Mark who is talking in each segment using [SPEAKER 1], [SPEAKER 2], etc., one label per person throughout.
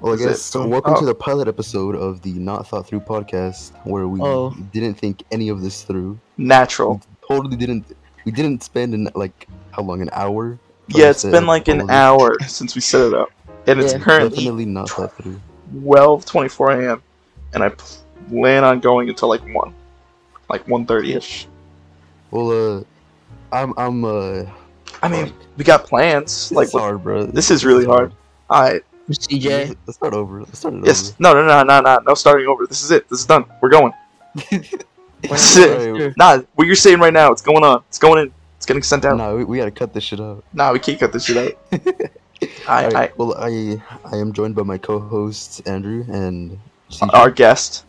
[SPEAKER 1] Well, I
[SPEAKER 2] Is it?
[SPEAKER 1] guess
[SPEAKER 2] So-
[SPEAKER 1] welcome
[SPEAKER 2] oh.
[SPEAKER 1] to the pilot episode of the Not Thought Through podcast, where we
[SPEAKER 3] Oh.
[SPEAKER 1] didn't think any of this through.
[SPEAKER 2] Natural.
[SPEAKER 1] Totally didn't. We didn't spend an, like how long? An hour?
[SPEAKER 2] Yeah, it's
[SPEAKER 1] That's
[SPEAKER 2] been
[SPEAKER 1] it.
[SPEAKER 2] like an
[SPEAKER 1] Totally.
[SPEAKER 2] hour since we set it up, and it's
[SPEAKER 3] Yeah.
[SPEAKER 2] currently
[SPEAKER 1] Definitely not thought through.
[SPEAKER 2] 12:24 a.m. and I plan on going until like one, like 1:30 ish.
[SPEAKER 1] Well, uh, I'm I'm uh.
[SPEAKER 2] I mean, we got plans. Like,
[SPEAKER 1] it's
[SPEAKER 2] what-
[SPEAKER 1] hard, bro.
[SPEAKER 2] this is really hard. I
[SPEAKER 3] CJ.
[SPEAKER 1] Let's start over. Let's start it
[SPEAKER 2] yes, no, no, no, no, no, no starting over. This is it. This is done. We're going. This is it.
[SPEAKER 1] Alright,
[SPEAKER 2] Nah, what you're saying right now, it's going on. It's going in. It's getting sent
[SPEAKER 1] over.
[SPEAKER 2] out.
[SPEAKER 1] No, we, we gotta cut this shit out.
[SPEAKER 2] Nah, we can't cut this shit out. I,
[SPEAKER 1] Alright, well, I I am joined by my co-hosts Andrew and
[SPEAKER 2] I,
[SPEAKER 1] CJ,
[SPEAKER 2] our guest.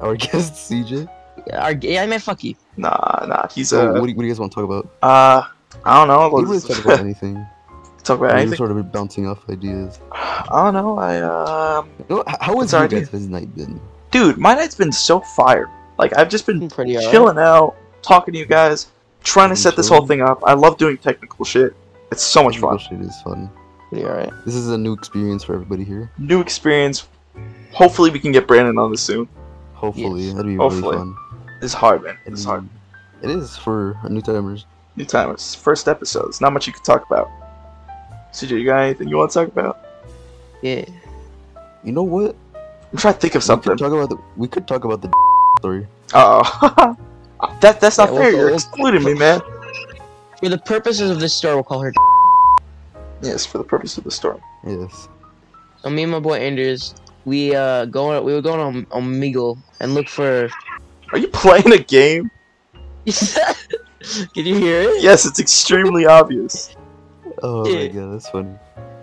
[SPEAKER 1] our guest CJ.
[SPEAKER 3] Our, yeah, I meant fuck you.
[SPEAKER 2] Nah, nah, he's
[SPEAKER 1] So,
[SPEAKER 2] a.
[SPEAKER 1] what, do you, what do you guys want to talk about?
[SPEAKER 2] Uh, I don't know.
[SPEAKER 1] We really
[SPEAKER 2] Let's
[SPEAKER 1] talk about anything.
[SPEAKER 2] talk about
[SPEAKER 1] We're
[SPEAKER 2] anything.
[SPEAKER 1] just sort of bouncing off ideas.
[SPEAKER 2] I don't know. I um,
[SPEAKER 1] No, h- how was
[SPEAKER 2] It's our
[SPEAKER 1] your
[SPEAKER 2] idea.
[SPEAKER 1] guys' night been?
[SPEAKER 2] dude, my night's been so fire. Like I've just been
[SPEAKER 3] I'm pretty alright.
[SPEAKER 2] chilling out, talking to you guys, trying to
[SPEAKER 1] Been
[SPEAKER 2] set this
[SPEAKER 1] chilling?
[SPEAKER 2] whole thing up. I love doing technical shit. It's so much
[SPEAKER 1] Technical
[SPEAKER 2] fun.
[SPEAKER 1] Shit is fun.
[SPEAKER 3] Pretty alright.
[SPEAKER 1] This is a new experience for everybody here.
[SPEAKER 2] New experience. Hopefully, we can get Brandon on this soon.
[SPEAKER 1] Hopefully, that'd be
[SPEAKER 2] Hopefully.
[SPEAKER 1] really fun.
[SPEAKER 2] It's hard, man.
[SPEAKER 1] It'd
[SPEAKER 2] It's
[SPEAKER 1] be-
[SPEAKER 2] hard.
[SPEAKER 1] It is for new timers.
[SPEAKER 2] New timers. First episode. There's not much you can talk about. CJ, you got anything you want to talk about?
[SPEAKER 3] Yeah.
[SPEAKER 1] You know what?
[SPEAKER 2] I'm trying to think of
[SPEAKER 1] We
[SPEAKER 2] something.
[SPEAKER 1] could talk about the. We could talk about the story.
[SPEAKER 2] Oh, that that's not
[SPEAKER 3] Yeah, we'll-
[SPEAKER 2] fair. You're
[SPEAKER 3] we'll-
[SPEAKER 2] excluding me, man.
[SPEAKER 3] For the purposes of this story, we'll call her.
[SPEAKER 2] Yes, for the purpose of the story.
[SPEAKER 1] Yes.
[SPEAKER 3] So me and my boy Anders, we uh going we were going on on Meagle and look for.
[SPEAKER 2] Are you playing a game?
[SPEAKER 3] Did you hear it?
[SPEAKER 2] Yes, it's extremely obvious.
[SPEAKER 1] Oh my
[SPEAKER 3] Yeah.
[SPEAKER 1] god, that's funny.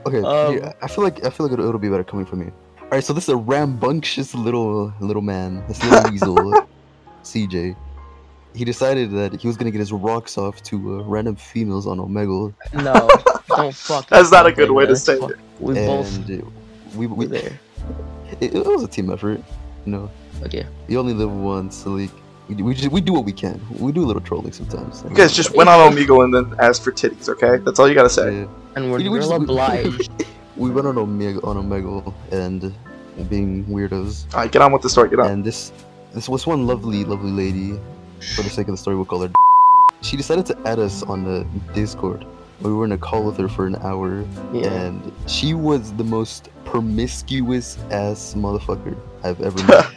[SPEAKER 1] Okay,
[SPEAKER 3] Um,
[SPEAKER 1] here, I feel like I feel like it'll, it'll be better coming from you. All right, so this is a rambunctious little little man, this little weasel, CJ. He decided that he was gonna get his rocks off to uh, random females on Omegle,
[SPEAKER 3] No. Don't fuck.
[SPEAKER 2] That's not a
[SPEAKER 3] don't
[SPEAKER 2] good
[SPEAKER 3] play
[SPEAKER 2] way to
[SPEAKER 3] this.
[SPEAKER 2] say
[SPEAKER 3] Fuck.
[SPEAKER 2] it.
[SPEAKER 3] We both
[SPEAKER 1] and uh, we we
[SPEAKER 3] were there.
[SPEAKER 1] it, it was a team effort. You know,
[SPEAKER 3] Okay.
[SPEAKER 1] you only live once, so like we we, just, we do what we can. We do a little trolling sometimes.
[SPEAKER 2] You guys just went on Omegle and then asked for titties, okay? That's all you gotta say.
[SPEAKER 1] Yeah.
[SPEAKER 3] And we're
[SPEAKER 1] We- we
[SPEAKER 3] real
[SPEAKER 1] just- we-
[SPEAKER 3] obliged.
[SPEAKER 1] we went on Omegle on Omegle and being weirdos.
[SPEAKER 2] Alright, get on with the story, get on.
[SPEAKER 1] And this this was one lovely, lovely lady. For the sake of the story, we'll call her. She decided to add us on the Discord. We were in a call with her for an hour,
[SPEAKER 3] yeah.
[SPEAKER 1] and she was the most promiscuous ass motherfucker I've ever met.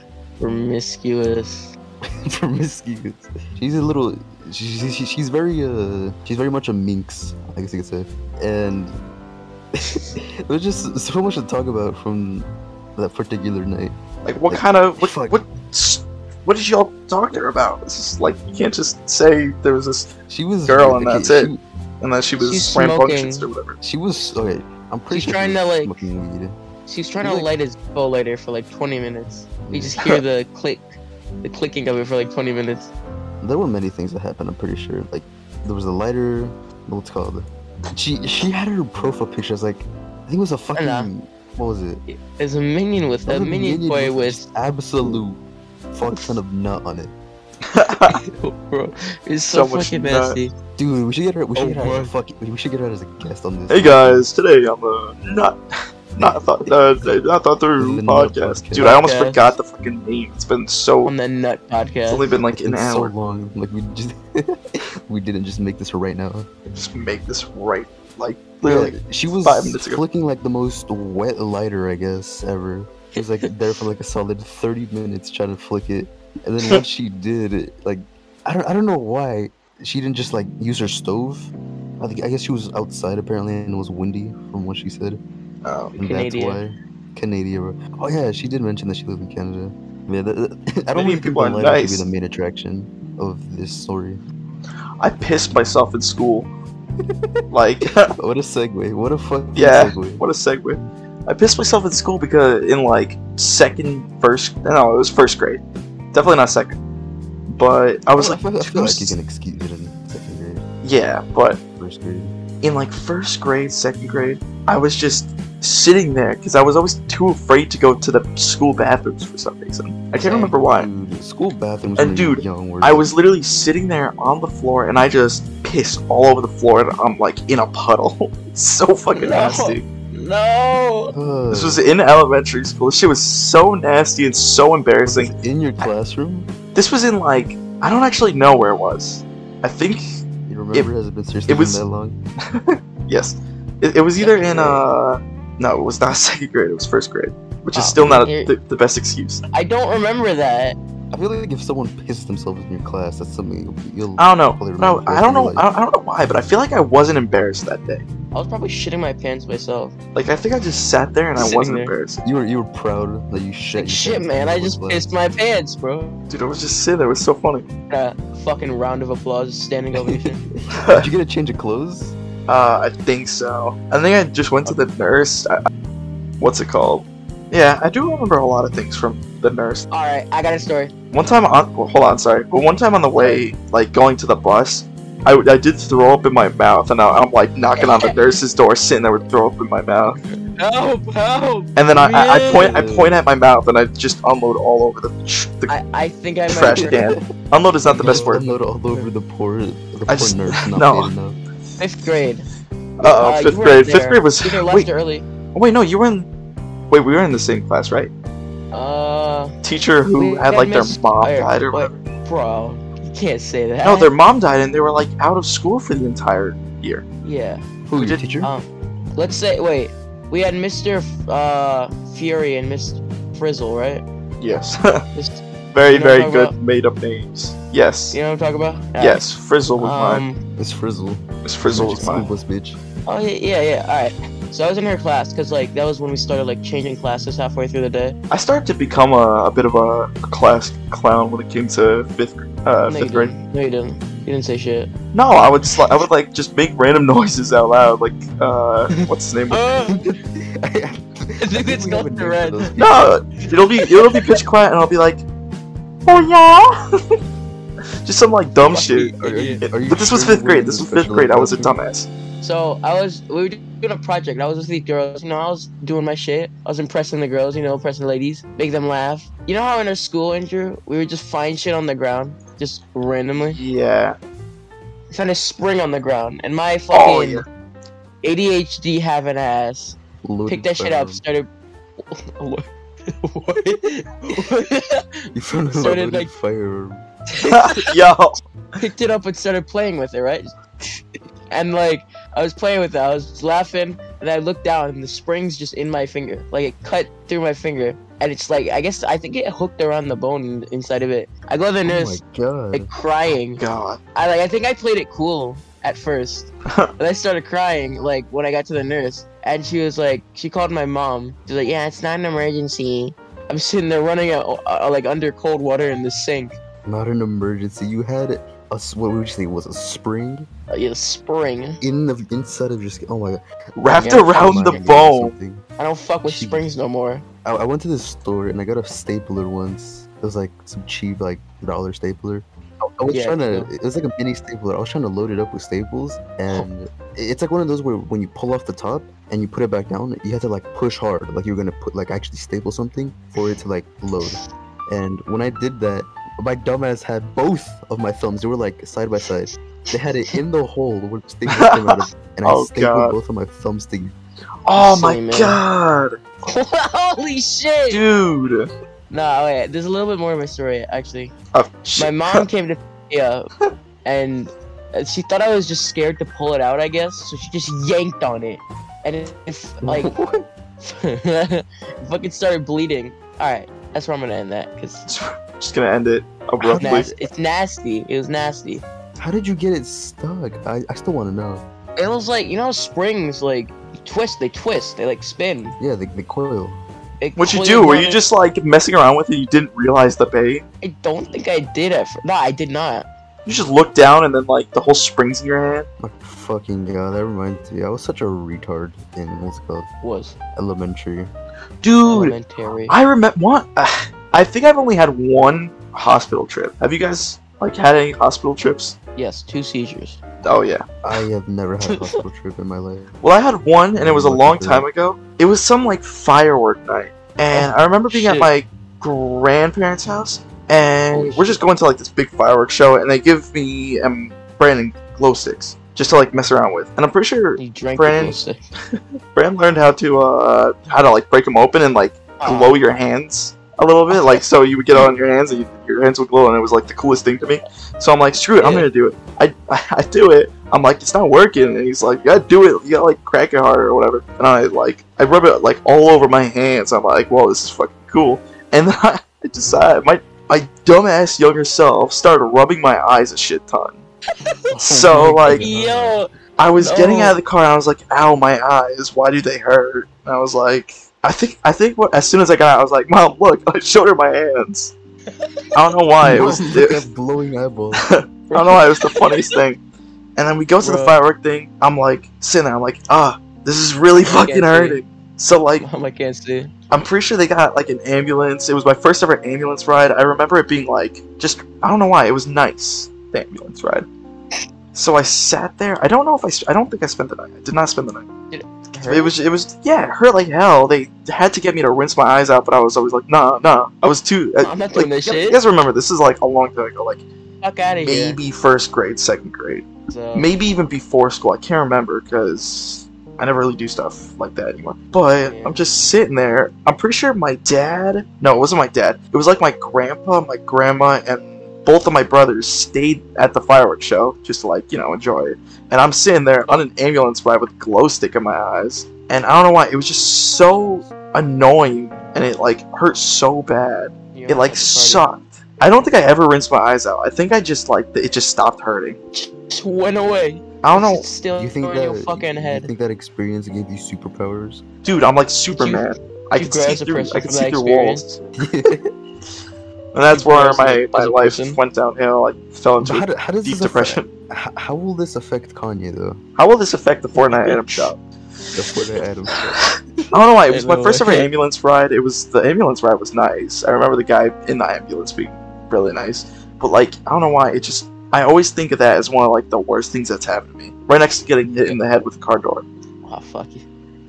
[SPEAKER 3] Promiscuous.
[SPEAKER 1] promiscuous. She's a little. She, she, she- she's very uh. She's very much a minx, I guess you could say. And there's just so much to talk about from that particular night.
[SPEAKER 2] Like, what
[SPEAKER 1] Like,
[SPEAKER 2] kind of. What,
[SPEAKER 1] fuck.
[SPEAKER 2] what, s- what did y'all talk to her about? This is like, you can't just say there was this.
[SPEAKER 1] She was
[SPEAKER 2] Girl, and that's
[SPEAKER 1] she-
[SPEAKER 2] it. And that she was
[SPEAKER 3] She's
[SPEAKER 2] rambunctious
[SPEAKER 3] smoking.
[SPEAKER 2] or whatever.
[SPEAKER 1] She was okay. I'm pretty
[SPEAKER 3] She's
[SPEAKER 1] sure
[SPEAKER 3] trying
[SPEAKER 1] she was
[SPEAKER 3] to, like-
[SPEAKER 1] smoking weed.
[SPEAKER 3] She's trying
[SPEAKER 1] You
[SPEAKER 3] to
[SPEAKER 1] like-
[SPEAKER 3] light his bow lighter for like 20 minutes. We just hear the click, the clicking of it for like 20 minutes.
[SPEAKER 1] There were many things that happened. I'm pretty sure. Like there was a lighter. What's it called? She she had her profile picture. It's like I think it was a fucking. What was it?
[SPEAKER 3] There's a minion with
[SPEAKER 1] It was
[SPEAKER 3] a minion, boy with
[SPEAKER 1] just absolute fuck ton of nut on it.
[SPEAKER 3] bro. It's so,
[SPEAKER 2] So much
[SPEAKER 3] fucking
[SPEAKER 2] nut.
[SPEAKER 3] nasty.
[SPEAKER 1] Dude, we should get her. We should
[SPEAKER 3] Oh,
[SPEAKER 1] get her. As a
[SPEAKER 3] boy.
[SPEAKER 1] fucking, we should get her as a guest on this.
[SPEAKER 2] hey guys, today I'm uh, not. Not thought, uh, not thought through
[SPEAKER 1] The Nut
[SPEAKER 2] podcast.
[SPEAKER 1] Podcast.
[SPEAKER 2] Dude, I almost
[SPEAKER 3] Podcast.
[SPEAKER 2] forgot the fucking name. It's been so.
[SPEAKER 3] On the nut
[SPEAKER 2] It's
[SPEAKER 3] podcast.
[SPEAKER 2] only been like
[SPEAKER 1] It's
[SPEAKER 2] an
[SPEAKER 1] been so
[SPEAKER 2] hour.
[SPEAKER 1] long. Like we just we didn't just make this for right now.
[SPEAKER 2] Just make this right. Like, literally.
[SPEAKER 1] Yeah, she was
[SPEAKER 2] five minutes ago.
[SPEAKER 1] flicking like the most wet lighter, I guess, ever. She was like there for like a solid thirty minutes trying to flick it, and then once she did, it, like I don't I don't know why she didn't just like use her stove. I think I guess she was outside apparently and it was windy from what she said,
[SPEAKER 2] Um,
[SPEAKER 1] and
[SPEAKER 3] Canada.
[SPEAKER 1] that's why Canada. bro. Oh yeah, she did mention that she lived in Canada. Yeah, that, that- I don't
[SPEAKER 2] Many
[SPEAKER 1] really think
[SPEAKER 2] people
[SPEAKER 1] the
[SPEAKER 2] are
[SPEAKER 1] lighter should be
[SPEAKER 2] nice.
[SPEAKER 1] the main attraction of this story.
[SPEAKER 2] I pissed myself in school. like,
[SPEAKER 1] What a segue! What a fucking
[SPEAKER 2] Yeah.
[SPEAKER 1] segue!
[SPEAKER 2] what a segue. I pissed myself in school because in like second, first, no, it was first grade. Definitely not second. But I was
[SPEAKER 1] I
[SPEAKER 2] like,
[SPEAKER 1] feel, I feel
[SPEAKER 2] two
[SPEAKER 1] like you
[SPEAKER 2] s-
[SPEAKER 1] can excuse it in second grade.
[SPEAKER 2] yeah, but
[SPEAKER 1] first grade.
[SPEAKER 2] in like first grade, second grade, I was just sitting there because I was always too afraid to go to the school bathrooms for some reason. I can't remember why.
[SPEAKER 1] Dude, school bathrooms.
[SPEAKER 2] And
[SPEAKER 1] when you were
[SPEAKER 2] dude,
[SPEAKER 1] young were
[SPEAKER 2] I was literally sitting there on the floor and I just pissed all over the floor and I'm like in a puddle. It's so fucking
[SPEAKER 3] No.
[SPEAKER 2] nasty.
[SPEAKER 3] No.
[SPEAKER 1] Ugh.
[SPEAKER 2] This was in elementary school. She was so nasty and so embarrassing.
[SPEAKER 1] in your classroom.
[SPEAKER 2] This was in like I don't actually know where it was. I think
[SPEAKER 1] You remember? Has it been seriously
[SPEAKER 2] it was-
[SPEAKER 1] been that long?
[SPEAKER 2] yes, it, it was either in
[SPEAKER 3] Second
[SPEAKER 2] uh no, it was not second grade. It was first grade, which is
[SPEAKER 1] Oh,
[SPEAKER 2] still not a,
[SPEAKER 3] here-
[SPEAKER 2] the, the best excuse.
[SPEAKER 3] I don't remember that.
[SPEAKER 1] I feel like if someone pisses themselves in your class, that's something you'll. you'll
[SPEAKER 2] I don't know.
[SPEAKER 1] Probably
[SPEAKER 2] No,
[SPEAKER 1] remember
[SPEAKER 2] I
[SPEAKER 1] for
[SPEAKER 2] don't know.
[SPEAKER 1] life.
[SPEAKER 2] I don't, I don't know why, but I feel like I wasn't embarrassed that day.
[SPEAKER 3] I was probably shitting my pants myself.
[SPEAKER 2] Like I think I just sat there and I
[SPEAKER 3] Sitting
[SPEAKER 2] wasn't
[SPEAKER 3] there.
[SPEAKER 2] embarrassed.
[SPEAKER 1] you were you were proud that you shit.
[SPEAKER 3] Like,
[SPEAKER 1] your
[SPEAKER 3] shit,
[SPEAKER 1] pants in
[SPEAKER 3] man, I
[SPEAKER 1] your
[SPEAKER 3] just
[SPEAKER 1] class.
[SPEAKER 3] pissed my pants, bro.
[SPEAKER 2] Dude, I was just sitting there. It was so funny.
[SPEAKER 3] Uh, fucking round of applause, standing ovation.
[SPEAKER 1] Did you get a change of clothes?
[SPEAKER 2] Uh, I think so. I think I just went to the nurse. I, I- what's it called? Yeah, I do remember a lot of things from the nurse.
[SPEAKER 3] All right, I got a story.
[SPEAKER 2] One time on, well, hold on, sorry, but one time on the way, like going to the bus, I, I did throw up in my mouth, and I, I'm like knocking on the nurse's door, sitting there with throw up in my mouth,
[SPEAKER 3] Help! Help!
[SPEAKER 2] and then I, I, I point I point at my mouth, and I just unload all over the, the
[SPEAKER 3] I, I think I might.
[SPEAKER 2] trash can. Unload is not the best
[SPEAKER 1] You
[SPEAKER 2] word.
[SPEAKER 1] Unload all over the poor, the poor
[SPEAKER 2] I just-
[SPEAKER 1] nurse. Not
[SPEAKER 2] no.
[SPEAKER 1] paid enough.
[SPEAKER 3] Fifth grade.
[SPEAKER 2] Uh-oh,
[SPEAKER 3] Uh, you
[SPEAKER 2] fifth
[SPEAKER 3] weren't
[SPEAKER 2] grade. Fifth
[SPEAKER 3] there.
[SPEAKER 2] grade was
[SPEAKER 3] Either left
[SPEAKER 2] wait,
[SPEAKER 3] or early.
[SPEAKER 2] wait, no, you were in. Wait, we were in the same class, right?
[SPEAKER 3] Uh,
[SPEAKER 2] Teacher who
[SPEAKER 3] We
[SPEAKER 2] had
[SPEAKER 3] had
[SPEAKER 2] like their
[SPEAKER 3] Miss-
[SPEAKER 2] mom
[SPEAKER 3] or-
[SPEAKER 2] died or
[SPEAKER 3] what-
[SPEAKER 2] whatever.
[SPEAKER 3] bro, you can't say that.
[SPEAKER 2] No, their mom died, and they were like out of school for the entire year.
[SPEAKER 3] Yeah.
[SPEAKER 1] Who your
[SPEAKER 2] did-
[SPEAKER 1] teacher?
[SPEAKER 3] Um, let's say wait, we had Mr. F- uh Fury and Miss Frizzle, right?
[SPEAKER 2] Yes,
[SPEAKER 3] This-
[SPEAKER 2] very
[SPEAKER 3] You know
[SPEAKER 2] very
[SPEAKER 3] what I'm
[SPEAKER 2] good
[SPEAKER 3] about?
[SPEAKER 2] made up names. Yes,
[SPEAKER 3] you know what I'm talking about? Alright.
[SPEAKER 2] yes. Frizzle was mine.
[SPEAKER 3] Um.
[SPEAKER 1] It's Frizzle.
[SPEAKER 2] Miss Frizzle
[SPEAKER 1] Magic
[SPEAKER 2] was
[SPEAKER 1] school
[SPEAKER 2] mine.
[SPEAKER 1] bus bitch.
[SPEAKER 3] Oh yeah, yeah, yeah. All right. So I was in her class because like that was when we started like changing classes halfway through the day.
[SPEAKER 2] I started to become a, a bit of a class clown when it came to fifth gr- uh,
[SPEAKER 3] no,
[SPEAKER 2] fifth
[SPEAKER 3] you
[SPEAKER 2] grade.
[SPEAKER 3] didn't. No, you didn't. You didn't say shit.
[SPEAKER 2] No, I would sli- I would like just make random noises out loud, like uh, what's his name?
[SPEAKER 3] I
[SPEAKER 1] I
[SPEAKER 3] think it's
[SPEAKER 1] we have a
[SPEAKER 3] called the
[SPEAKER 1] name for
[SPEAKER 3] red.
[SPEAKER 1] those people.
[SPEAKER 2] No, it'll be it'll be pitch quiet, and I'll be like, oh yeah, just some like dumb Oh, shit.
[SPEAKER 1] Are you- are you
[SPEAKER 2] But this was
[SPEAKER 1] sure you
[SPEAKER 2] fifth grade.
[SPEAKER 1] weren't
[SPEAKER 2] This
[SPEAKER 1] in
[SPEAKER 2] was fifth
[SPEAKER 1] special
[SPEAKER 2] grade. I was a
[SPEAKER 1] classroom?
[SPEAKER 2] dumbass.
[SPEAKER 3] So I was we were doing a project. I was with these girls. You know, I was doing my shit. I was impressing the girls. You know, impressing the ladies, make them laugh. You know how in our school, Andrew, we would just find shit on the ground, just randomly.
[SPEAKER 2] Yeah.
[SPEAKER 3] I found a spring on the ground, and my fucking
[SPEAKER 2] Oh yeah.
[SPEAKER 3] ADHD having ass
[SPEAKER 1] Loaded
[SPEAKER 3] picked that shit up,
[SPEAKER 1] firearm.
[SPEAKER 3] started. what?
[SPEAKER 1] You found out about
[SPEAKER 3] started,
[SPEAKER 1] loaded
[SPEAKER 3] like-
[SPEAKER 1] firearm. Oh
[SPEAKER 2] Yo.
[SPEAKER 3] picked it up and started playing with it, right? and like I was playing with it, I was laughing, and I looked down, and the spring's just in my finger, like it cut through my finger, and it's like I guess I think it hooked around the bone in- inside of it. I go to the nurse,
[SPEAKER 1] Oh my
[SPEAKER 3] like
[SPEAKER 1] god.
[SPEAKER 3] crying.
[SPEAKER 2] God.
[SPEAKER 3] I like I think I played it cool at first, but I started crying like when I got to the nurse, and she was like, she called my mom. She's like, yeah, it's not an emergency. I'm sitting there running out, uh, like under cold water in the sink.
[SPEAKER 1] Not an emergency. You had a s- what would you say was a spring
[SPEAKER 3] Uh, yeah, spring.
[SPEAKER 1] in the inside of your skin. Oh my god.
[SPEAKER 2] Wrapped
[SPEAKER 3] Yeah,
[SPEAKER 2] around
[SPEAKER 1] Might
[SPEAKER 2] the
[SPEAKER 1] be
[SPEAKER 2] bone.
[SPEAKER 1] something.
[SPEAKER 3] I don't fuck with
[SPEAKER 1] Jeez.
[SPEAKER 3] springs no more.
[SPEAKER 1] I, I went to this store and I got a stapler once. It was like some cheap like dollar stapler. I, I was
[SPEAKER 3] Yeah,
[SPEAKER 1] trying to.
[SPEAKER 3] yeah.
[SPEAKER 1] It was like a mini stapler. I was trying to load it up with staples, and it- it's like one of those where when you pull off the top and you put it back down, you had to like push hard, like you were gonna put like actually staple something for it to like load. And when I did that, my dumbass had both of my thumbs. They were like side by side. They had it in the hole where the staple came out of, and I
[SPEAKER 2] Oh,
[SPEAKER 1] stapled
[SPEAKER 2] God.
[SPEAKER 1] both of my thumbs together.
[SPEAKER 2] Oh my
[SPEAKER 3] Silly man.
[SPEAKER 2] god,
[SPEAKER 3] Holy shit!
[SPEAKER 2] dude.
[SPEAKER 3] No, wait. There's a little bit more of my story actually.
[SPEAKER 2] Oh,
[SPEAKER 3] My
[SPEAKER 2] shit.
[SPEAKER 3] mom came to yeah, and uh, she thought I was just scared to pull it out. I guess so. She just yanked on it, and it, it like fucking started bleeding. All right, that's where I'm gonna end that because
[SPEAKER 2] Just gonna end it abruptly.
[SPEAKER 3] it's nasty. It was nasty.
[SPEAKER 1] How did you get it stuck? I, I still want to know.
[SPEAKER 3] It was like you know how springs like twist. They twist. They like spin.
[SPEAKER 1] Yeah, the, the coil.
[SPEAKER 3] It
[SPEAKER 2] What'd you
[SPEAKER 3] coils
[SPEAKER 2] do? Were
[SPEAKER 3] on
[SPEAKER 2] you
[SPEAKER 3] it.
[SPEAKER 2] just like messing around with it? You didn't realize the bait.
[SPEAKER 3] I don't think I did at first. No, I did not.
[SPEAKER 2] You just looked down and then like the whole springs in your hand.
[SPEAKER 1] My fucking god, that reminds me. I was such a retard in what's it called
[SPEAKER 3] Was
[SPEAKER 1] elementary.
[SPEAKER 3] Oh,
[SPEAKER 2] Dude,
[SPEAKER 3] elementary.
[SPEAKER 2] I remember what? I think I've only had one hospital trip. Have you guys like had any hospital trips?
[SPEAKER 3] Yes, two seizures.
[SPEAKER 2] Oh yeah.
[SPEAKER 1] I have never had a hospital trip in my life.
[SPEAKER 2] Well, I had one, and it was a long time ago. It was some like firework night, and I remember being at
[SPEAKER 3] Oh, Shit.
[SPEAKER 2] my grandparents' house,
[SPEAKER 3] Holy
[SPEAKER 2] and we're
[SPEAKER 3] shit.
[SPEAKER 2] just going to like this big fireworks show, and they give me um Brandon glow sticks. just to like mess around with. And I'm pretty sure
[SPEAKER 3] You drank
[SPEAKER 2] Brandon-
[SPEAKER 3] it.
[SPEAKER 2] Bran learned how to uh how to like break them open and like glow your hands a little bit. Like so, you would get on your hands and you, your hands would glow, and it was like the coolest thing to me. So I'm like, screw it, I'm
[SPEAKER 3] Yeah.
[SPEAKER 2] gonna do it. I, I I do it. I'm like, it's not working, and he's like, you gotta do it. You gotta like crack it harder or whatever. And I like I rub it like all over my hands. I'm like, whoa, this is fucking cool. And then I, I decide my my dumbass younger self started rubbing my eyes a shit ton.
[SPEAKER 3] Oh.
[SPEAKER 2] So, like-
[SPEAKER 3] Yo,
[SPEAKER 2] I was getting
[SPEAKER 3] No.
[SPEAKER 2] out of the car and I was like, ow, my eyes, why do they hurt? And I was like, I think, I think what, as soon as I got out, I was like, Mom, look, I showed her my hands. I don't know why, it was,
[SPEAKER 1] Look
[SPEAKER 2] it,
[SPEAKER 1] at glowing eyeballs.
[SPEAKER 2] I don't know why, it was the funniest thing. And then we go to the
[SPEAKER 3] Bro.
[SPEAKER 2] firework thing, I'm like, sitting there, I'm like, ah, this is really fucking
[SPEAKER 3] dude.
[SPEAKER 2] hurting. So, like,
[SPEAKER 3] Mom, I can't see.
[SPEAKER 2] I'm pretty sure they got like an ambulance. It was my first ever ambulance ride. I remember it being like just I don't know why it was nice the ambulance ride. So I sat there. I don't know if I. s- I don't think I spent the night. I did not spend the night. It was. It was. Yeah, it hurt like hell. They had to get me to rinse my eyes out, but I was always like, nah, nah. I was too. I-
[SPEAKER 3] I'm
[SPEAKER 2] uh,
[SPEAKER 3] not
[SPEAKER 2] like,
[SPEAKER 3] doing this
[SPEAKER 2] you guys-
[SPEAKER 3] shit.
[SPEAKER 2] You guys remember this is like a long time ago, like
[SPEAKER 3] Fuck out of here.
[SPEAKER 2] maybe first grade, second grade,
[SPEAKER 3] So,
[SPEAKER 2] maybe even before school. I can't remember because I never really do stuff like that anymore. But
[SPEAKER 3] Yeah.
[SPEAKER 2] I'm just sitting there. I'm pretty sure my dad. No, it wasn't my dad. It was like my grandpa, my grandma, and both of my brothers stayed at the fireworks show just to like you know enjoy it. And I'm sitting there on an ambulance ride with a glow stick in my eyes, and I don't know why it was just so annoying, and it like hurt so bad
[SPEAKER 3] you
[SPEAKER 2] it
[SPEAKER 3] know,
[SPEAKER 2] like
[SPEAKER 3] party.
[SPEAKER 2] sucked. I don't think I ever rinsed my eyes out. I think I just like it just stopped hurting.
[SPEAKER 3] Just went away.
[SPEAKER 2] I don't know,
[SPEAKER 3] It's still
[SPEAKER 1] You think
[SPEAKER 3] in
[SPEAKER 1] that
[SPEAKER 3] your fucking
[SPEAKER 1] You
[SPEAKER 3] head.
[SPEAKER 1] think that experience gave you superpowers?
[SPEAKER 2] dude. I'm like Superman. I
[SPEAKER 3] did
[SPEAKER 2] can
[SPEAKER 3] you grow
[SPEAKER 2] see
[SPEAKER 3] as a
[SPEAKER 2] through.
[SPEAKER 3] person
[SPEAKER 2] I can
[SPEAKER 3] from that
[SPEAKER 2] see through walls.
[SPEAKER 3] experience?
[SPEAKER 2] And that's
[SPEAKER 3] you grow
[SPEAKER 2] where
[SPEAKER 3] as a-
[SPEAKER 2] my
[SPEAKER 3] as
[SPEAKER 2] my
[SPEAKER 3] a
[SPEAKER 2] life
[SPEAKER 3] person?
[SPEAKER 2] went downhill. I fell into
[SPEAKER 1] But how,
[SPEAKER 2] a
[SPEAKER 1] do, how does
[SPEAKER 2] deep
[SPEAKER 1] this
[SPEAKER 2] depression.
[SPEAKER 1] Affect, how, how will this affect Kanye though?
[SPEAKER 2] How will this affect the Fortnite item shop?
[SPEAKER 1] That's what I add.
[SPEAKER 2] I don't know why. It
[SPEAKER 3] I
[SPEAKER 2] was my
[SPEAKER 3] know,
[SPEAKER 2] first ever
[SPEAKER 3] right?
[SPEAKER 2] ambulance ride. It was the ambulance ride was nice. I remember the guy in the ambulance being really nice. But like I don't know why it just. I always think of that as one of like the worst things that's happened to me. Right next to getting hit in the head with a car door.
[SPEAKER 3] Oh fuck you.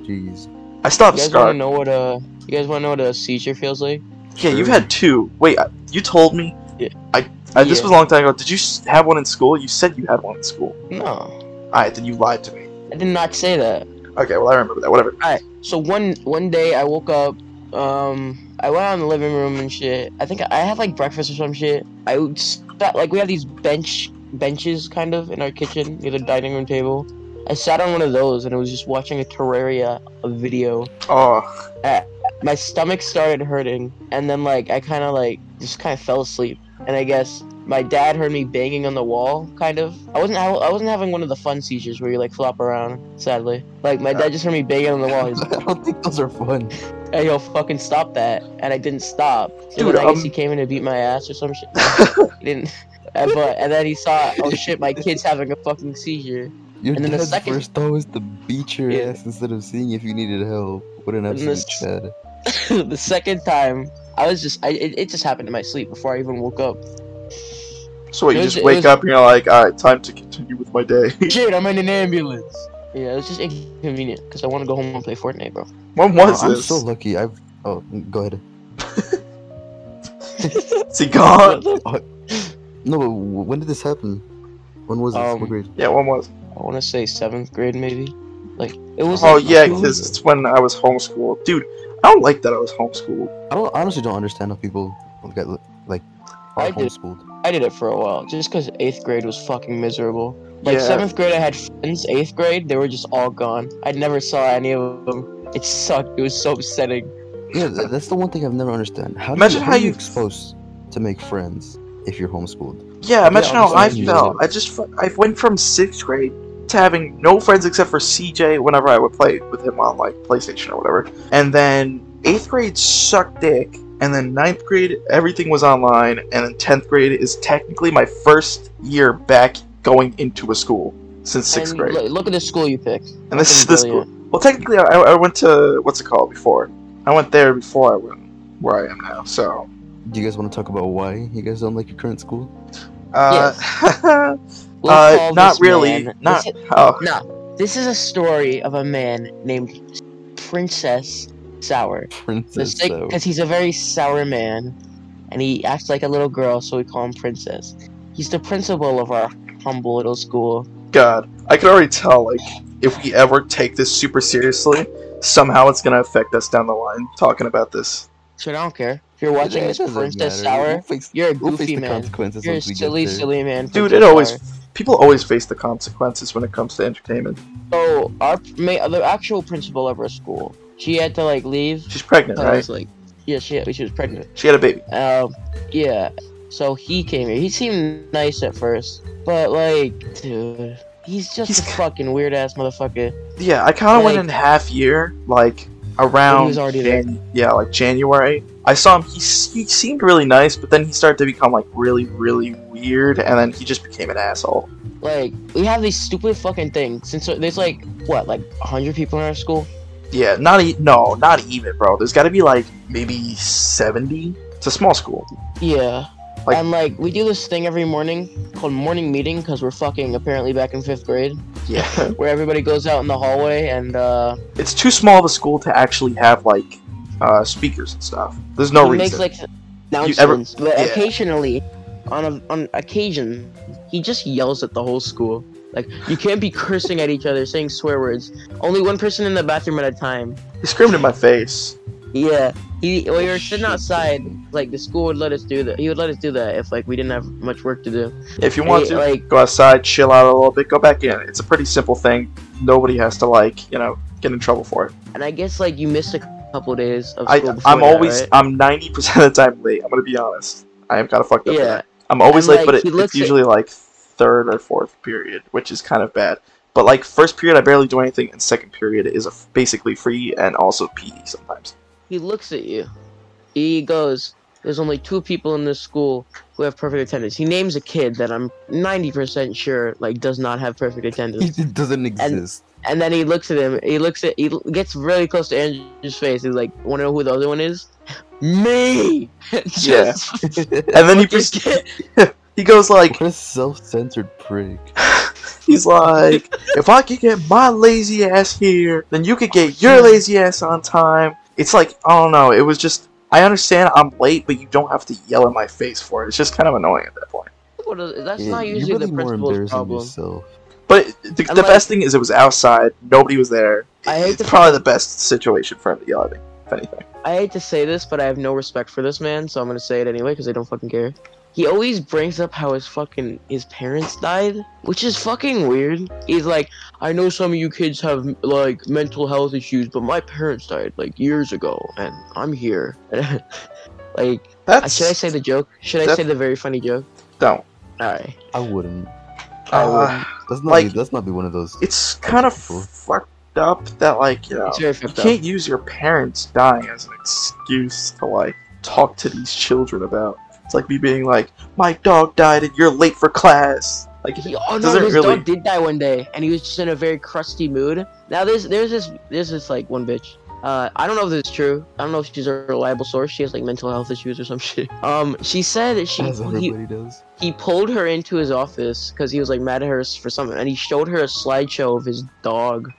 [SPEAKER 3] You
[SPEAKER 1] Jeez.
[SPEAKER 2] I still have a
[SPEAKER 3] guys
[SPEAKER 2] scar.
[SPEAKER 3] wanna know what uh? You guys wanna know what a seizure feels like?
[SPEAKER 2] Yeah, you've
[SPEAKER 1] Sure.
[SPEAKER 2] had two. Wait, I- you told me.
[SPEAKER 3] Yeah.
[SPEAKER 2] I, I this
[SPEAKER 3] Yeah.
[SPEAKER 2] was a long time ago. Did you s- have one in school? You said you had one in school.
[SPEAKER 3] No,
[SPEAKER 2] All right, then you lied to me.
[SPEAKER 3] I did not say that.
[SPEAKER 2] Okay, well I remember that. Whatever.
[SPEAKER 3] Alright, so one one day I woke up, um, I went out in the living room and shit. I think I had like breakfast or some shit. I would sat, like we had these bench benches kind of in our kitchen near the dining room table. I sat on one of those and I was just watching a Terraria video.
[SPEAKER 2] Oh,
[SPEAKER 3] My stomach started hurting and then like I kind of like just kind of fell asleep. And I guess my dad heard me banging on the wall, kind of. I wasn't I wasn't having one of the fun seizures where you like flop around. Sadly, like my dad just heard me banging on the wall. He's
[SPEAKER 1] I don't think those are fun.
[SPEAKER 3] hey yo, fucking stop that. And I didn't stop. So
[SPEAKER 2] Dude,
[SPEAKER 3] then I
[SPEAKER 2] um-
[SPEAKER 3] guess he came in and beat my ass or some shit. he didn't. And, but, and then he saw, oh shit, my kid's having a fucking seizure.
[SPEAKER 1] Your
[SPEAKER 3] And then the
[SPEAKER 1] dad's
[SPEAKER 3] second-
[SPEAKER 1] first thought was to beat your
[SPEAKER 3] Yeah.
[SPEAKER 1] ass instead of seeing if you needed help. What an
[SPEAKER 3] And
[SPEAKER 1] absolute
[SPEAKER 3] this-
[SPEAKER 1] chad.
[SPEAKER 3] the second time, I was just, I, it, it just happened in my sleep before I even woke up.
[SPEAKER 2] so what? You
[SPEAKER 3] It was-
[SPEAKER 2] just
[SPEAKER 3] it
[SPEAKER 2] wake
[SPEAKER 3] was-
[SPEAKER 2] up and you're like, all right, time to continue with my day.
[SPEAKER 3] Shit, I'm in an ambulance. Yeah, it was just inconvenient because I want to go home and play Fortnite, bro.
[SPEAKER 2] when
[SPEAKER 1] Oh,
[SPEAKER 2] was
[SPEAKER 1] I'm
[SPEAKER 2] this?
[SPEAKER 1] so lucky. I've. Oh, go ahead.
[SPEAKER 2] Is he gone?
[SPEAKER 1] No, but wh- when did this happen? When was this?
[SPEAKER 3] Um,
[SPEAKER 1] what grade?
[SPEAKER 2] Yeah, when was?
[SPEAKER 3] I want to say seventh grade, maybe. Like, it was.
[SPEAKER 2] Oh
[SPEAKER 3] like,
[SPEAKER 2] yeah,
[SPEAKER 3] two-
[SPEAKER 2] because it's when I was homeschooled, dude. I don't like that I was homeschooled.
[SPEAKER 1] I don't. I honestly don't understand how people get like are
[SPEAKER 3] I did.
[SPEAKER 1] homeschooled.
[SPEAKER 3] I did it for a while just because eighth grade was fucking miserable. Like
[SPEAKER 2] yeah,
[SPEAKER 3] seventh grade, I had friends. Eighth grade, they were just all gone. I never saw any of them. It sucked. It was so upsetting.
[SPEAKER 1] Yeah, tha- that's the one thing I've never understood. How do
[SPEAKER 2] Imagine
[SPEAKER 1] you,
[SPEAKER 2] how
[SPEAKER 1] are
[SPEAKER 2] you-
[SPEAKER 1] exposed to make friends if you're homeschooled.
[SPEAKER 2] yeah. Imagine how I
[SPEAKER 1] obviously.
[SPEAKER 2] felt. I just fu- I went from sixth grade to having no friends except for CJ whenever I would play with him on like PlayStation or whatever. And then eighth grade sucked dick. And then ninth grade, everything was online. And then tenth grade is technically my first year back going into a school since sixth
[SPEAKER 3] and
[SPEAKER 2] grade.
[SPEAKER 3] lo- look at the school you picked.
[SPEAKER 2] and this is
[SPEAKER 3] Fucking
[SPEAKER 2] the school.
[SPEAKER 3] brilliant.
[SPEAKER 2] Well, technically, I, I went to what's it called before. I went there before I went where I am now. So
[SPEAKER 1] Do you guys want to talk about why you guys don't like your current school?
[SPEAKER 2] uh, Uh,
[SPEAKER 3] Let's call
[SPEAKER 2] not
[SPEAKER 3] this
[SPEAKER 2] really,
[SPEAKER 3] man-
[SPEAKER 2] not-
[SPEAKER 3] This is,
[SPEAKER 2] oh,
[SPEAKER 3] no, this is a story of a man named Princess Sour.
[SPEAKER 1] Princess. though.
[SPEAKER 3] Because he's a very sour man, and he acts like a little girl, so we call him Princess. He's the principal of our humble little school,
[SPEAKER 2] God, I could already tell. Like, if we ever take this super seriously, somehow it's gonna affect us down the line. Talking about this,
[SPEAKER 3] So I don't care. If you're watching this Princess Hour, you're a goofy man. You're a silly, silly man.
[SPEAKER 2] dude.
[SPEAKER 3] Princess
[SPEAKER 2] It always
[SPEAKER 3] Hour.
[SPEAKER 2] people always face the consequences when it comes to entertainment.
[SPEAKER 3] So our ma- the actual principal of our school, she had to like leave.
[SPEAKER 2] She's pregnant,
[SPEAKER 3] So I
[SPEAKER 2] right?
[SPEAKER 3] was like, yeah, she she was pregnant.
[SPEAKER 2] She had a baby.
[SPEAKER 3] Um, yeah. So he came here. He seemed nice at first, but like, dude, he's just
[SPEAKER 2] He's-
[SPEAKER 3] a fucking weird ass motherfucker.
[SPEAKER 2] Yeah, I kind of went
[SPEAKER 3] Like-
[SPEAKER 2] in half year, like around.
[SPEAKER 3] He was already there.
[SPEAKER 2] Yeah, like January. I saw him. He, s- he seemed really nice, but then he started to become like really, really weird, and then he just became an asshole.
[SPEAKER 3] Like, we have these stupid fucking things. Since there's like what, like hundred people in our school.
[SPEAKER 2] Yeah, not e- no, not even, bro. There's got to be like maybe seventy. It's a small school.
[SPEAKER 3] Yeah.
[SPEAKER 2] Like-
[SPEAKER 3] and like we do this thing every morning called morning meeting because we're fucking apparently back in fifth grade
[SPEAKER 2] Yeah,
[SPEAKER 3] where everybody goes out in the hallway and uh
[SPEAKER 2] it's too small of a school to actually have like uh, speakers and stuff. There's no
[SPEAKER 3] he
[SPEAKER 2] reason.
[SPEAKER 3] makes like
[SPEAKER 2] You ever-
[SPEAKER 3] announcements but
[SPEAKER 2] Yeah.
[SPEAKER 3] occasionally on a, on occasion he just yells at the whole school like you can't be cursing at each other saying swear words only one person in the bathroom at a time
[SPEAKER 2] he screamed in my face.
[SPEAKER 3] yeah he we were sitting
[SPEAKER 1] Shit.
[SPEAKER 3] outside like the school would let us do that he would let us do that if like we didn't have much work to do
[SPEAKER 2] If you want
[SPEAKER 3] Hey,
[SPEAKER 2] to,
[SPEAKER 3] like-
[SPEAKER 2] go outside, chill out a little bit, go back in. It's a pretty simple thing. Nobody has to like you know get in trouble for it.
[SPEAKER 3] and i guess like you missed a couple days of
[SPEAKER 2] I,
[SPEAKER 3] school before
[SPEAKER 2] I'm
[SPEAKER 3] that,
[SPEAKER 2] always
[SPEAKER 3] right?
[SPEAKER 2] I'm ninety percent of the time late. I'm gonna be honest. I am kind of fucked up. for
[SPEAKER 3] Yeah.
[SPEAKER 2] that. I'm always
[SPEAKER 3] And,
[SPEAKER 2] late,
[SPEAKER 3] like,
[SPEAKER 2] but
[SPEAKER 3] he
[SPEAKER 2] it, it's
[SPEAKER 3] looks at-
[SPEAKER 2] usually like third or fourth period, which is kind of bad. But like first period, I barely do anything, and second period is a, basically free and also PE sometimes.
[SPEAKER 3] He looks at you. He goes, There's only two people in this school who have perfect attendance. He names a kid that I'm 90% sure like does not have perfect attendance.
[SPEAKER 1] It doesn't exist.
[SPEAKER 3] And then he looks at him. He looks at. He l- gets really close to Andrew's face. He's like, "Want to know who the other one is? Me."
[SPEAKER 2] Yeah.
[SPEAKER 3] Just-
[SPEAKER 2] And then he
[SPEAKER 3] just
[SPEAKER 2] pres-
[SPEAKER 3] get-
[SPEAKER 2] he goes like
[SPEAKER 1] what a self-centered prick.
[SPEAKER 2] he's like if I could get my lazy ass here, then you could get
[SPEAKER 3] Oh,
[SPEAKER 2] your lazy ass on time. It's like I don't know. It was just I understand I'm late, but you don't have to yell in my face for it. It's just kind of annoying at that point.
[SPEAKER 3] What is- that's
[SPEAKER 1] Yeah,
[SPEAKER 3] not
[SPEAKER 1] you're
[SPEAKER 3] usually
[SPEAKER 1] really
[SPEAKER 3] the
[SPEAKER 1] more
[SPEAKER 3] principal's
[SPEAKER 1] embarrassing
[SPEAKER 3] problem.
[SPEAKER 1] yourself.
[SPEAKER 2] But the, the
[SPEAKER 3] like-
[SPEAKER 2] best thing is it was outside. Nobody was there.
[SPEAKER 3] I hate
[SPEAKER 2] it's
[SPEAKER 3] the-
[SPEAKER 2] probably the best situation for him to yell at me, if anything.
[SPEAKER 3] I hate to say this, but I have no respect for this man, so I'm gonna say it anyway because I don't fucking care. He always brings up how his fucking his parents died, which is fucking weird. He's like, I know some of you kids have like mental health issues, but my parents died like years ago, and I'm here. like, uh,
[SPEAKER 2] That's
[SPEAKER 3] should I say the joke? Should I
[SPEAKER 2] that-
[SPEAKER 3] say the very funny joke?
[SPEAKER 2] don't.
[SPEAKER 3] All right.
[SPEAKER 1] I wouldn't. I
[SPEAKER 2] Uh,
[SPEAKER 1] wouldn't. That's not.
[SPEAKER 2] like-
[SPEAKER 1] be, that's not be one of those.
[SPEAKER 2] it's kind of
[SPEAKER 1] Cool.
[SPEAKER 2] fucked up that like you know
[SPEAKER 3] It's very
[SPEAKER 2] you
[SPEAKER 3] fucked up.
[SPEAKER 2] can't use your parents dying as an excuse to like talk to these children about. It's like me being like, my dog died and you're late for class. Like
[SPEAKER 3] He, oh no,
[SPEAKER 2] doesn't
[SPEAKER 3] his
[SPEAKER 2] really-
[SPEAKER 3] dog did die one day, and he was just in a very crusty mood. Now there's there's this there's this like one bitch. Uh, I don't know if this is true. I don't know if she's a reliable source. She has like mental health issues or some shit. Um, she said that she
[SPEAKER 1] As
[SPEAKER 3] he,
[SPEAKER 1] everybody does.
[SPEAKER 3] he pulled her into his office because he was like mad at her for something, and he showed her a slideshow of his dog.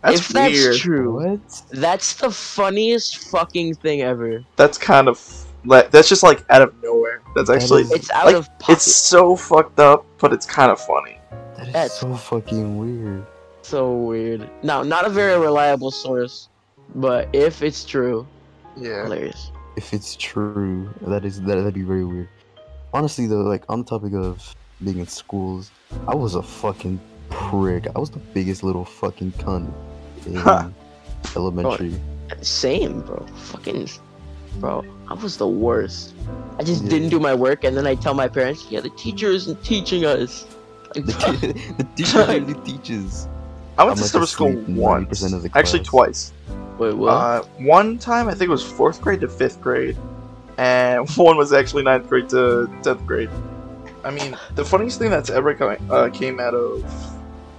[SPEAKER 2] that's
[SPEAKER 3] if
[SPEAKER 2] weird.
[SPEAKER 3] that's true,
[SPEAKER 1] What?
[SPEAKER 3] that's the funniest fucking thing ever.
[SPEAKER 2] That's kind of like that's just like out of nowhere. That's
[SPEAKER 1] That
[SPEAKER 2] actually
[SPEAKER 1] is-
[SPEAKER 3] It's out
[SPEAKER 2] Like,
[SPEAKER 3] of pocket.
[SPEAKER 2] it's so fucked up, but it's kind of funny.
[SPEAKER 1] That is
[SPEAKER 3] That's-
[SPEAKER 1] so fucking weird.
[SPEAKER 3] so weird. No, not a very reliable source, but if it's true,
[SPEAKER 2] Yeah.
[SPEAKER 3] hilarious.
[SPEAKER 1] If it's true, that is that that'd be very weird. Honestly, though, like on the topic of being in schools, I was a fucking prick. I was the biggest little fucking cunt in elementary.
[SPEAKER 3] Same, bro. Fucking, bro. I was the worst. I just
[SPEAKER 1] Yeah.
[SPEAKER 3] didn't do my work, and then I tell my parents, "Yeah, the teacher isn't teaching us." Like,
[SPEAKER 1] The,
[SPEAKER 3] bro,
[SPEAKER 1] te- the teacher really teaches.
[SPEAKER 2] I went
[SPEAKER 1] I'm,
[SPEAKER 2] to
[SPEAKER 1] like,
[SPEAKER 2] summer school
[SPEAKER 1] asleep 90%
[SPEAKER 2] once.
[SPEAKER 1] of the
[SPEAKER 2] Actually,
[SPEAKER 1] class.
[SPEAKER 2] twice.
[SPEAKER 3] wait, what?
[SPEAKER 2] Uh, one time, I think it was fourth grade to fifth grade, and one was actually ninth grade to tenth grade. I mean, the funniest thing that's ever coming, uh, came out of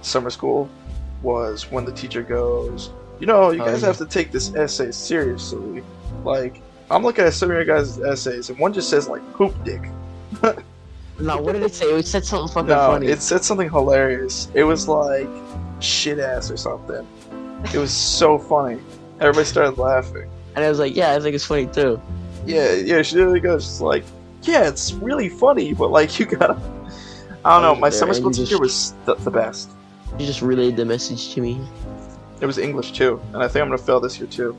[SPEAKER 2] summer school was when the teacher goes, "You know, you
[SPEAKER 3] Oh,
[SPEAKER 2] guys
[SPEAKER 3] yeah.
[SPEAKER 2] have to take this essay seriously." Like, I'm looking at some of your guys' essays, and one just says like "poop dick."
[SPEAKER 3] no, what did it say? It said something fucking
[SPEAKER 2] No,
[SPEAKER 3] funny.
[SPEAKER 2] it said something hilarious. It was like shit ass or something. It was so funny. Everybody started laughing.
[SPEAKER 3] and I was like, "Yeah, I think it's funny too."
[SPEAKER 2] Yeah, yeah, she literally goes just like, yeah, it's really funny, but like you gotta I don't know.
[SPEAKER 3] was
[SPEAKER 2] My
[SPEAKER 3] there,
[SPEAKER 2] summer
[SPEAKER 3] and
[SPEAKER 2] school
[SPEAKER 3] you
[SPEAKER 2] teacher was
[SPEAKER 3] just-
[SPEAKER 2] the, the best.
[SPEAKER 3] You just relayed the message to me.
[SPEAKER 2] It was English too, and I think I'm gonna fail this year too.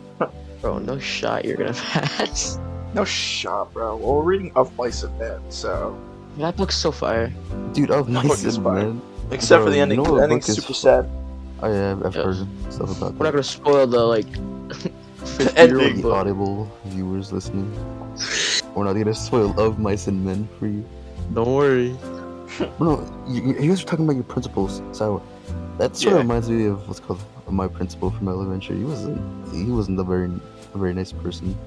[SPEAKER 3] Bro, no shot you're gonna pass.
[SPEAKER 2] No shot, bro. Well, we're reading of mice and men, so
[SPEAKER 3] That book's so fire.
[SPEAKER 1] Dude, of
[SPEAKER 2] That
[SPEAKER 1] my
[SPEAKER 2] book is
[SPEAKER 1] sin,
[SPEAKER 2] fire.
[SPEAKER 1] man.
[SPEAKER 2] except
[SPEAKER 1] Bro,
[SPEAKER 2] for the
[SPEAKER 1] you
[SPEAKER 2] ending.
[SPEAKER 1] know
[SPEAKER 2] the
[SPEAKER 1] what
[SPEAKER 2] ending's
[SPEAKER 1] book is
[SPEAKER 2] super sad.
[SPEAKER 1] Oh yeah, I've, I've
[SPEAKER 3] Yeah.
[SPEAKER 1] heard stuff about
[SPEAKER 3] We're
[SPEAKER 1] that.
[SPEAKER 3] not gonna spoil the like
[SPEAKER 2] The ending.
[SPEAKER 1] The audible viewers listening. We're not gonna spoil of mice and men for you.
[SPEAKER 3] Don't worry.
[SPEAKER 1] No, you, you you guys are talking about your principles, so that sort
[SPEAKER 2] Yeah.
[SPEAKER 1] of reminds me of what's called my principal from elementary. He wasn't he wasn't a very a very nice person.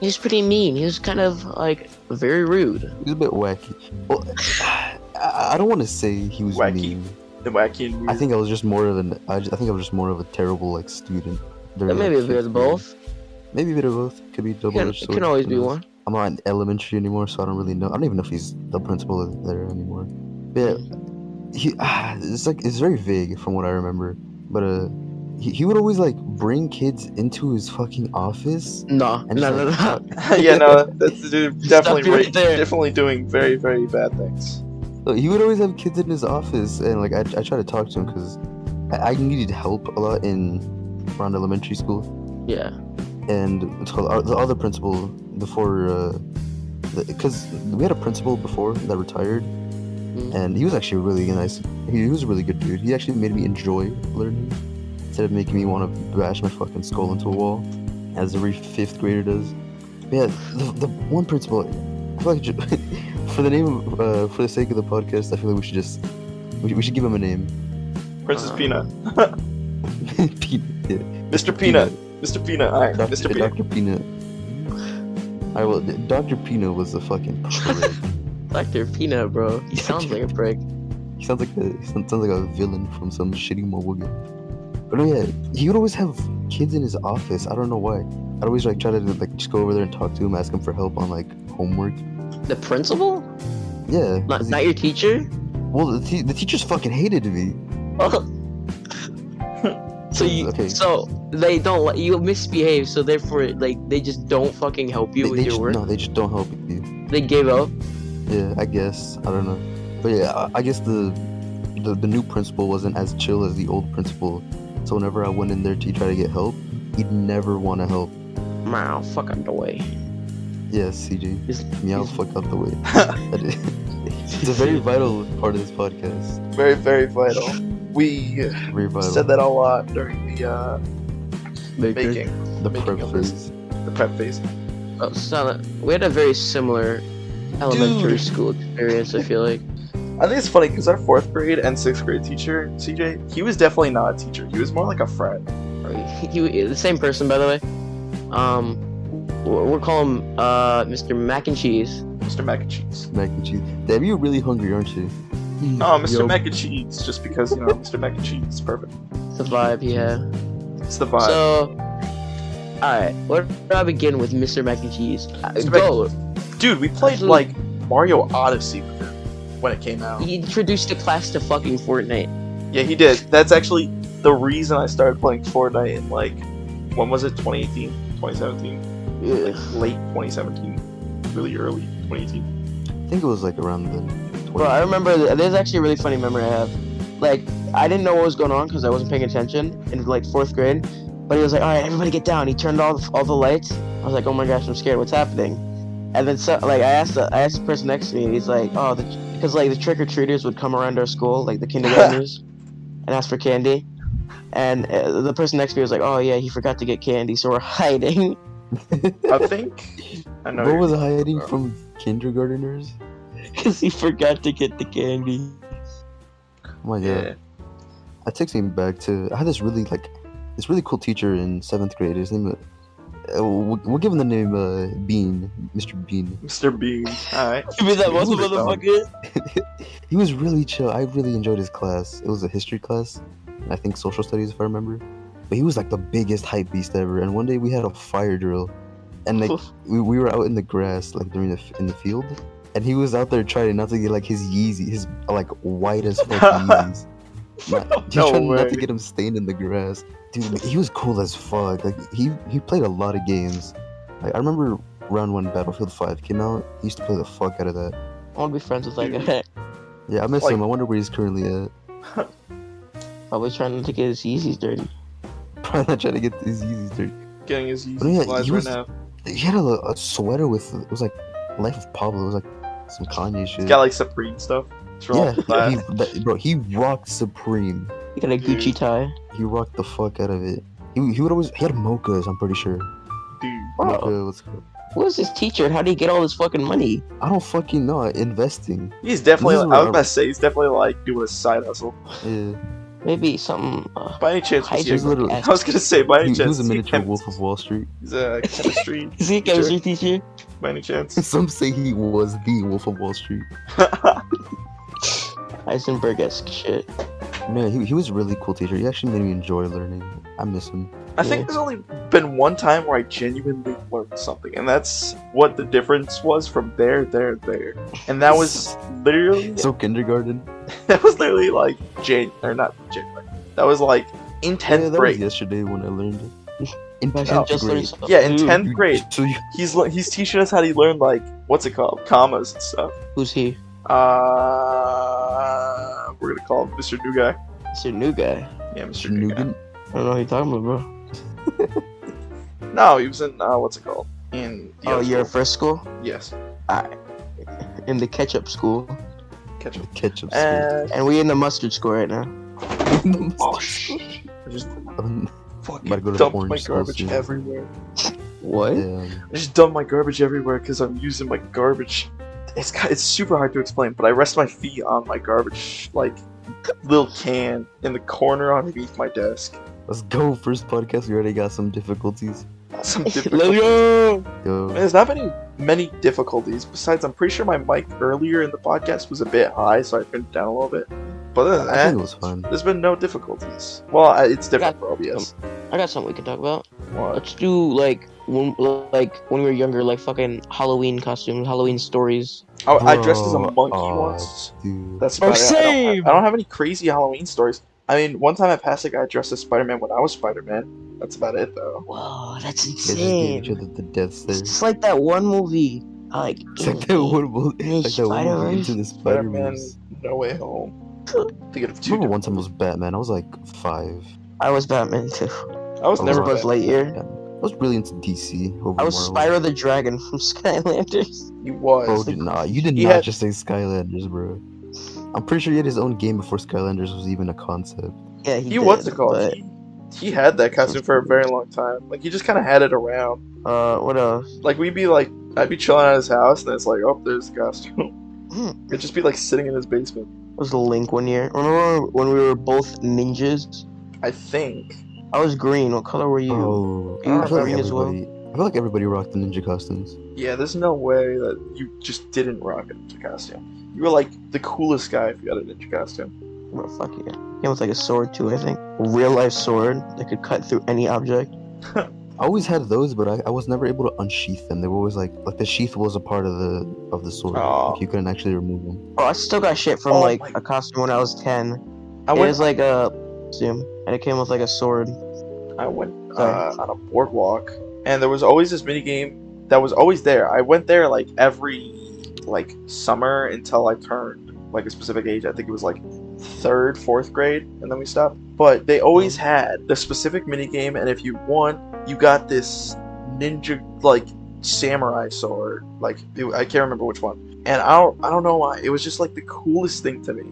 [SPEAKER 3] He was pretty mean. He was kind of like very rude.
[SPEAKER 1] He was a bit wacky. Well, I, I don't want to say he was
[SPEAKER 2] Wacky.
[SPEAKER 1] mean.
[SPEAKER 2] The wacky and weird.
[SPEAKER 1] I think I was just more of an I, just, I think I was just more of a terrible like student. during,
[SPEAKER 3] maybe
[SPEAKER 1] like,
[SPEAKER 3] if it was
[SPEAKER 1] fifth grade.
[SPEAKER 3] both,
[SPEAKER 1] Maybe a bit of both. Could be
[SPEAKER 3] it
[SPEAKER 1] double
[SPEAKER 3] can,
[SPEAKER 1] edged
[SPEAKER 3] it
[SPEAKER 1] sword.
[SPEAKER 3] can always
[SPEAKER 1] who
[SPEAKER 3] be
[SPEAKER 1] knows?
[SPEAKER 3] one.
[SPEAKER 1] I'm not in elementary anymore, so I don't really know. I don't even know if he's the principal there anymore. But yeah, he, ah, it's like it's very vague from what I remember. But uh, he, he would always like bring kids into his fucking office.
[SPEAKER 3] No, no,
[SPEAKER 1] And just,
[SPEAKER 3] no,
[SPEAKER 1] like,
[SPEAKER 3] no.
[SPEAKER 2] yeah, no, that's dude,
[SPEAKER 3] Stop
[SPEAKER 2] definitely
[SPEAKER 3] you right
[SPEAKER 2] ra-
[SPEAKER 3] there.
[SPEAKER 2] definitely doing very very bad things.
[SPEAKER 1] Like, He would always have kids in his office, and like I, I try to talk to him because I, I needed help a lot in around elementary school.
[SPEAKER 3] Yeah,
[SPEAKER 1] and it's called uh, the other principal before uh because we had a principal before that retired and he was actually really nice he, he was a really good dude he actually made me enjoy learning instead of making me want to bash my fucking skull into a wall as every fifth grader does but yeah the, the one principal I feel like ju- for the name of uh, for the sake of the podcast i feel like we should just we should, we should give him a name
[SPEAKER 2] Princess
[SPEAKER 3] Uh,
[SPEAKER 2] Peanut,
[SPEAKER 1] Peanut, yeah.
[SPEAKER 2] Mr. Peanut, Mr. Peanut, alright,
[SPEAKER 1] Doc-
[SPEAKER 2] Mr.
[SPEAKER 1] uh,
[SPEAKER 2] Peanut.
[SPEAKER 1] Dr. Peanut. I will. Dr. Peanut was a fucking prick.
[SPEAKER 3] Dr. Peanut, bro. He sounds like a prick.
[SPEAKER 1] he sounds like a he sounds sounds like a villain from some shitty mobile game. But no, yeah, he would always have kids in his office. I don't know why. I'd always like try to like just go over there and talk to him, ask him for help on like homework.
[SPEAKER 3] The principal?
[SPEAKER 1] Yeah.
[SPEAKER 3] Not,
[SPEAKER 1] 'cause he-
[SPEAKER 3] not your teacher?
[SPEAKER 1] well, the, te- the teachers fucking hated me.
[SPEAKER 3] so you,
[SPEAKER 1] Okay.
[SPEAKER 3] so they don't let you misbehave. So therefore, like they just don't fucking help you
[SPEAKER 1] They,
[SPEAKER 3] with
[SPEAKER 1] they
[SPEAKER 3] your
[SPEAKER 1] just,
[SPEAKER 3] work.
[SPEAKER 1] no, they just don't help you.
[SPEAKER 3] They gave up.
[SPEAKER 1] Yeah, I guess. I don't know. But yeah, I, I guess the, the the new principal wasn't as chill as the old principal. So whenever I went in there to try to get help, he'd never want to help.
[SPEAKER 3] Wow, fuck out the way.
[SPEAKER 1] Yeah, CJ.
[SPEAKER 3] Is-
[SPEAKER 1] Meow,
[SPEAKER 3] is-
[SPEAKER 1] fuck out the way. That is- it's a very vital part of this podcast.
[SPEAKER 2] Very very vital. We
[SPEAKER 1] Very vital.
[SPEAKER 2] said that a lot during the uh,
[SPEAKER 3] Baker.
[SPEAKER 2] making
[SPEAKER 1] the
[SPEAKER 2] making
[SPEAKER 1] prep
[SPEAKER 2] of this.
[SPEAKER 1] phase.
[SPEAKER 2] the prep phase.
[SPEAKER 3] Oh, so we had a very similar elementary
[SPEAKER 2] Dude.
[SPEAKER 3] school experience. I feel like.
[SPEAKER 2] I think it's funny because our fourth grade and sixth grade teacher, CJ, he was definitely not a teacher. He was more like a friend.
[SPEAKER 3] he, he the same person by the way. Um, we're, we're calling him uh Mr. Mac and Cheese.
[SPEAKER 2] Mr. Mac and Cheese.
[SPEAKER 1] Mac and cheese. Damn, you're really hungry, aren't you?
[SPEAKER 2] No,
[SPEAKER 1] Oh,
[SPEAKER 2] Mr. Oh, Mac and Cheese, just because, you know, Mr. Mac and Cheese is perfect.
[SPEAKER 3] It's the vibe he had.
[SPEAKER 2] It's the vibe.
[SPEAKER 3] So, all right, where do I begin with Mr. Mac and Cheese? Uh,
[SPEAKER 2] Mr. Mac-
[SPEAKER 3] Go.
[SPEAKER 2] Dude, we played,
[SPEAKER 3] Absolutely.
[SPEAKER 2] like, Mario Odyssey with him when it came out.
[SPEAKER 3] He introduced the class to fucking Fortnite.
[SPEAKER 2] Yeah, he did. That's actually the reason I started playing Fortnite in, like, when was it? 2018? 2017? Like, late 2017. Really early 2018.
[SPEAKER 1] I think it was like around the. 20-
[SPEAKER 3] Bro, I remember th- there's actually a really funny memory I have. Like, I didn't know what was going on because I wasn't paying attention in like fourth grade. But he was like, "All right, everybody get down." He turned all the, all the lights. I was like, "Oh my gosh, I'm scared. What's happening?" And then so, like I asked the, I asked the person next to me, and he's like, "Oh, because like the trick or treaters would come around our school, like the kindergartners, and ask for candy." And uh, the person next to me was like, "Oh yeah, he forgot to get candy, so we're hiding."
[SPEAKER 2] I think. I know.
[SPEAKER 1] what
[SPEAKER 2] you're-
[SPEAKER 1] was hiding from kindergarteners?
[SPEAKER 3] Because he forgot to get the candy.
[SPEAKER 1] Oh my god.
[SPEAKER 2] Yeah.
[SPEAKER 1] I takes me back to I had this really like this really cool teacher in seventh grade. His name, uh, we'll, we'll give him the name uh, Bean, Mr. Bean.
[SPEAKER 2] Mr. Bean. Alright.
[SPEAKER 3] Give me that muscle,
[SPEAKER 1] Ooh, that's
[SPEAKER 3] motherfucker.
[SPEAKER 1] He was really chill. I really enjoyed his class. It was a history class, and I think social studies if I remember. But he was like the biggest hype beast ever. And one day we had a fire drill, and like we, we were out in the grass like during the f- in the field, and he was out there trying not to get like his Yeezy, his like white as fuck Yeezys. Not, he's
[SPEAKER 2] No
[SPEAKER 1] trying not
[SPEAKER 2] way.
[SPEAKER 1] to get him stained in the grass. Dude, like, he was cool as fuck. Like he he played a lot of games. Like I remember round one Battlefield Five came out. He used to play the fuck out of that.
[SPEAKER 3] I want to be friends with that guy.
[SPEAKER 1] Yeah, I miss
[SPEAKER 2] Like-
[SPEAKER 1] him. I wonder where he's currently at.
[SPEAKER 3] Probably trying to get his Yeezys dirty.
[SPEAKER 1] Probably not trying to get these Yeezys dirty.
[SPEAKER 2] Getting his
[SPEAKER 1] But yeah,
[SPEAKER 2] Yeezy flies
[SPEAKER 1] he
[SPEAKER 2] right
[SPEAKER 1] was-
[SPEAKER 2] now.
[SPEAKER 1] He had a, a sweater with it was like Life of Pablo. It was like some Kanye shit.
[SPEAKER 2] He's got like Supreme stuff. It's real
[SPEAKER 1] yeah,
[SPEAKER 2] flat.
[SPEAKER 1] he, that, bro, he rocked Supreme.
[SPEAKER 3] He got a Gucci tie.
[SPEAKER 1] He rocked the fuck out of it. He, he would always he had mochas. I'm pretty sure.
[SPEAKER 2] dude.
[SPEAKER 3] Bro.
[SPEAKER 1] Mocha, what's it called?
[SPEAKER 3] Who is this teacher and how do you get all this fucking money?
[SPEAKER 1] I don't fucking know. Investing.
[SPEAKER 2] He's definitely.
[SPEAKER 1] This
[SPEAKER 2] I
[SPEAKER 1] is
[SPEAKER 2] was
[SPEAKER 1] what
[SPEAKER 2] about to say he's definitely like doing a side hustle.
[SPEAKER 1] Yeah,
[SPEAKER 3] Maybe something. Uh,
[SPEAKER 2] By any chance, was he
[SPEAKER 1] He's
[SPEAKER 2] a,
[SPEAKER 1] literally-
[SPEAKER 2] I was gonna say by
[SPEAKER 1] he,
[SPEAKER 2] any
[SPEAKER 1] he
[SPEAKER 2] chance
[SPEAKER 1] was a
[SPEAKER 2] is he
[SPEAKER 1] miniature
[SPEAKER 2] chem-
[SPEAKER 1] Wolf of Wall Street.
[SPEAKER 2] He's uh, a chemistry
[SPEAKER 3] is he a
[SPEAKER 2] teacher,
[SPEAKER 3] chemistry teacher?
[SPEAKER 2] by any chance.
[SPEAKER 1] Some say he was the Wolf of Wall Street.
[SPEAKER 3] Heisenberg esque shit.
[SPEAKER 1] Man, he, he was a really cool teacher. He actually made me enjoy learning. I miss him.
[SPEAKER 2] I think
[SPEAKER 3] Yeah.
[SPEAKER 2] there's only been one time where I genuinely learned something, and that's what the difference was from there, there, there, and that was literally
[SPEAKER 1] So kindergarten.
[SPEAKER 2] that was literally like Jan or not January. That was like in
[SPEAKER 1] yeah,
[SPEAKER 2] tenth
[SPEAKER 1] that
[SPEAKER 2] grade.
[SPEAKER 1] was yesterday when I learned it. In
[SPEAKER 3] Imagine
[SPEAKER 1] tenth
[SPEAKER 3] just learning
[SPEAKER 1] grade.
[SPEAKER 3] something
[SPEAKER 2] Yeah, in
[SPEAKER 3] new.
[SPEAKER 2] tenth
[SPEAKER 1] You-
[SPEAKER 2] grade,
[SPEAKER 1] So you,
[SPEAKER 2] he's le- he's teaching us how to learn like what's it called, commas and stuff.
[SPEAKER 3] Who's he?
[SPEAKER 2] Uh, we're gonna call him Mr. New Guy.
[SPEAKER 3] It's a new guy.
[SPEAKER 2] Yeah, Mr. New Guy.
[SPEAKER 1] Nugent,
[SPEAKER 3] I don't know what you're talking about, bro.
[SPEAKER 2] No, he was in uh, what's it called? In the
[SPEAKER 3] oh,
[SPEAKER 2] other
[SPEAKER 3] you're at
[SPEAKER 2] school.
[SPEAKER 3] first school?
[SPEAKER 2] yes,
[SPEAKER 3] In the ketchup school.
[SPEAKER 2] ketchup.
[SPEAKER 1] ketchup school.
[SPEAKER 2] And
[SPEAKER 3] And we in the mustard school right now.
[SPEAKER 2] Uh, oh shit! I just
[SPEAKER 1] Um,
[SPEAKER 2] fucking
[SPEAKER 1] Might go to
[SPEAKER 2] dumped
[SPEAKER 1] orange
[SPEAKER 2] my
[SPEAKER 1] school
[SPEAKER 2] garbage
[SPEAKER 1] soon.
[SPEAKER 2] everywhere.
[SPEAKER 3] What?
[SPEAKER 1] yeah.
[SPEAKER 2] I just dump my garbage everywhere because I'm using my garbage. It's ki- it's super hard to explain, but I rest my feet on my garbage like little can in the corner underneath my desk.
[SPEAKER 1] Let's go. First podcast, we already got some difficulties.
[SPEAKER 2] Some
[SPEAKER 3] Let's
[SPEAKER 2] difficulties.
[SPEAKER 3] go!
[SPEAKER 1] Yo,
[SPEAKER 2] There's not been many difficulties. Besides, I'm pretty sure my mic earlier in the podcast was a bit high, so I turned it down a little bit. But other than
[SPEAKER 1] I think
[SPEAKER 2] that,
[SPEAKER 1] it was fun.
[SPEAKER 2] there's been no difficulties. Well, I- it's different for OBS.
[SPEAKER 3] I got something we can talk about.
[SPEAKER 2] What?
[SPEAKER 3] Let's do like when like when we were younger, like fucking Halloween costumes, Halloween stories.
[SPEAKER 2] I, I dressed as a
[SPEAKER 1] Bro, uh,
[SPEAKER 2] monkey
[SPEAKER 1] aw.
[SPEAKER 2] once.
[SPEAKER 1] Dude,
[SPEAKER 2] That's
[SPEAKER 3] Bro,
[SPEAKER 2] about it. I don't,
[SPEAKER 3] same!
[SPEAKER 2] have, I don't have any crazy Halloween stories. I mean, one time I passed a guy dressed as Spider Man when I was Spider Man. That's about it, though.
[SPEAKER 3] Whoa, that's
[SPEAKER 1] they just gave each
[SPEAKER 3] insane.
[SPEAKER 1] other the death stare.
[SPEAKER 3] It's like that one movie. I like
[SPEAKER 1] It's like that one, like that one
[SPEAKER 3] Spider-Man.
[SPEAKER 1] movie into the Spider
[SPEAKER 2] Spider Man,
[SPEAKER 1] Man.
[SPEAKER 2] No Way Home. Thinking of two.
[SPEAKER 1] Remember one time I was Batman. I was like five.
[SPEAKER 3] I was Batman too.
[SPEAKER 2] I was
[SPEAKER 1] I
[SPEAKER 3] I was
[SPEAKER 2] never.
[SPEAKER 3] Buzz
[SPEAKER 2] Bad.
[SPEAKER 3] Lightyear.
[SPEAKER 1] I was really into DC over
[SPEAKER 3] I was
[SPEAKER 1] Marvel.
[SPEAKER 3] Spyro the Dragon from Skylanders.
[SPEAKER 2] He was.
[SPEAKER 1] Bro, did not. You did
[SPEAKER 2] He
[SPEAKER 1] not
[SPEAKER 2] had-
[SPEAKER 1] just say Skylanders, bro. I'm pretty sure he had his own game before Skylanders was even a concept.
[SPEAKER 3] Yeah, he,
[SPEAKER 2] he
[SPEAKER 3] did,
[SPEAKER 2] was the call.
[SPEAKER 3] but,
[SPEAKER 2] He, he had that costume for a very long time. Like he just kind of had it around.
[SPEAKER 3] Uh, what else?
[SPEAKER 2] Like we'd be like, I'd be chilling at his house, and it's like, oh, there's the costume.
[SPEAKER 3] Hmm.
[SPEAKER 2] It'd just be like sitting in his basement.
[SPEAKER 3] It was Link one year. Remember when we were both ninjas?
[SPEAKER 2] I think.
[SPEAKER 3] I was green. What color were you?
[SPEAKER 1] Bro,
[SPEAKER 3] You were
[SPEAKER 1] I feel like
[SPEAKER 3] green as well.
[SPEAKER 1] everybody. I feel like everybody rocked the ninja costumes.
[SPEAKER 2] Yeah, there's no way that you just didn't rock a ninja costume. You were like the coolest guy if you had a ninja costume.
[SPEAKER 3] Well, Oh, fuck yeah. He was like a sword too, I think. Real life sword that could cut through any object.
[SPEAKER 1] I always had those, but I, I was never able to unsheath them. They were always like like the sheath was a part of the of the sword.
[SPEAKER 2] Aw.
[SPEAKER 1] Like, you couldn't actually remove them.
[SPEAKER 3] Oh, I still got shit from
[SPEAKER 2] Oh
[SPEAKER 3] like
[SPEAKER 2] my-
[SPEAKER 3] a costume when I was ten.
[SPEAKER 2] I
[SPEAKER 3] it
[SPEAKER 2] went,
[SPEAKER 3] was like a costume, and it came with like a sword.
[SPEAKER 2] I went uh,
[SPEAKER 3] Sorry.
[SPEAKER 2] on a boardwalk, and there was always this mini game that was always there. I went there like every like summer until I turned like a specific age. I think it was like third, fourth grade, and then we stopped. But they always
[SPEAKER 3] Mm-hmm.
[SPEAKER 2] had the specific mini game, and if you won, you got this ninja like samurai sword. Like it- I can't remember which one, and I don't I don't know why. It was just like the coolest thing to me.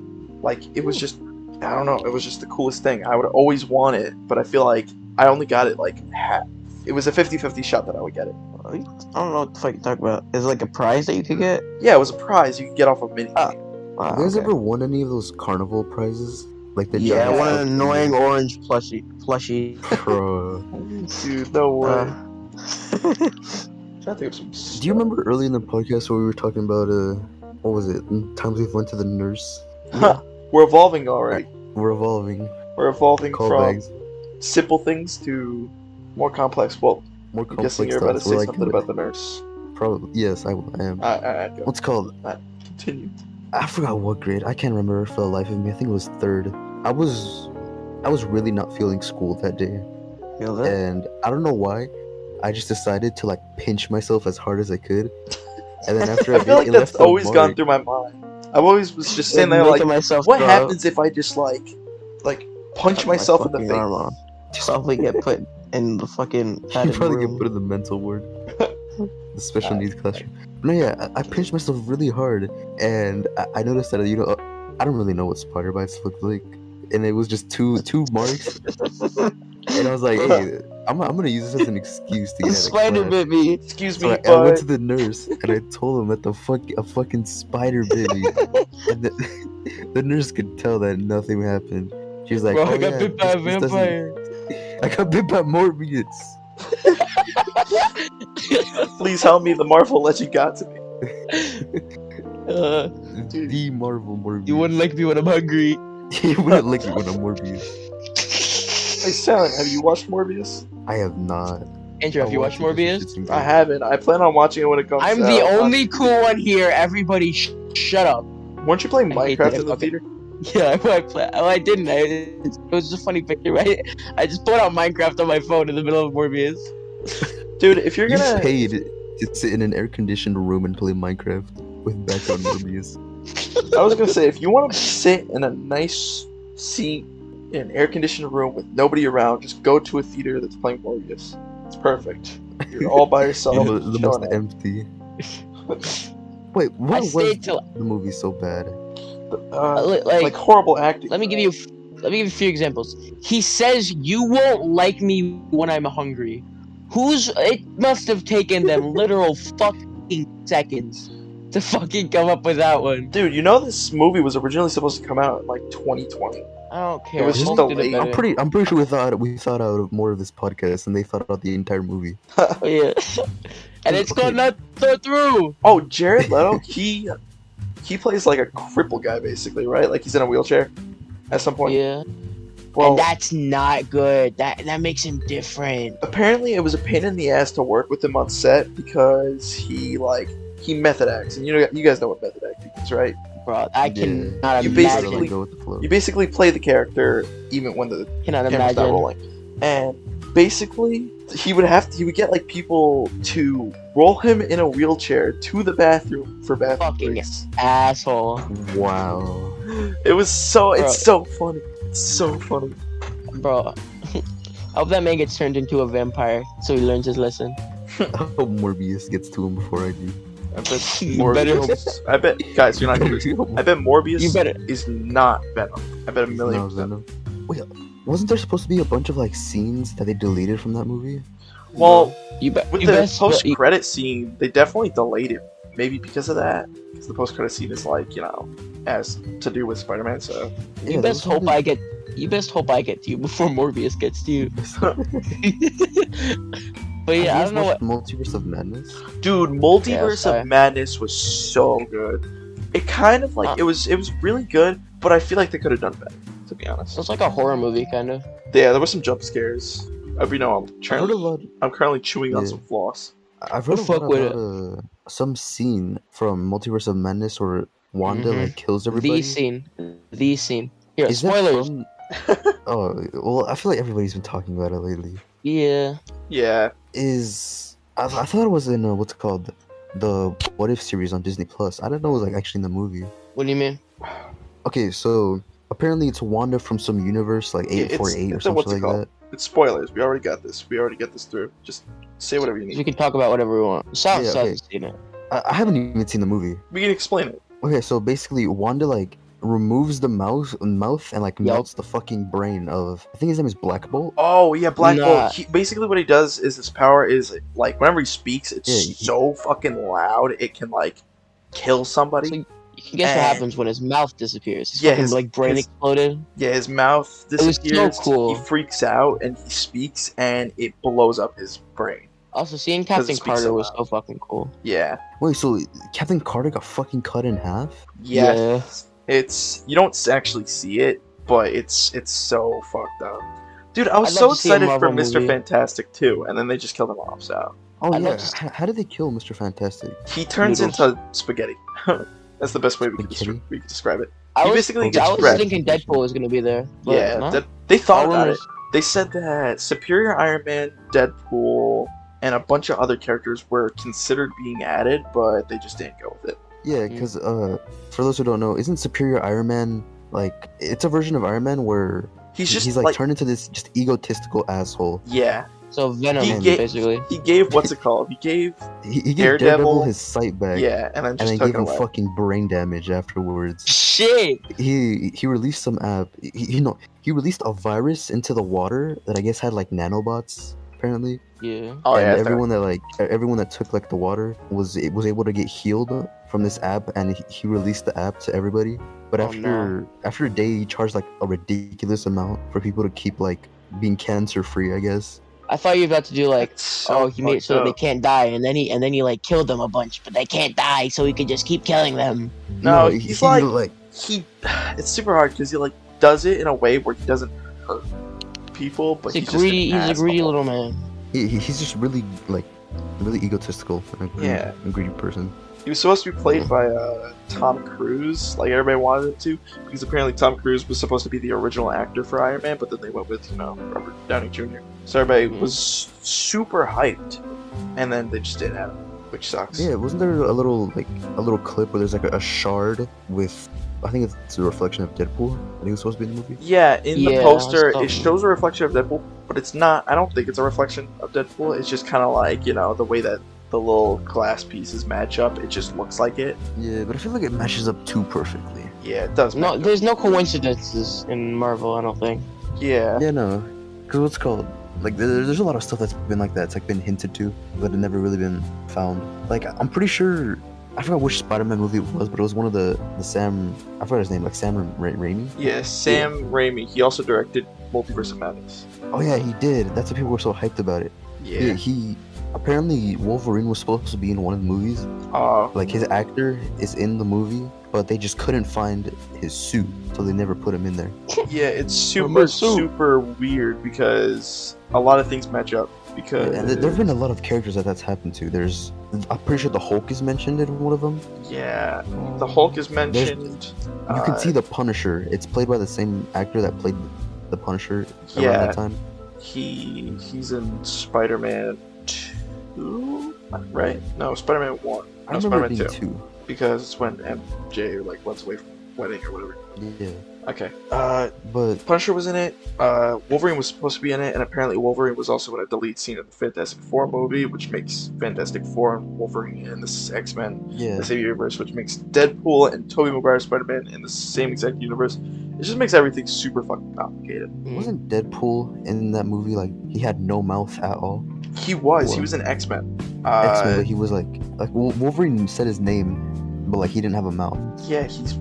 [SPEAKER 2] Like it
[SPEAKER 3] Hmm.
[SPEAKER 2] was just I don't know. It was just the coolest thing. I would always want it, but I feel like I only got it like half. It was a 50-50 shot that I would get it.
[SPEAKER 3] I don't know what the fuck you talk about. Is it like a prize that you could get?
[SPEAKER 2] Yeah, it was a prize you could get off a mini game.
[SPEAKER 3] Ah. Wow,
[SPEAKER 1] you guys
[SPEAKER 3] okay.
[SPEAKER 1] ever won any of those carnival prizes? Like the
[SPEAKER 3] Yeah, I
[SPEAKER 1] giant
[SPEAKER 3] want
[SPEAKER 1] fucking-
[SPEAKER 3] an annoying orange plushie. Plushie.
[SPEAKER 1] Bro,
[SPEAKER 2] Dude, no way.
[SPEAKER 3] Uh,
[SPEAKER 2] I'm trying to think of some stuff.
[SPEAKER 1] do you remember early in the podcast where we were talking about uh, what was it? Times we've went to the nurse.
[SPEAKER 2] Huh, We're evolving already.
[SPEAKER 1] We're evolving.
[SPEAKER 2] We're evolving from
[SPEAKER 1] Callbacks.
[SPEAKER 2] simple things to more complex. Well,
[SPEAKER 1] More
[SPEAKER 2] I'm
[SPEAKER 1] complex
[SPEAKER 2] guessing you're about to
[SPEAKER 1] thoughts.
[SPEAKER 2] say
[SPEAKER 1] We're like,
[SPEAKER 2] something about Ah. the nurse.
[SPEAKER 1] Probably yes, I, I am.
[SPEAKER 2] I, I, I go.
[SPEAKER 1] What's it called?
[SPEAKER 2] Continue.
[SPEAKER 1] I forgot what grade. I can't remember for the life of me. I think it was third. I was, I was really not feeling school that day,
[SPEAKER 3] feel that?
[SPEAKER 1] and I don't know why. I just decided to like pinch myself as hard as I could, and then after
[SPEAKER 2] I feel
[SPEAKER 1] did,
[SPEAKER 2] like
[SPEAKER 1] it
[SPEAKER 2] that's
[SPEAKER 1] left a
[SPEAKER 2] always gone
[SPEAKER 1] mark.
[SPEAKER 2] through my mind. I've always was just sitting
[SPEAKER 3] And
[SPEAKER 2] there like,
[SPEAKER 3] making myself
[SPEAKER 2] what
[SPEAKER 3] throw up.
[SPEAKER 2] happens if I just like, like punch
[SPEAKER 3] Cut my
[SPEAKER 2] myself in the
[SPEAKER 3] fucking
[SPEAKER 2] face?
[SPEAKER 3] arm off. Probably get put in the fucking
[SPEAKER 1] You
[SPEAKER 3] padded
[SPEAKER 1] probably
[SPEAKER 3] room.
[SPEAKER 1] get put in the mental ward. the special needs classroom. No, yeah, I, I pinched myself really hard, and I, I noticed that you know, I don't really know what spider bites look like, and it was just two two marks, and I was like, hey, I'm, I'm gonna use this as an excuse to
[SPEAKER 3] The
[SPEAKER 1] get out of
[SPEAKER 3] spider
[SPEAKER 1] class.
[SPEAKER 3] bit me.
[SPEAKER 2] Excuse me,
[SPEAKER 1] So I, I went
[SPEAKER 2] but
[SPEAKER 1] to the nurse and I told him that the fuck a fucking spider bit me, and the, the nurse could tell that nothing happened. She was like,
[SPEAKER 3] Bro,
[SPEAKER 1] oh,
[SPEAKER 3] I got
[SPEAKER 1] yeah,
[SPEAKER 3] bit by a
[SPEAKER 1] this- this doesn't-
[SPEAKER 3] vampire.
[SPEAKER 1] I got bit by Morbius.
[SPEAKER 2] please help me. The Marvel legend got to me.
[SPEAKER 3] Uh,
[SPEAKER 1] The Marvel Morbius.
[SPEAKER 3] you wouldn't lick me when I'm hungry.
[SPEAKER 1] you wouldn't like it when I'm Morbius.
[SPEAKER 2] Hey, Saren, have you watched Morbius?
[SPEAKER 1] I have not.
[SPEAKER 3] Andrew, have
[SPEAKER 1] I
[SPEAKER 3] you watched
[SPEAKER 1] it
[SPEAKER 3] Morbius?
[SPEAKER 1] just to see
[SPEAKER 2] I
[SPEAKER 1] it.
[SPEAKER 2] haven't. I plan on watching it when it comes.
[SPEAKER 3] I'm
[SPEAKER 2] out.
[SPEAKER 3] the only cool one here. Everybody, sh- shut up.
[SPEAKER 2] Weren't you playing
[SPEAKER 3] I hate
[SPEAKER 2] Minecraft
[SPEAKER 3] that
[SPEAKER 2] in the
[SPEAKER 3] fucking-
[SPEAKER 2] theater?
[SPEAKER 3] Yeah, I, I, play, oh, I didn't. I, it was just a funny picture, right? I just pulled out Minecraft on my phone in the middle of Morbius.
[SPEAKER 2] Dude, if you're
[SPEAKER 1] You
[SPEAKER 2] gonna,
[SPEAKER 1] paid to sit in an air-conditioned room and play Minecraft with background Morbius.
[SPEAKER 2] I was gonna say, if you want to sit in a nice seat in an air-conditioned room with nobody around, just go to a theater that's playing Morbius. It's perfect. You're all by yourself.
[SPEAKER 1] You know, the most e-
[SPEAKER 2] chilling out.
[SPEAKER 1] empty. Wait,
[SPEAKER 3] I
[SPEAKER 1] what was
[SPEAKER 3] stayed till
[SPEAKER 1] the movie so bad?
[SPEAKER 2] Uh,
[SPEAKER 3] like,
[SPEAKER 2] like horrible acting.
[SPEAKER 3] Let me give you. a f- Let me give you a few examples. He says, "You won't like me when I'm hungry." Who's? It must have taken them literal fucking seconds to fucking come up with that one.
[SPEAKER 2] Dude, you know this movie was originally supposed to come out in like 2020.
[SPEAKER 3] I don't care.
[SPEAKER 2] It was
[SPEAKER 3] Hulk
[SPEAKER 2] just a
[SPEAKER 3] did
[SPEAKER 2] late-
[SPEAKER 1] I'm
[SPEAKER 3] better.
[SPEAKER 1] pretty. I'm pretty sure we thought we thought out of more of this podcast, and they thought out the entire movie.
[SPEAKER 3] Yeah. and it's called not so through.
[SPEAKER 2] Oh, Jared Leto, he he plays like a cripple guy basically, right? Like he's in a wheelchair at some point.
[SPEAKER 3] Yeah.
[SPEAKER 2] Well,
[SPEAKER 3] and that's not good. That that makes him different.
[SPEAKER 2] apparently it was a pain in the ass to work with him on set because he like he method acts, and you know you guys know what method acting is, right?
[SPEAKER 3] Bro, I
[SPEAKER 1] Yeah.
[SPEAKER 3] cannot
[SPEAKER 2] You
[SPEAKER 1] Just gotta,
[SPEAKER 3] imagine.
[SPEAKER 2] basically-
[SPEAKER 1] like, go with the flow.
[SPEAKER 2] You basically play the character even when the
[SPEAKER 3] Cannot
[SPEAKER 2] camera's not
[SPEAKER 3] imagine.
[SPEAKER 2] rolling. And basically, he would have to, he would get like people to roll him in a wheelchair to the bathroom for bathroom
[SPEAKER 3] Fucking
[SPEAKER 2] breaks.
[SPEAKER 3] Asshole,
[SPEAKER 1] Wow.
[SPEAKER 2] It was so
[SPEAKER 3] Bro.
[SPEAKER 2] it's so funny. It's so funny.
[SPEAKER 3] bro. I hope that man gets turned into a vampire so he learns his lesson.
[SPEAKER 1] I hope Morbius gets to him before I do.
[SPEAKER 2] I bet
[SPEAKER 3] You better
[SPEAKER 2] Morbius. I bet guys, you're not gonna.
[SPEAKER 1] You hope
[SPEAKER 2] I bet Morbius
[SPEAKER 3] You better.
[SPEAKER 2] is not Venom. I bet a
[SPEAKER 1] Morbius
[SPEAKER 2] million.
[SPEAKER 1] knows
[SPEAKER 2] percent.
[SPEAKER 1] Venom. Wait, wasn't there supposed to be a bunch of like scenes that they deleted from that movie?
[SPEAKER 2] Well,
[SPEAKER 3] You, be-
[SPEAKER 2] with
[SPEAKER 3] you
[SPEAKER 2] the
[SPEAKER 3] best.
[SPEAKER 2] post
[SPEAKER 3] you-
[SPEAKER 2] credit scene, they definitely delayed it. Maybe because of that, because the post credit scene is like you know, has to do with Spider-Man. So
[SPEAKER 1] Yeah,
[SPEAKER 3] you
[SPEAKER 1] there
[SPEAKER 3] best
[SPEAKER 1] was
[SPEAKER 3] hope I get. You best hope I get to you before Morbius gets to you. but
[SPEAKER 1] Have
[SPEAKER 3] yeah, I
[SPEAKER 1] you
[SPEAKER 3] don't know
[SPEAKER 1] guys
[SPEAKER 3] what.
[SPEAKER 1] watched Multiverse of Madness.
[SPEAKER 2] Dude, Multiverse
[SPEAKER 3] sorry.
[SPEAKER 2] of Madness was so good. It kind of like
[SPEAKER 3] Uh.
[SPEAKER 2] it was it was really good, but I feel like they could have done better, to be honest.
[SPEAKER 3] It's like a horror movie, kind of.
[SPEAKER 2] Yeah, there were some jump scares. Uh, you know, I'm
[SPEAKER 1] I heard a
[SPEAKER 2] currently,
[SPEAKER 1] lot.
[SPEAKER 2] I'm currently chewing on
[SPEAKER 1] Yeah.
[SPEAKER 2] some floss.
[SPEAKER 1] I've
[SPEAKER 3] The
[SPEAKER 1] heard a lot
[SPEAKER 3] fuck with it.
[SPEAKER 1] about uh, some scene from Multiverse of Madness where Wanda
[SPEAKER 3] Mhm.
[SPEAKER 1] like kills
[SPEAKER 3] The
[SPEAKER 1] everybody.
[SPEAKER 3] scene. The scene. Here,
[SPEAKER 1] Is that
[SPEAKER 3] spoilers.
[SPEAKER 1] from- oh well, I feel like everybody's been talking about it lately.
[SPEAKER 3] Yeah.
[SPEAKER 2] Yeah,
[SPEAKER 1] Is I, I thought it was in uh, what's it called the What If series on Disney Plus. I didn't know it was like actually in the movie.
[SPEAKER 3] What do you mean?
[SPEAKER 1] Okay, so apparently it's Wanda from some universe like
[SPEAKER 2] Yeah,
[SPEAKER 1] eight
[SPEAKER 2] it's-
[SPEAKER 1] four eight or
[SPEAKER 2] it's a- what's it
[SPEAKER 1] something like
[SPEAKER 2] called?
[SPEAKER 1] that.
[SPEAKER 2] it's spoilers. We already got this. We already got this through. Just say whatever you
[SPEAKER 3] We
[SPEAKER 2] need.
[SPEAKER 3] can talk about whatever we want. South
[SPEAKER 1] Yeah,
[SPEAKER 3] South
[SPEAKER 1] okay.
[SPEAKER 3] has seen it.
[SPEAKER 1] I, I haven't even seen the movie.
[SPEAKER 2] We can explain it.
[SPEAKER 1] Okay, so basically Wanda like removes the mouth mouth and like
[SPEAKER 3] Yup.
[SPEAKER 1] melts the fucking brain of I think his name is Black Bolt.
[SPEAKER 2] Oh yeah, Black
[SPEAKER 3] Nah.
[SPEAKER 2] Bolt. He, basically, what he does is his power is like whenever he speaks, it's
[SPEAKER 1] Yeah, he-
[SPEAKER 2] so fucking loud it can like kill somebody.
[SPEAKER 3] So You can guess what
[SPEAKER 2] And-
[SPEAKER 3] happens when his mouth disappears. His
[SPEAKER 2] Eh. Yeah,
[SPEAKER 3] fucking,
[SPEAKER 2] his-
[SPEAKER 3] like brain
[SPEAKER 2] his-
[SPEAKER 3] exploded.
[SPEAKER 2] Yeah, his mouth
[SPEAKER 3] was so
[SPEAKER 2] disappears.
[SPEAKER 3] cool.
[SPEAKER 2] He freaks out and he speaks, and it blows up his brain.
[SPEAKER 3] Also, seeing
[SPEAKER 2] Because it
[SPEAKER 3] Captain
[SPEAKER 2] speaks
[SPEAKER 3] Carter
[SPEAKER 2] so
[SPEAKER 3] was
[SPEAKER 2] loud.
[SPEAKER 3] so fucking cool.
[SPEAKER 2] Yeah,
[SPEAKER 1] Wait, so Captain Carter got fucking cut in half?
[SPEAKER 2] yeah. It's you don't s- actually see it, but it's it's so fucked up. Dude, I was
[SPEAKER 3] I'd
[SPEAKER 2] so
[SPEAKER 3] love to see a
[SPEAKER 2] excited for
[SPEAKER 3] Marvel
[SPEAKER 2] Mister
[SPEAKER 3] movie.
[SPEAKER 2] Fantastic too, and then they just killed him off. So
[SPEAKER 1] Oh
[SPEAKER 3] I
[SPEAKER 1] yeah.
[SPEAKER 3] love to
[SPEAKER 1] How, how did they kill Mr. Fantastic?
[SPEAKER 2] he turns
[SPEAKER 3] Noodles.
[SPEAKER 2] into spaghetti. That's the best way we could,
[SPEAKER 1] Spaghetti?
[SPEAKER 2] descri- we could describe it.
[SPEAKER 3] I
[SPEAKER 2] he
[SPEAKER 3] was,
[SPEAKER 2] basically
[SPEAKER 1] I
[SPEAKER 2] gets
[SPEAKER 3] I was
[SPEAKER 2] wrecked.
[SPEAKER 3] thinking Deadpool was gonna be there. But
[SPEAKER 2] Yeah,
[SPEAKER 3] no.
[SPEAKER 2] that- they thought
[SPEAKER 3] All
[SPEAKER 2] about it.
[SPEAKER 3] rumors-
[SPEAKER 2] They said that Superior Iron Man, Deadpool, and a bunch of other characters were considered being added, but they just didn't go with it.
[SPEAKER 1] Yeah,
[SPEAKER 3] Mm.
[SPEAKER 1] because uh, for those who don't know, isn't Superior Iron Man like it's a version of Iron Man where
[SPEAKER 2] He's
[SPEAKER 1] he's,
[SPEAKER 2] just
[SPEAKER 1] like,
[SPEAKER 2] like,
[SPEAKER 1] turned into this just egotistical asshole.
[SPEAKER 2] yeah.
[SPEAKER 3] So Venom,
[SPEAKER 1] He
[SPEAKER 2] ga-
[SPEAKER 3] basically.
[SPEAKER 2] He gave what's it called? He gave
[SPEAKER 1] He, he gave
[SPEAKER 2] Daredevil-
[SPEAKER 1] Daredevil, his sight back,
[SPEAKER 2] yeah, and then
[SPEAKER 1] and
[SPEAKER 2] just
[SPEAKER 1] then
[SPEAKER 2] took
[SPEAKER 1] gave
[SPEAKER 2] it
[SPEAKER 1] him
[SPEAKER 2] away.
[SPEAKER 1] fucking brain damage afterwards.
[SPEAKER 3] Shit.
[SPEAKER 1] He he released some app. He, he- you know he released a virus into the water that I guess had like nanobots apparently.
[SPEAKER 3] Yeah.
[SPEAKER 2] oh
[SPEAKER 1] and
[SPEAKER 2] yeah, everyone.
[SPEAKER 1] everyone that like e, everyone that took like the water was it was able to get healed uh, from this app, and he, he released the app to everybody. But
[SPEAKER 3] Oh,
[SPEAKER 1] after after a day, he charged like a ridiculous amount for people to keep like being cancer free. I guess.
[SPEAKER 3] I thought you were about to do like, oh, he made it so that they
[SPEAKER 2] up.
[SPEAKER 3] can't die, and then he and then he like killed them a bunch, but they can't die, so he could just keep killing them.
[SPEAKER 2] No,
[SPEAKER 1] he-
[SPEAKER 2] he's
[SPEAKER 1] he,
[SPEAKER 2] like-
[SPEAKER 1] like
[SPEAKER 2] he. It's super hard because he like does it in a way where he doesn't hurt people, but
[SPEAKER 3] he's
[SPEAKER 2] he's,
[SPEAKER 3] a greedy,
[SPEAKER 2] Just an
[SPEAKER 3] he's a greedy
[SPEAKER 2] asshole.
[SPEAKER 3] little man.
[SPEAKER 1] he, he- he's just really like really egotistical and a greedy,
[SPEAKER 2] Yeah.
[SPEAKER 1] and greedy person.
[SPEAKER 2] He was supposed to be played by uh, Tom Cruise, like everybody wanted him to, because apparently Tom Cruise was supposed to be the original actor for Iron Man, but then they went with, you know, Robert Downey Jr. So everybody
[SPEAKER 3] Mhm.
[SPEAKER 2] was super hyped, and then they just didn't have him, which sucks.
[SPEAKER 1] Yeah, wasn't there a little like a little clip where there's like a, a shard with I think it's a reflection of Deadpool. I think it was supposed to be in the movie.
[SPEAKER 2] Yeah, in
[SPEAKER 3] Yeah,
[SPEAKER 2] the poster,
[SPEAKER 3] so-
[SPEAKER 2] it shows a reflection of Deadpool, but it's not. I don't think it's a reflection of Deadpool. It's just kind of like you know the way that the little glass pieces match up. It just looks like it.
[SPEAKER 1] Yeah, but I feel like it matches up too perfectly.
[SPEAKER 2] Yeah, it does.
[SPEAKER 3] No,
[SPEAKER 2] match
[SPEAKER 3] there's no coincidences in Marvel. I don't think.
[SPEAKER 2] up. Yeah,
[SPEAKER 1] Yeah, no, because what's called like there, there's a lot of stuff that's been like that. It's like been hinted to, but it never really been found. Like I'm pretty sure I forgot which Spider-Man movie it was, but it was one of the the Sam I forgot his name, like Sam Ra- Raimi.
[SPEAKER 2] yeah. Sam Raimi. He also directed Multiverse of Madness.
[SPEAKER 1] Oh yeah, he did. That's why people were so hyped about it.
[SPEAKER 2] Yeah.
[SPEAKER 1] Yeah, he apparently Wolverine was supposed to be in one of the movies.
[SPEAKER 2] Uh,
[SPEAKER 1] Like his actor is in the movie, but they just couldn't find his suit, so they never put him in there.
[SPEAKER 2] yeah. It's super
[SPEAKER 3] Number two.
[SPEAKER 2] super weird because a lot of things match up. Because
[SPEAKER 1] And there have been a lot of characters that that's happened to. There's I'm pretty sure the Hulk is mentioned in one of them.
[SPEAKER 2] yeah, the Hulk is mentioned.
[SPEAKER 1] You can
[SPEAKER 2] uh,
[SPEAKER 1] see the Punisher. It's played by the same actor that played the Punisher around
[SPEAKER 2] Uh, Yeah.
[SPEAKER 1] that time.
[SPEAKER 2] he he's in Spider-Man two, right? No, Spider-Man one.
[SPEAKER 1] I remember
[SPEAKER 2] No,
[SPEAKER 1] it
[SPEAKER 2] Spider-Man
[SPEAKER 1] being
[SPEAKER 2] two,
[SPEAKER 1] two.
[SPEAKER 2] because it's when MJ like runs away from wedding or whatever.
[SPEAKER 1] Yeah,
[SPEAKER 2] Okay. Uh,
[SPEAKER 1] but
[SPEAKER 2] Punisher was in it. Uh, Wolverine was supposed to be in it, and apparently Wolverine was also in a deleted scene of the Fantastic Four movie, which makes Fantastic Four and Wolverine in this X Men
[SPEAKER 1] yeah,
[SPEAKER 2] the same universe, which makes Deadpool and Tobey Maguire Spider-Man in the same exact universe. It just makes everything super fucking complicated.
[SPEAKER 1] wasn't Deadpool in that movie like he had no mouth at all?
[SPEAKER 2] He was. He
[SPEAKER 1] Whoa.
[SPEAKER 2] was in Uh, X Men.
[SPEAKER 1] X-Men, but he was like like Wol- Wolverine said his name, but like he didn't have a mouth.
[SPEAKER 2] Yeah, he's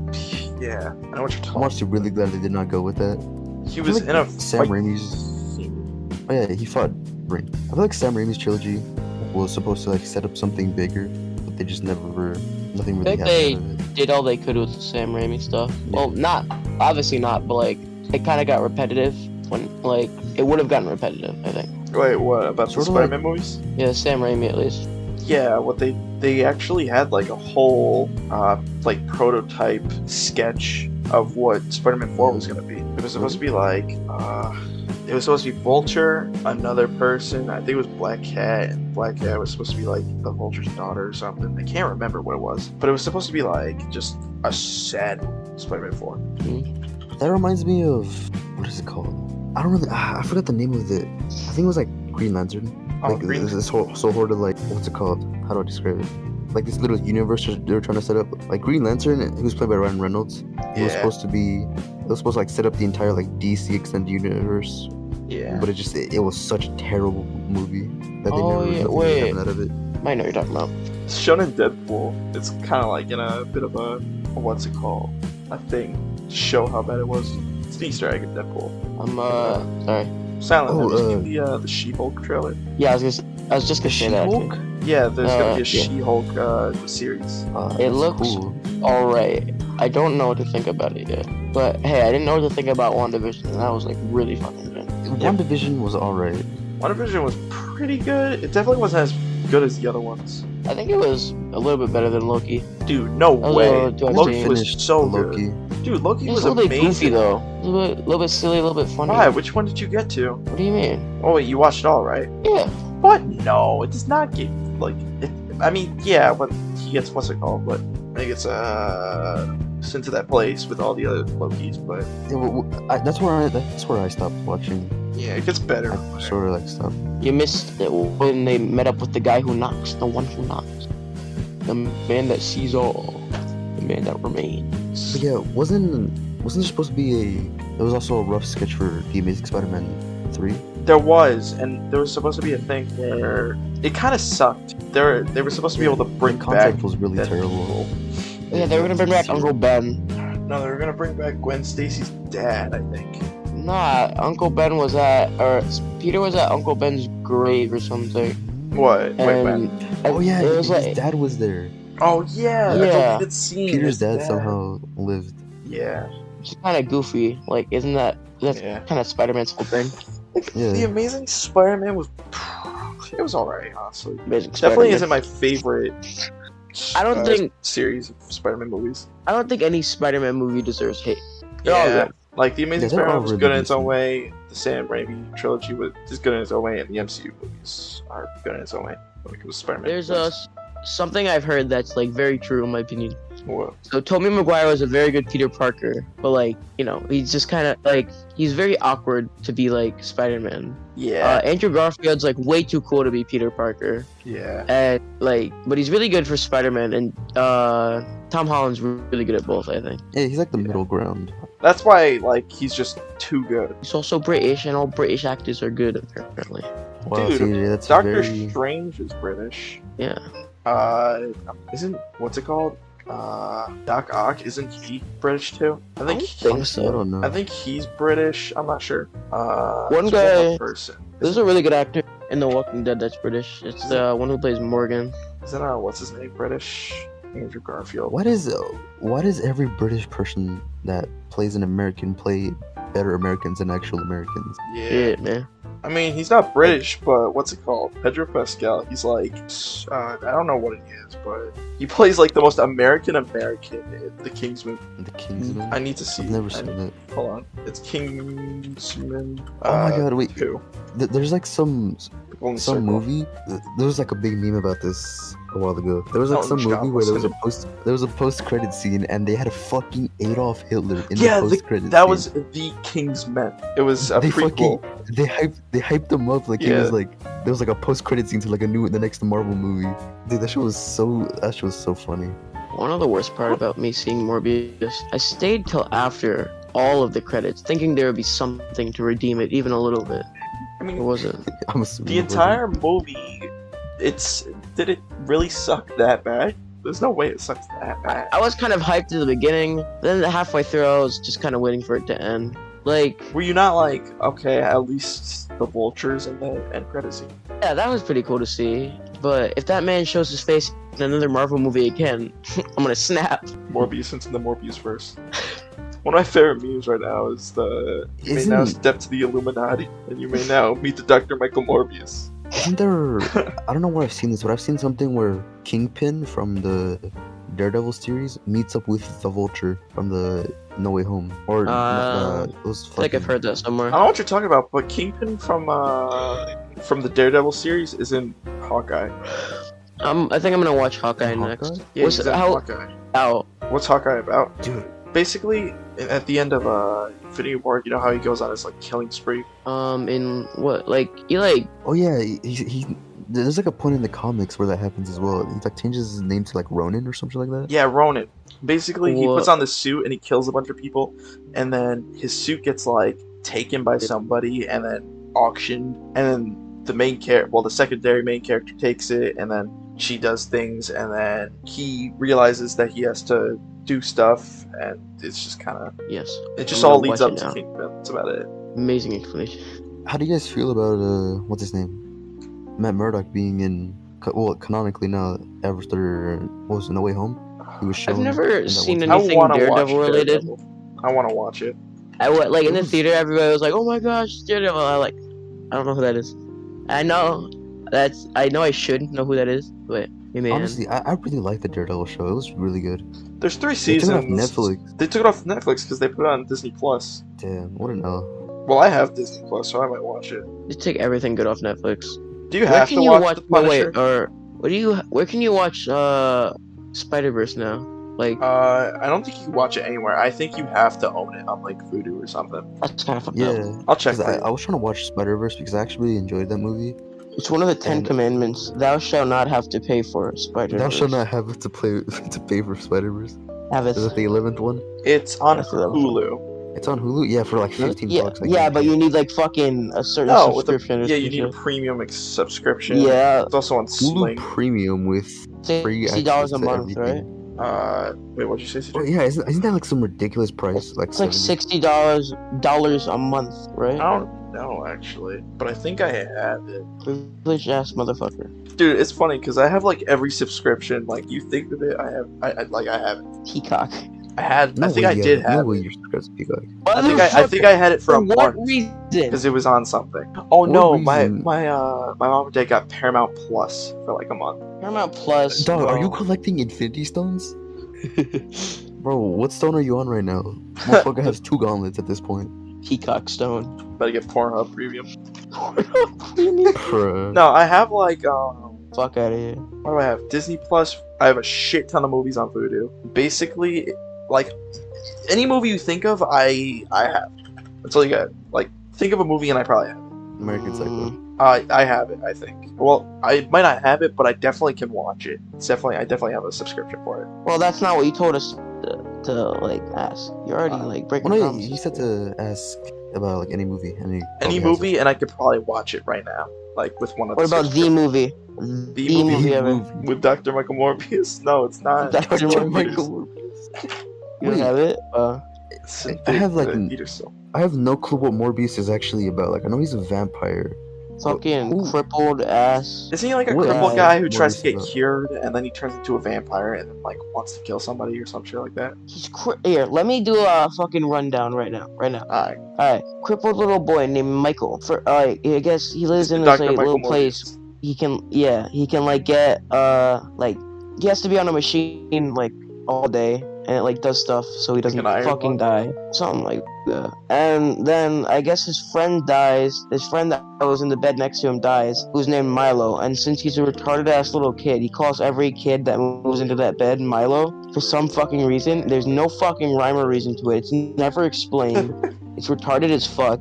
[SPEAKER 2] yeah. I know what you're
[SPEAKER 1] I'm
[SPEAKER 2] talking.
[SPEAKER 1] actually really glad they did not go with that.
[SPEAKER 2] about. He
[SPEAKER 1] I
[SPEAKER 2] was
[SPEAKER 1] feel
[SPEAKER 2] in a
[SPEAKER 1] Sam
[SPEAKER 2] fight
[SPEAKER 1] Raimi's
[SPEAKER 2] scene.
[SPEAKER 1] oh yeah he fought. Wolverine. I feel like Sam Raimi's trilogy was supposed to like set up something bigger, but they just never nothing really
[SPEAKER 3] think
[SPEAKER 1] happened.
[SPEAKER 3] they-
[SPEAKER 1] out of it.
[SPEAKER 3] Did all they could with the Sam Raimi stuff.
[SPEAKER 1] Yeah.
[SPEAKER 3] Well, not obviously not, but like it kind of got repetitive when like it would have gotten repetitive. I think.
[SPEAKER 2] Wait, what about the
[SPEAKER 1] Sorta like-
[SPEAKER 2] Spider-Man movies?
[SPEAKER 3] Yeah, Sam Raimi at least.
[SPEAKER 2] Yeah, what they they actually had like a whole uh, like prototype sketch of what Spider-Man Four was gonna be. It was supposed to be like uh, it was supposed to be Vulture, another person. I think it was Black Cat. And Black Cat was supposed to be like the Vulture's daughter or something. I can't remember what it was, but it was supposed to be like just a sad Spider-Man Four.
[SPEAKER 1] That reminds me of what is it called? I don't really. ah, I forgot the name of it. I think it was like Green Lantern.
[SPEAKER 2] Oh,
[SPEAKER 1] like
[SPEAKER 2] Green
[SPEAKER 1] this, this whole so horde of like what's it called? How do I describe it? Like this little universe that they were trying to set up. Like Green Lantern, he was played by Ryan Reynolds. He was
[SPEAKER 2] Yeah.
[SPEAKER 1] supposed to be. It was supposed to like set up the entire like DC extended universe,
[SPEAKER 2] Yeah.
[SPEAKER 1] but it just it, it was such a terrible movie that they
[SPEAKER 3] Oh,
[SPEAKER 1] never
[SPEAKER 3] yeah,
[SPEAKER 1] nothing
[SPEAKER 3] wait.
[SPEAKER 1] happened out of it.
[SPEAKER 3] I know what you're talking about.
[SPEAKER 2] It's shown in Deadpool. It's kind of like in a bit of a what's it called? A thing to show how bad it was. It's the Easter egg in Deadpool.
[SPEAKER 3] I'm uh sorry.
[SPEAKER 2] Silent.
[SPEAKER 1] Oh,
[SPEAKER 2] have you
[SPEAKER 1] uh,
[SPEAKER 2] seen the uh, the She-Hulk trailer?
[SPEAKER 3] Yeah, I was gonna. s- I was just gonna say that.
[SPEAKER 1] She-Hulk?
[SPEAKER 3] actually.
[SPEAKER 2] Yeah, there's gonna be a
[SPEAKER 3] Uh, yeah.
[SPEAKER 2] She-Hulk uh, series.
[SPEAKER 1] Ah,
[SPEAKER 3] It
[SPEAKER 1] that's
[SPEAKER 3] looks- All right. I don't know what to think about it yet. But hey, I didn't know what to think about WandaVision, and that was like really fucking good.
[SPEAKER 1] One division was alright.
[SPEAKER 2] WandaVision was pretty good. It definitely wasn't as good as the other ones.
[SPEAKER 3] I think it was a little bit better than Loki.
[SPEAKER 2] Dude, no
[SPEAKER 3] Oh,
[SPEAKER 2] way.
[SPEAKER 3] do I
[SPEAKER 2] Loki
[SPEAKER 3] see?
[SPEAKER 2] was
[SPEAKER 1] Finished
[SPEAKER 2] so
[SPEAKER 1] Loki.
[SPEAKER 2] good. Dude, Loki
[SPEAKER 3] It
[SPEAKER 2] was
[SPEAKER 3] was a little bit
[SPEAKER 2] amazing.
[SPEAKER 3] goofy though. A little bit, little bit silly, a little bit funny.
[SPEAKER 2] Why? Which one did you get to?
[SPEAKER 3] What do you mean?
[SPEAKER 2] Oh wait, you watched it all, right?
[SPEAKER 3] Yeah.
[SPEAKER 2] What? No, it does not get like. It, I mean, yeah, when he gets what's it called, but I think it's uh sent to that place with all the other Lokis, but
[SPEAKER 1] Yeah, well, I, that's where I that's where I stopped watching.
[SPEAKER 2] yeah, it gets better.
[SPEAKER 1] I sort of like stopped.
[SPEAKER 3] You missed it when they met up with the guy who knocks, the one who knocks, the man that sees all, the man that remains.
[SPEAKER 1] But yeah, wasn't wasn't there supposed to be a? There was also a rough sketch for the Amazing Spider-Man three.
[SPEAKER 2] There was, and there was supposed to be a thing where it kind of sucked. There, they were supposed to be able to bring
[SPEAKER 1] the
[SPEAKER 2] back.
[SPEAKER 1] concept was really
[SPEAKER 2] that-
[SPEAKER 1] terrible.
[SPEAKER 3] Yeah, they were gonna bring back Uncle Ben.
[SPEAKER 2] No, they were gonna bring back Gwen Stacy's dad, I think.
[SPEAKER 3] Nah, Uncle Ben was at, or Peter was at Uncle Ben's grave or something.
[SPEAKER 2] What? Wait, back.
[SPEAKER 3] And, and
[SPEAKER 1] Oh yeah,
[SPEAKER 3] it
[SPEAKER 1] his
[SPEAKER 3] was like,
[SPEAKER 1] dad was there.
[SPEAKER 2] Oh yeah, yeah.
[SPEAKER 3] Yeah.
[SPEAKER 2] deleted scene.
[SPEAKER 1] Peter's
[SPEAKER 2] His
[SPEAKER 1] dad somehow lived.
[SPEAKER 2] Yeah,
[SPEAKER 3] it's kind of goofy. Like, isn't that that's
[SPEAKER 2] yeah.
[SPEAKER 3] kind of Spider-Man's whole thing?
[SPEAKER 1] Yeah.
[SPEAKER 2] The Amazing Spider-Man was, it was alright, honestly.
[SPEAKER 3] Amazing
[SPEAKER 2] Definitely
[SPEAKER 3] Spider-Man.
[SPEAKER 2] isn't my favorite.
[SPEAKER 3] I don't
[SPEAKER 2] uh,
[SPEAKER 3] think
[SPEAKER 2] series of Spider-Man movies.
[SPEAKER 3] I don't think any Spider-Man movie deserves hate. They're all
[SPEAKER 2] Yeah,
[SPEAKER 3] good.
[SPEAKER 2] like the Amazing
[SPEAKER 1] Yeah, they're all
[SPEAKER 2] Spider-Man was
[SPEAKER 1] really
[SPEAKER 2] good in its
[SPEAKER 1] decent.
[SPEAKER 2] own way. The Sam Raimi trilogy was is good in its own way, and the MCU movies are good in its own way. Like it was Spider-Man.
[SPEAKER 3] There's uh,
[SPEAKER 2] movies.
[SPEAKER 3] s- something I've heard that's like very true in my opinion.
[SPEAKER 2] Whoa.
[SPEAKER 3] So Tobey Maguire was a very good Peter Parker, but like you know he's just kind of like he's very awkward to be like Spider-Man.
[SPEAKER 2] yeah,
[SPEAKER 3] Uh, Andrew Garfield's like way too cool to be Peter Parker,
[SPEAKER 2] yeah,
[SPEAKER 3] and like but he's really good for Spider-Man, and uh, Tom Holland's really good at both. I think
[SPEAKER 1] yeah, he's like the middle ground.
[SPEAKER 2] that's why like he's just too good.
[SPEAKER 3] he's also British, and all British actors are good apparently.
[SPEAKER 1] Wow,
[SPEAKER 2] Dude,
[SPEAKER 1] CJ, that's
[SPEAKER 2] Doctor
[SPEAKER 1] very.
[SPEAKER 2] Strange is British.
[SPEAKER 3] Yeah.
[SPEAKER 2] Uh, isn't what's it called? Uh, Doc Ock isn't he British too? I think
[SPEAKER 3] don't
[SPEAKER 2] he-
[SPEAKER 3] think
[SPEAKER 1] Honestly, I
[SPEAKER 3] so.
[SPEAKER 1] don't know.
[SPEAKER 2] I think he's British. I'm not sure. Uh,
[SPEAKER 3] One
[SPEAKER 2] there's other
[SPEAKER 3] guy-
[SPEAKER 2] person.
[SPEAKER 3] There's a really good actor in The Walking Dead that's British. It's the one who plays Morgan.
[SPEAKER 2] Isn't uh, what's his name British? Andrew Garfield.
[SPEAKER 1] Why does why does every British person that plays an American play better Americans than actual Americans?
[SPEAKER 3] Yeah, man.
[SPEAKER 2] I mean, he's not British, but what's it called? Pedro Pascal. He's like, uh, I don't know what it is, but he plays like the most American American in the Kingsman.
[SPEAKER 1] The Kingsman.
[SPEAKER 2] I need to see.
[SPEAKER 1] I've never
[SPEAKER 2] I
[SPEAKER 1] seen
[SPEAKER 2] need-
[SPEAKER 1] it.
[SPEAKER 2] Hold on, it's Kingsman.
[SPEAKER 1] Oh my
[SPEAKER 2] uh,
[SPEAKER 1] god! Wait,
[SPEAKER 2] Two.
[SPEAKER 1] th- there's like some
[SPEAKER 2] The Golden
[SPEAKER 1] some
[SPEAKER 2] Circle.
[SPEAKER 1] movie. th- There was like a big meme about this a while ago. There was like
[SPEAKER 2] Oh,
[SPEAKER 1] some
[SPEAKER 2] John
[SPEAKER 1] movie where there was a
[SPEAKER 2] Wilson.
[SPEAKER 1] post there was a post credit scene and they had a fucking Adolf Hitler in
[SPEAKER 2] Yeah,
[SPEAKER 1] the
[SPEAKER 2] the-
[SPEAKER 1] post credit.
[SPEAKER 2] That was the Kingsman. It was a
[SPEAKER 1] They
[SPEAKER 2] prequel.
[SPEAKER 1] they hyped they hyped him up like
[SPEAKER 2] Yeah.
[SPEAKER 1] it was like there was like a post credit scene to like a new the next Marvel movie. Dude, that shit was so that shit was so funny.
[SPEAKER 3] One of the worst part about me seeing Morbius, I stayed till after all of the credits, thinking there would be something to redeem it, even a little bit.
[SPEAKER 2] I
[SPEAKER 3] It
[SPEAKER 2] mean,
[SPEAKER 3] wasn't.
[SPEAKER 1] I'm assuming
[SPEAKER 2] the
[SPEAKER 1] it wasn't-
[SPEAKER 2] entire movie. It's did it really suck that bad? There's no way it sucks that bad.
[SPEAKER 3] I was kind of hyped at the beginning, then halfway through, I was just kind of waiting for it to end. Like,
[SPEAKER 2] Were you not like, okay, at least the vultures and the end credit scene?
[SPEAKER 3] yeah, that was pretty cool to see. But if that man shows his face in another Marvel movie again, I'm gonna snap.
[SPEAKER 2] Morbius into the Morbius verse. One of my favorite memes right now is the you may now
[SPEAKER 1] Isn't-
[SPEAKER 2] step to the Illuminati, and you may now meet the Dr. Michael Morbius.
[SPEAKER 1] Isn't there? I don't know where I've seen this, but I've seen something where Kingpin from the Daredevil series meets up with the Vulture from the No Way Home, or no-
[SPEAKER 3] Uh,
[SPEAKER 1] uh, those
[SPEAKER 3] I think
[SPEAKER 1] fucking.
[SPEAKER 3] I've heard that
[SPEAKER 2] I
[SPEAKER 3] somewhere.
[SPEAKER 2] don't know what you're talking about, but Kingpin from uh from the Daredevil series is in Hawkeye.
[SPEAKER 3] Um, I think I'm gonna watch Hawkeye
[SPEAKER 1] Hawkeye?
[SPEAKER 3] next.
[SPEAKER 2] Yeah,
[SPEAKER 3] What's
[SPEAKER 2] he's in
[SPEAKER 3] how
[SPEAKER 2] Hawkeye.
[SPEAKER 3] out?
[SPEAKER 2] What's Hawkeye about?
[SPEAKER 1] Dude,
[SPEAKER 2] Basically, at the end of uh Infinity War, you know how he goes on his like killing spree.
[SPEAKER 3] Um, in what? Like, he like
[SPEAKER 1] oh yeah, he, he, he- There's like a point in the comics where that happens as well. He like changes his name to like Ronin or something like that.
[SPEAKER 2] Yeah, Ronin. Basically, he
[SPEAKER 3] Wha-
[SPEAKER 2] puts on this suit and he kills a bunch of people, and then his suit gets like taken by somebody and then auctioned, and then the main character, well, the secondary main character takes it, and then she does things, and then he realizes that he has to do stuff, and it's just kind of
[SPEAKER 3] yes,
[SPEAKER 2] it just
[SPEAKER 3] I'm
[SPEAKER 2] all
[SPEAKER 3] gonna
[SPEAKER 2] leads up
[SPEAKER 3] watch it
[SPEAKER 2] to
[SPEAKER 3] now.
[SPEAKER 2] Kingpin. That's about it.
[SPEAKER 3] amazing explanation.
[SPEAKER 1] How do you guys feel about uh, what's his name, Matt Murdock being in? co- Well, canonically now, after what was it, No Way Home, he was shown.
[SPEAKER 3] I've never
[SPEAKER 1] in that
[SPEAKER 3] seen
[SPEAKER 1] one-
[SPEAKER 2] I
[SPEAKER 3] anything
[SPEAKER 2] want to watch
[SPEAKER 3] Daredevil related.
[SPEAKER 2] Daredevil. I want to watch it.
[SPEAKER 3] I went like in the
[SPEAKER 1] Oof.
[SPEAKER 3] theater. Everybody was like, "Oh my gosh, Daredevil!" I like, I don't know who that is. I know that's. I know I should know who that is, but hey, man,
[SPEAKER 1] Honestly, I, I really liked the Daredevil show. It was really good.
[SPEAKER 2] There's three
[SPEAKER 1] They took
[SPEAKER 2] seasons.
[SPEAKER 1] it off Netflix.
[SPEAKER 2] They took it off Netflix because they put it on Disney Plus.
[SPEAKER 1] Damn, what an L.
[SPEAKER 2] Well, I have Disney Plus, so I might watch it.
[SPEAKER 3] just take everything good off Netflix.
[SPEAKER 2] Do you
[SPEAKER 3] Where
[SPEAKER 2] have to
[SPEAKER 3] can you
[SPEAKER 2] watch,
[SPEAKER 3] watch?
[SPEAKER 2] The
[SPEAKER 3] no,
[SPEAKER 2] Punisher?
[SPEAKER 3] wait, or what do you? Where can you watch? Uh, Spider Verse now. Like
[SPEAKER 2] Uh, I don't think you can watch it anywhere. I think you have to own it on like Vudu or something.
[SPEAKER 3] that's kind of fucked up.
[SPEAKER 1] Yeah,
[SPEAKER 2] I'll check
[SPEAKER 1] 'cause I,
[SPEAKER 2] that.
[SPEAKER 1] I was trying to watch Spider Verse because I actually enjoyed that movie.
[SPEAKER 3] It's one of the Ten
[SPEAKER 1] And-
[SPEAKER 3] Commandments. Thou shalt not have to pay for Spider.
[SPEAKER 1] Thou shalt not have to play to pay for Spider Verse.
[SPEAKER 3] have it.
[SPEAKER 1] Is it the eleventh one?
[SPEAKER 2] It's on
[SPEAKER 3] That's what I was-
[SPEAKER 2] Hulu.
[SPEAKER 1] It's on Hulu. Yeah, for like fifteen
[SPEAKER 3] yeah,
[SPEAKER 1] bucks. I
[SPEAKER 3] yeah,
[SPEAKER 1] guess.
[SPEAKER 3] but you need like fucking a certain
[SPEAKER 2] No, with the-
[SPEAKER 3] subscription. or
[SPEAKER 2] Yeah, you
[SPEAKER 3] some
[SPEAKER 2] need a premium ex- subscription.
[SPEAKER 3] shit. yeah,
[SPEAKER 2] It's also on
[SPEAKER 1] Hulu
[SPEAKER 2] Sling.
[SPEAKER 1] Premium with free
[SPEAKER 3] sixty
[SPEAKER 1] access
[SPEAKER 3] dollars a
[SPEAKER 1] to
[SPEAKER 3] month, right?
[SPEAKER 1] everything.
[SPEAKER 2] Uh, wait, what'd you say?
[SPEAKER 1] Oh,
[SPEAKER 2] Cedric?
[SPEAKER 1] yeah, isn't, isn't that like some ridiculous price? Like,
[SPEAKER 3] It's like
[SPEAKER 1] 70?
[SPEAKER 3] sixty dollars dollars a month, right?
[SPEAKER 2] I don't know actually, but I think I have it.
[SPEAKER 3] Privileged ass motherfucker.
[SPEAKER 2] Dude, it's funny because I have like every subscription. Like you think of it, I have. I, I like I have. It.
[SPEAKER 3] Peacock.
[SPEAKER 2] I had. I think
[SPEAKER 1] way
[SPEAKER 2] I
[SPEAKER 1] you
[SPEAKER 2] did
[SPEAKER 1] no
[SPEAKER 2] have.
[SPEAKER 1] way
[SPEAKER 2] it.
[SPEAKER 1] you're subscribed to Peacock.
[SPEAKER 2] I think I, I think I had it for a
[SPEAKER 3] for what
[SPEAKER 2] month
[SPEAKER 3] reason?
[SPEAKER 2] because it was on something. Oh
[SPEAKER 1] What
[SPEAKER 2] no, my
[SPEAKER 1] reason?
[SPEAKER 2] my uh my mom and dad got Paramount Plus for like a month.
[SPEAKER 3] Paramount Plus.
[SPEAKER 1] Dog, are
[SPEAKER 2] Oh.
[SPEAKER 1] you
[SPEAKER 3] bro.
[SPEAKER 1] collecting Infinity Stones? Bro, what stone are you on right now? Motherfucker has two gauntlets at this point.
[SPEAKER 3] Peacock Stone?
[SPEAKER 2] Better get Pornhub Premium.
[SPEAKER 1] Bruh.
[SPEAKER 2] No, I have like um
[SPEAKER 3] Fuck out of here.
[SPEAKER 2] what do I have? Disney Plus. I have a shit ton of movies on Vudu. Basically, like any movie you think of, I I have. That's all you got. Like think of a movie and I probably have. it.
[SPEAKER 1] American Psycho.
[SPEAKER 3] Mm,
[SPEAKER 2] I I have it. I think. Well, I might not have it, but I definitely can watch it. It's definitely I definitely have a subscription for it.
[SPEAKER 3] Well, that's not what you told us to, to like ask. You already
[SPEAKER 2] Uh,
[SPEAKER 3] like breaking.
[SPEAKER 1] Well, Oh, no,
[SPEAKER 3] promises.
[SPEAKER 1] you said to ask about like any movie, any
[SPEAKER 2] Any
[SPEAKER 1] okay,
[SPEAKER 2] movie, and I could probably watch it right now, like with one of.
[SPEAKER 3] What about the
[SPEAKER 2] subscrip-
[SPEAKER 3] movie?
[SPEAKER 1] The
[SPEAKER 2] movie.
[SPEAKER 3] The movie ever.
[SPEAKER 1] movie.
[SPEAKER 2] with Dr. Michael Morbius? No, it's not.
[SPEAKER 3] Dr.
[SPEAKER 2] It's
[SPEAKER 3] Michael
[SPEAKER 2] Peters.
[SPEAKER 3] You don't
[SPEAKER 1] Wait.
[SPEAKER 3] have it? Uh,
[SPEAKER 2] It's
[SPEAKER 1] I have, like,
[SPEAKER 2] uh,
[SPEAKER 1] n-
[SPEAKER 2] Peterson.
[SPEAKER 1] I have no clue what Morbius is actually about. Like, I know he's a vampire.
[SPEAKER 3] fucking
[SPEAKER 1] Who-
[SPEAKER 3] crippled ass.
[SPEAKER 2] Isn't he like a
[SPEAKER 1] What
[SPEAKER 2] crippled
[SPEAKER 3] is
[SPEAKER 2] guy who
[SPEAKER 1] Morbius
[SPEAKER 2] tries to get
[SPEAKER 1] about?
[SPEAKER 2] cured and then he turns into a vampire and then like wants to kill somebody or some shit like that?
[SPEAKER 3] He's cri- here. Let me do a fucking rundown right now. Right now.
[SPEAKER 2] Alright.
[SPEAKER 3] All right. Crippled little boy named Michael. For all right, I guess he lives in this
[SPEAKER 2] Dr.
[SPEAKER 3] like,
[SPEAKER 2] Michael
[SPEAKER 3] little
[SPEAKER 2] Morbius.
[SPEAKER 3] place he can yeah he can like get uh like he has to be on a machine like all day and it like does stuff so he doesn't
[SPEAKER 2] an iron
[SPEAKER 3] fucking die something like that and then i guess his friend dies his friend that was in the bed next to him dies who's named milo and since he's a retarded ass little kid he calls every kid that moves into that bed milo for some fucking reason there's no fucking rhyme or reason to it it's never explained it's retarded as fuck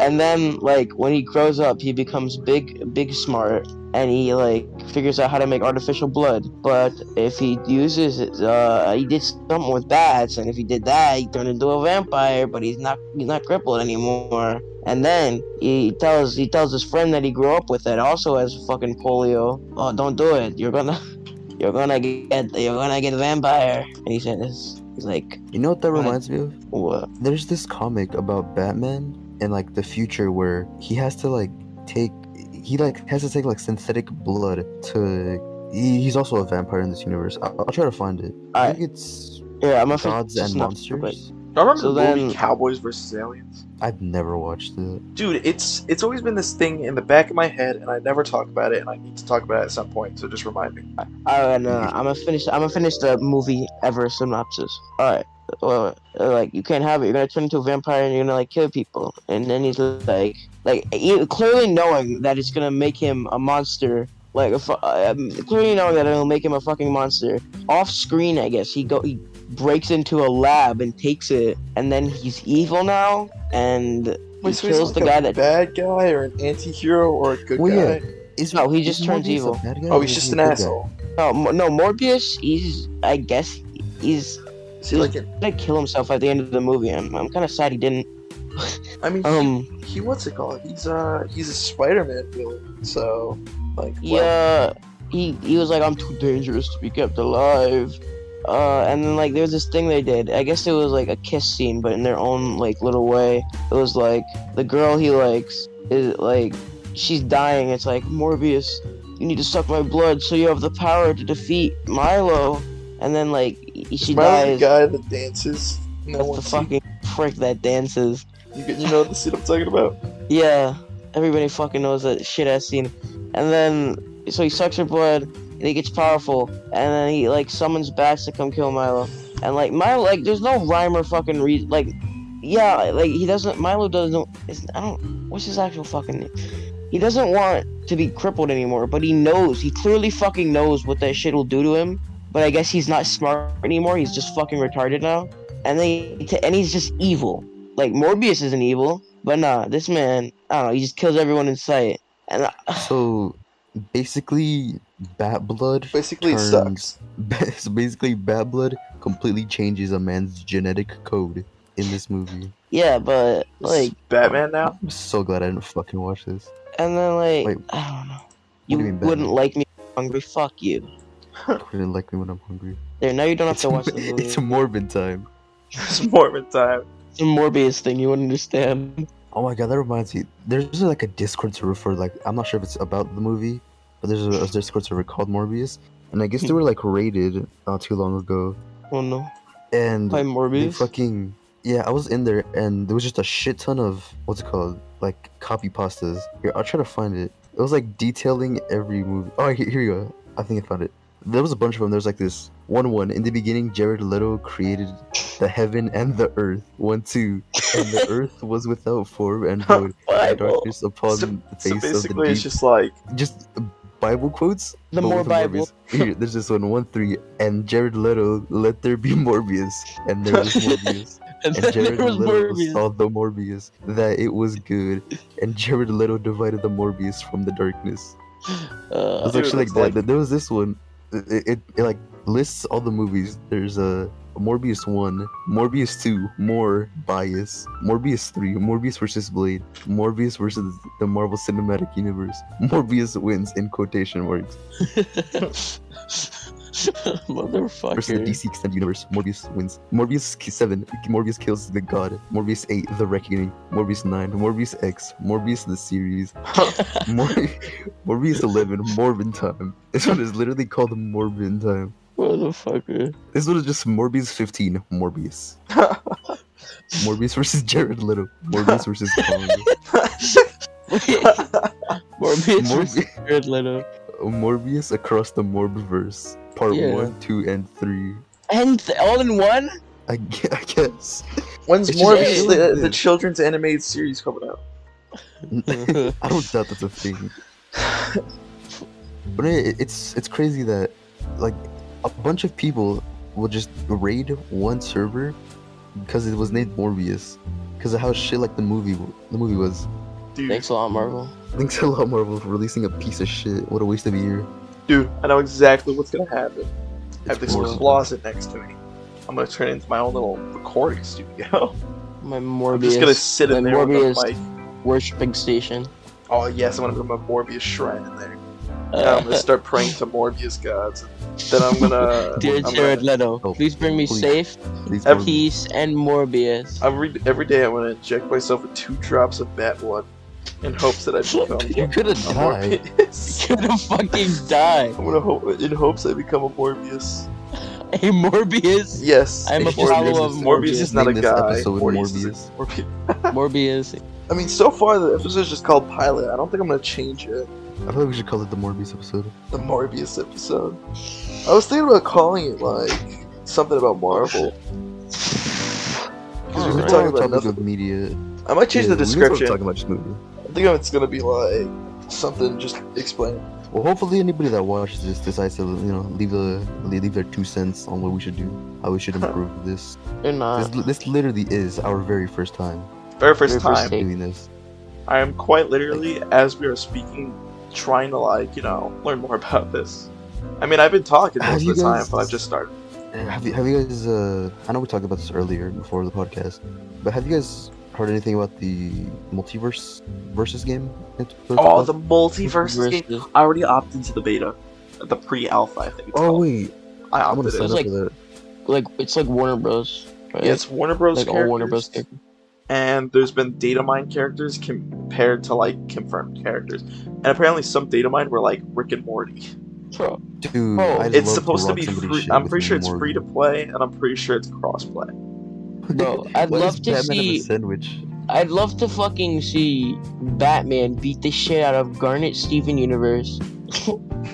[SPEAKER 3] and then like when he grows up he becomes big big smart and he like figures out how to make artificial blood but if he uses it uh he did something with bats and if he did that he turned into a vampire but he's not he's not crippled anymore and then he tells he tells his friend that he grew up with that also has fucking polio oh don't do it you're gonna you're gonna get you're gonna get vampire and he says he's like
[SPEAKER 1] You know what that
[SPEAKER 3] What?
[SPEAKER 1] reminds me of?
[SPEAKER 3] what
[SPEAKER 1] There's this comic about Batman and like the future where he has to like take he like has to take like synthetic blood to he, he's also a vampire in this universe. I, I'll try to find it. I
[SPEAKER 3] Alright.
[SPEAKER 1] think it's
[SPEAKER 3] yeah i'm a
[SPEAKER 1] Gods and Monsters.
[SPEAKER 2] Do I remember
[SPEAKER 3] So
[SPEAKER 2] the
[SPEAKER 3] then-
[SPEAKER 2] movie Cowboys vs. Aliens?
[SPEAKER 1] I've never watched it.
[SPEAKER 2] Dude, it's it's always been this thing in the back of my head and I never talk about it and I need to talk about it at some point, so just remind me.
[SPEAKER 3] All right, no, no, I'm gonna finish. I'm gonna finish the movie ever synopsis. All right, well, uh, like you can't have it. You're gonna turn into a vampire and you're gonna like kill people. And then he's like, like e- clearly knowing that it's gonna make him a monster. Like a fu- um, clearly knowing that it'll make him a fucking monster. Off screen, I guess he go he breaks into a lab and takes it, and then he's evil now and he
[SPEAKER 2] so he's
[SPEAKER 3] kills the
[SPEAKER 2] like
[SPEAKER 3] guy
[SPEAKER 2] a
[SPEAKER 3] that.
[SPEAKER 2] bad guy or an anti-hero or a good
[SPEAKER 1] Well,
[SPEAKER 2] guy?
[SPEAKER 1] yeah. Is
[SPEAKER 3] No, Oh, he just
[SPEAKER 1] is
[SPEAKER 3] turns
[SPEAKER 1] Morbius a
[SPEAKER 3] evil.
[SPEAKER 1] bad guy
[SPEAKER 2] Oh,
[SPEAKER 1] or
[SPEAKER 2] he's
[SPEAKER 1] is
[SPEAKER 2] just
[SPEAKER 1] he a
[SPEAKER 2] an
[SPEAKER 1] good guy?
[SPEAKER 2] asshole.
[SPEAKER 3] No, Mo- no, Morbius. He's I guess he's
[SPEAKER 2] Is he like an?
[SPEAKER 3] gonna kill himself at the end of the movie. I'm, I'm kind of sad he didn't.
[SPEAKER 2] I mean,
[SPEAKER 3] Um,
[SPEAKER 2] he what's it called? He's uh he's a Spider-Man villain. So like
[SPEAKER 3] he,
[SPEAKER 2] what?
[SPEAKER 3] uh, he he was like, I'm too dangerous to be kept alive. Uh, and then like there was this thing they did. I guess it was like a kiss scene, but in their own like little way. It was like the girl he likes is like she's dying. It's like Morbius, you need to suck my blood so you have the power to defeat Milo. And then like she
[SPEAKER 2] Am I the
[SPEAKER 3] dies.
[SPEAKER 2] guy that dances. No
[SPEAKER 3] That's the
[SPEAKER 2] one. See,
[SPEAKER 3] fucking prick that dances.
[SPEAKER 2] you, get- you know the scene I'm talking about.
[SPEAKER 3] Yeah, everybody fucking knows that shit ass scene. And then, so he sucks her blood, and he gets powerful, and then he like summons bats to come kill Milo. And like Milo, like there's no rhyme or fucking reason. Like, yeah, like he doesn't. Milo doesn't. It's, I don't. What's his actual fucking name? He doesn't want to be crippled anymore, but he knows. He clearly fucking knows what that shit will do to him. but I guess he's not smart anymore. He's just fucking retarded now, and they t- and he's just evil. Like Morbius isn't evil, but nah, this man, I don't know. He just kills everyone in sight, and uh, I-
[SPEAKER 1] So basically, Bat Blood
[SPEAKER 2] Basically, it sucks.
[SPEAKER 1] so basically bad blood completely changes a man's genetic code in this movie.
[SPEAKER 3] yeah, but like,
[SPEAKER 2] Batman now.
[SPEAKER 1] I'm so glad I didn't fucking watch this.
[SPEAKER 3] and then like,
[SPEAKER 1] Wait.
[SPEAKER 3] I don't know.
[SPEAKER 1] do
[SPEAKER 3] You,
[SPEAKER 1] you mean,
[SPEAKER 3] wouldn't
[SPEAKER 1] Batman?
[SPEAKER 3] like me hungry. Fuck you.
[SPEAKER 1] I couldn't like me when I'm hungry.
[SPEAKER 3] There, now you don't have
[SPEAKER 1] It's,
[SPEAKER 3] to watch the movie.
[SPEAKER 1] it's morbid time.
[SPEAKER 2] It's Mormon time.
[SPEAKER 3] It's a Morbius thing. You wouldn't understand.
[SPEAKER 1] Oh my god, that reminds me. There's like a Discord server for like I'm not sure if it's about the movie, but there's a, a Discord server called Morbius, and I guess
[SPEAKER 3] Hmm.
[SPEAKER 1] they were like raided not too long ago,
[SPEAKER 3] Oh no,
[SPEAKER 1] and
[SPEAKER 3] by
[SPEAKER 1] They
[SPEAKER 3] Morbius.
[SPEAKER 1] fucking yeah, I was in there and there was just a shit ton of what's it called, like copy pastas. Here, I'll try to find it. It was like detailing every movie. Oh, here, here you go. I think I found it. There was a bunch of them. There's like this one one in the beginning. Jared Leto created the heaven and the earth. One two, and the earth was without form and void. and
[SPEAKER 3] Bible.
[SPEAKER 1] darkness upon
[SPEAKER 2] So-
[SPEAKER 1] the face
[SPEAKER 2] So
[SPEAKER 1] of the
[SPEAKER 2] basically,
[SPEAKER 1] deep.
[SPEAKER 2] it's just like
[SPEAKER 1] just Bible quotes
[SPEAKER 3] The
[SPEAKER 1] but
[SPEAKER 3] more
[SPEAKER 1] with a
[SPEAKER 3] Bible.
[SPEAKER 1] Morbius. Here, there's this one, one three, and Jared Leto, let there be Morbius, and there was Morbius, and
[SPEAKER 3] And then
[SPEAKER 1] Jared
[SPEAKER 3] there was
[SPEAKER 1] Leto
[SPEAKER 3] Morbius.
[SPEAKER 1] saw the Morbius that it was good, and Jared Leto divided the Morbius from the darkness. It
[SPEAKER 3] Uh,
[SPEAKER 1] was
[SPEAKER 2] Dude,
[SPEAKER 1] actually like
[SPEAKER 2] that's
[SPEAKER 1] that.
[SPEAKER 2] like-
[SPEAKER 1] Th- There was this one. It, it, it like lists all the movies. There's a. Morbius 1, Morbius 2, more bias, Morbius 3, Morbius versus Blade, Morbius versus the Marvel Cinematic Universe, Morbius wins in quotation marks. versus the
[SPEAKER 3] Motherfucker.
[SPEAKER 1] DC Extended Universe. Morbius wins. Morbius ki- 7. Morbius kills the god. Morbius 8. The Reckoning. Morbius 9. Morbius X. Morbius the series. Mor- Morbius 11. Morbin Time. This one is literally called Morbin Time.
[SPEAKER 3] Motherfucker.
[SPEAKER 1] This one is just Morbius 15. Morbius. Morbius versus Jared Leto. Morbius versus Kong.
[SPEAKER 3] Morbius versus
[SPEAKER 1] Morbi-
[SPEAKER 3] Jared Leto.
[SPEAKER 1] Morbius across the Morbverse. Part
[SPEAKER 3] Yeah.
[SPEAKER 1] 1, 2, and 3.
[SPEAKER 3] And th- all in one?
[SPEAKER 1] I gue- I guess.
[SPEAKER 2] when's
[SPEAKER 1] It's just
[SPEAKER 2] Morbius
[SPEAKER 1] like-
[SPEAKER 2] the, the children's animated series coming out?
[SPEAKER 1] I don't doubt that's a thing. But it, it's it's crazy that like a bunch of people will just raid one server because it was named Morbius because of how shit like the movie w- the movie was.
[SPEAKER 2] Dude,
[SPEAKER 3] Thanks a lot, Marvel.
[SPEAKER 1] Thanks a lot, Marvel, for releasing a piece of shit. What a waste of a year.
[SPEAKER 2] dude, I know exactly what's gonna happen. I have
[SPEAKER 1] It's
[SPEAKER 2] this
[SPEAKER 1] Morbius.
[SPEAKER 2] closet next to me. I'm gonna turn it into my own little recording studio.
[SPEAKER 3] My
[SPEAKER 2] I'm
[SPEAKER 3] Morbius
[SPEAKER 2] just gonna sit in
[SPEAKER 3] my
[SPEAKER 2] there with
[SPEAKER 3] Morbius
[SPEAKER 2] a mic.
[SPEAKER 3] worshipping station.
[SPEAKER 2] Oh yes, I'm gonna put my Morbius shrine in there. And I'm gonna
[SPEAKER 3] Uh,
[SPEAKER 2] start praying to Morbius gods. Then I'm gonna.
[SPEAKER 3] dear
[SPEAKER 2] I'm gonna-
[SPEAKER 3] Jared Leto,
[SPEAKER 1] Oh,
[SPEAKER 3] please bring me
[SPEAKER 1] please.
[SPEAKER 3] safe,
[SPEAKER 1] These
[SPEAKER 2] Every-
[SPEAKER 1] Morbius-
[SPEAKER 3] peace, and Morbius.
[SPEAKER 2] Every every day I'm gonna inject myself with two drops of bat blood in hopes that I become
[SPEAKER 1] you could have
[SPEAKER 2] a
[SPEAKER 1] died.
[SPEAKER 2] Morbius.
[SPEAKER 3] gonna fucking die.
[SPEAKER 2] I'm gonna hope in hopes I become a Morbius.
[SPEAKER 3] Hey, Morbius.
[SPEAKER 2] Yes,
[SPEAKER 3] I'm a
[SPEAKER 1] They should
[SPEAKER 3] follow
[SPEAKER 1] name
[SPEAKER 3] of
[SPEAKER 1] this-
[SPEAKER 2] Morbius
[SPEAKER 1] just
[SPEAKER 2] is not
[SPEAKER 1] name
[SPEAKER 2] a
[SPEAKER 1] this
[SPEAKER 2] guy.
[SPEAKER 1] Episode
[SPEAKER 2] Morbius is-
[SPEAKER 1] Morbius.
[SPEAKER 2] Morbius.
[SPEAKER 3] Morbius.
[SPEAKER 2] I mean, so far the episode is just called pilot. I don't think I'm gonna change it.
[SPEAKER 1] I feel like we should call it the Morbius episode.
[SPEAKER 2] The Morbius episode. I was thinking about calling it like something about Marvel.
[SPEAKER 1] Because
[SPEAKER 3] Alright.
[SPEAKER 1] we're talking
[SPEAKER 2] Talking about
[SPEAKER 1] about topic
[SPEAKER 2] nothing.
[SPEAKER 1] of media.
[SPEAKER 2] I might change
[SPEAKER 1] Yeah,
[SPEAKER 2] the
[SPEAKER 1] we were
[SPEAKER 2] description.
[SPEAKER 1] talking about this movie.
[SPEAKER 2] I think it's gonna be like something just explain.
[SPEAKER 1] Well, hopefully anybody that watches this decides to, you know, leave a leave their two cents on what we should do, how we should improve this.
[SPEAKER 3] They're not.
[SPEAKER 1] This, this literally is our very first time
[SPEAKER 2] Very first
[SPEAKER 3] Very first
[SPEAKER 2] time,
[SPEAKER 3] day.
[SPEAKER 1] doing this.
[SPEAKER 2] I am quite literally, as we are speaking, trying to like you know learn more about this. I mean, I've been talking
[SPEAKER 1] Have
[SPEAKER 2] most
[SPEAKER 1] you
[SPEAKER 2] of the time,
[SPEAKER 1] guys-
[SPEAKER 2] but I've just started.
[SPEAKER 1] Have you, have you guys? Uh, I know we talked about this earlier before the podcast, but have you guys heard anything about the multiverse versus game? It's what it's
[SPEAKER 2] Oh,
[SPEAKER 1] called?
[SPEAKER 2] the multiverse game!
[SPEAKER 3] Versus-
[SPEAKER 2] I already opted into the beta, the pre-alpha. I think. It's
[SPEAKER 1] oh
[SPEAKER 2] called.
[SPEAKER 1] wait,
[SPEAKER 2] I
[SPEAKER 1] I'm gonna
[SPEAKER 2] opted in.
[SPEAKER 1] sign up
[SPEAKER 3] It's like-
[SPEAKER 1] for that.
[SPEAKER 3] Like it's like Warner Bros. Right?
[SPEAKER 2] Yeah, it's Warner Bros.
[SPEAKER 3] like all Warner Bros.
[SPEAKER 2] characters, and there's been data mine characters compared to like confirmed characters, and apparently some data mine were like Rick and Morty.
[SPEAKER 3] characters.
[SPEAKER 1] Dude,
[SPEAKER 3] Oh.
[SPEAKER 1] I just
[SPEAKER 2] It's
[SPEAKER 1] love
[SPEAKER 2] supposed to
[SPEAKER 1] rob
[SPEAKER 2] be
[SPEAKER 1] somebody's
[SPEAKER 2] free.
[SPEAKER 1] shit
[SPEAKER 2] I'm
[SPEAKER 1] with
[SPEAKER 2] pretty sure it's
[SPEAKER 1] Morbius.
[SPEAKER 2] free to play, and I'm pretty sure it's crossplay.
[SPEAKER 3] Bro, I'd
[SPEAKER 1] Why does
[SPEAKER 3] love to
[SPEAKER 1] Batman have
[SPEAKER 3] see-
[SPEAKER 1] a sandwich.
[SPEAKER 3] I'd love to fucking see Batman beat the shit out of Garnet Steven Universe.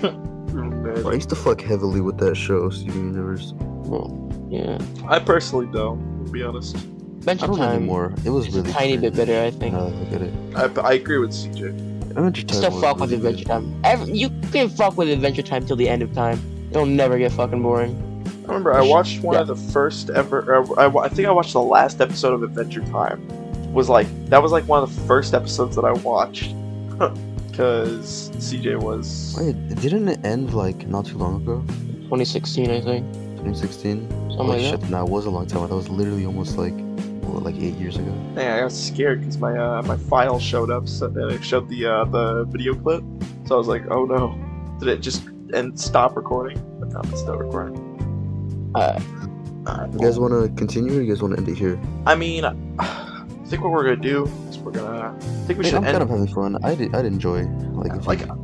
[SPEAKER 1] Bro, I used to fuck heavily with that show, Steven Universe.
[SPEAKER 3] Well, yeah.
[SPEAKER 2] I personally don't. To be honest,
[SPEAKER 1] I
[SPEAKER 3] Adventure
[SPEAKER 1] don't know
[SPEAKER 3] Time
[SPEAKER 1] anymore. It was
[SPEAKER 3] is
[SPEAKER 1] really
[SPEAKER 3] a tiny bit
[SPEAKER 1] cringe.
[SPEAKER 3] better, I think.
[SPEAKER 1] Now that I look at it.
[SPEAKER 2] I, I agree with CJ.
[SPEAKER 1] Adventure
[SPEAKER 3] Still
[SPEAKER 1] was
[SPEAKER 3] fuck with
[SPEAKER 1] really good.
[SPEAKER 3] Adventure Time. Ev- you can fuck with Adventure Time till the end of time. It'll never get fucking boring.
[SPEAKER 2] I remember I watched one of the first ever. Or I, wa- I think I watched the last episode of Adventure Time. Was like that was like one of the first episodes that I watched because CJ was.
[SPEAKER 1] Wait, didn't it end like not too long ago?
[SPEAKER 3] 2016, I think.
[SPEAKER 1] 2016?
[SPEAKER 3] Something
[SPEAKER 1] Oh
[SPEAKER 3] like that.
[SPEAKER 1] shit, nah, it was a long time. That was literally almost like what, like eight years ago.
[SPEAKER 2] Man, I got scared because my uh, my file showed up. So uh, it showed the uh, the video clip. So I was like, oh no, did it just and stop recording? But no, it's still recording.
[SPEAKER 3] Uh,
[SPEAKER 2] Alright,
[SPEAKER 1] You
[SPEAKER 2] well,
[SPEAKER 1] guys want to continue, or you guys want to end it here?
[SPEAKER 2] I mean, I think what we're gonna do is we're gonna. I think we
[SPEAKER 1] I
[SPEAKER 2] should
[SPEAKER 1] am kind
[SPEAKER 2] end.
[SPEAKER 1] of having fun. I did. I'd enjoy like if
[SPEAKER 2] Like,
[SPEAKER 1] like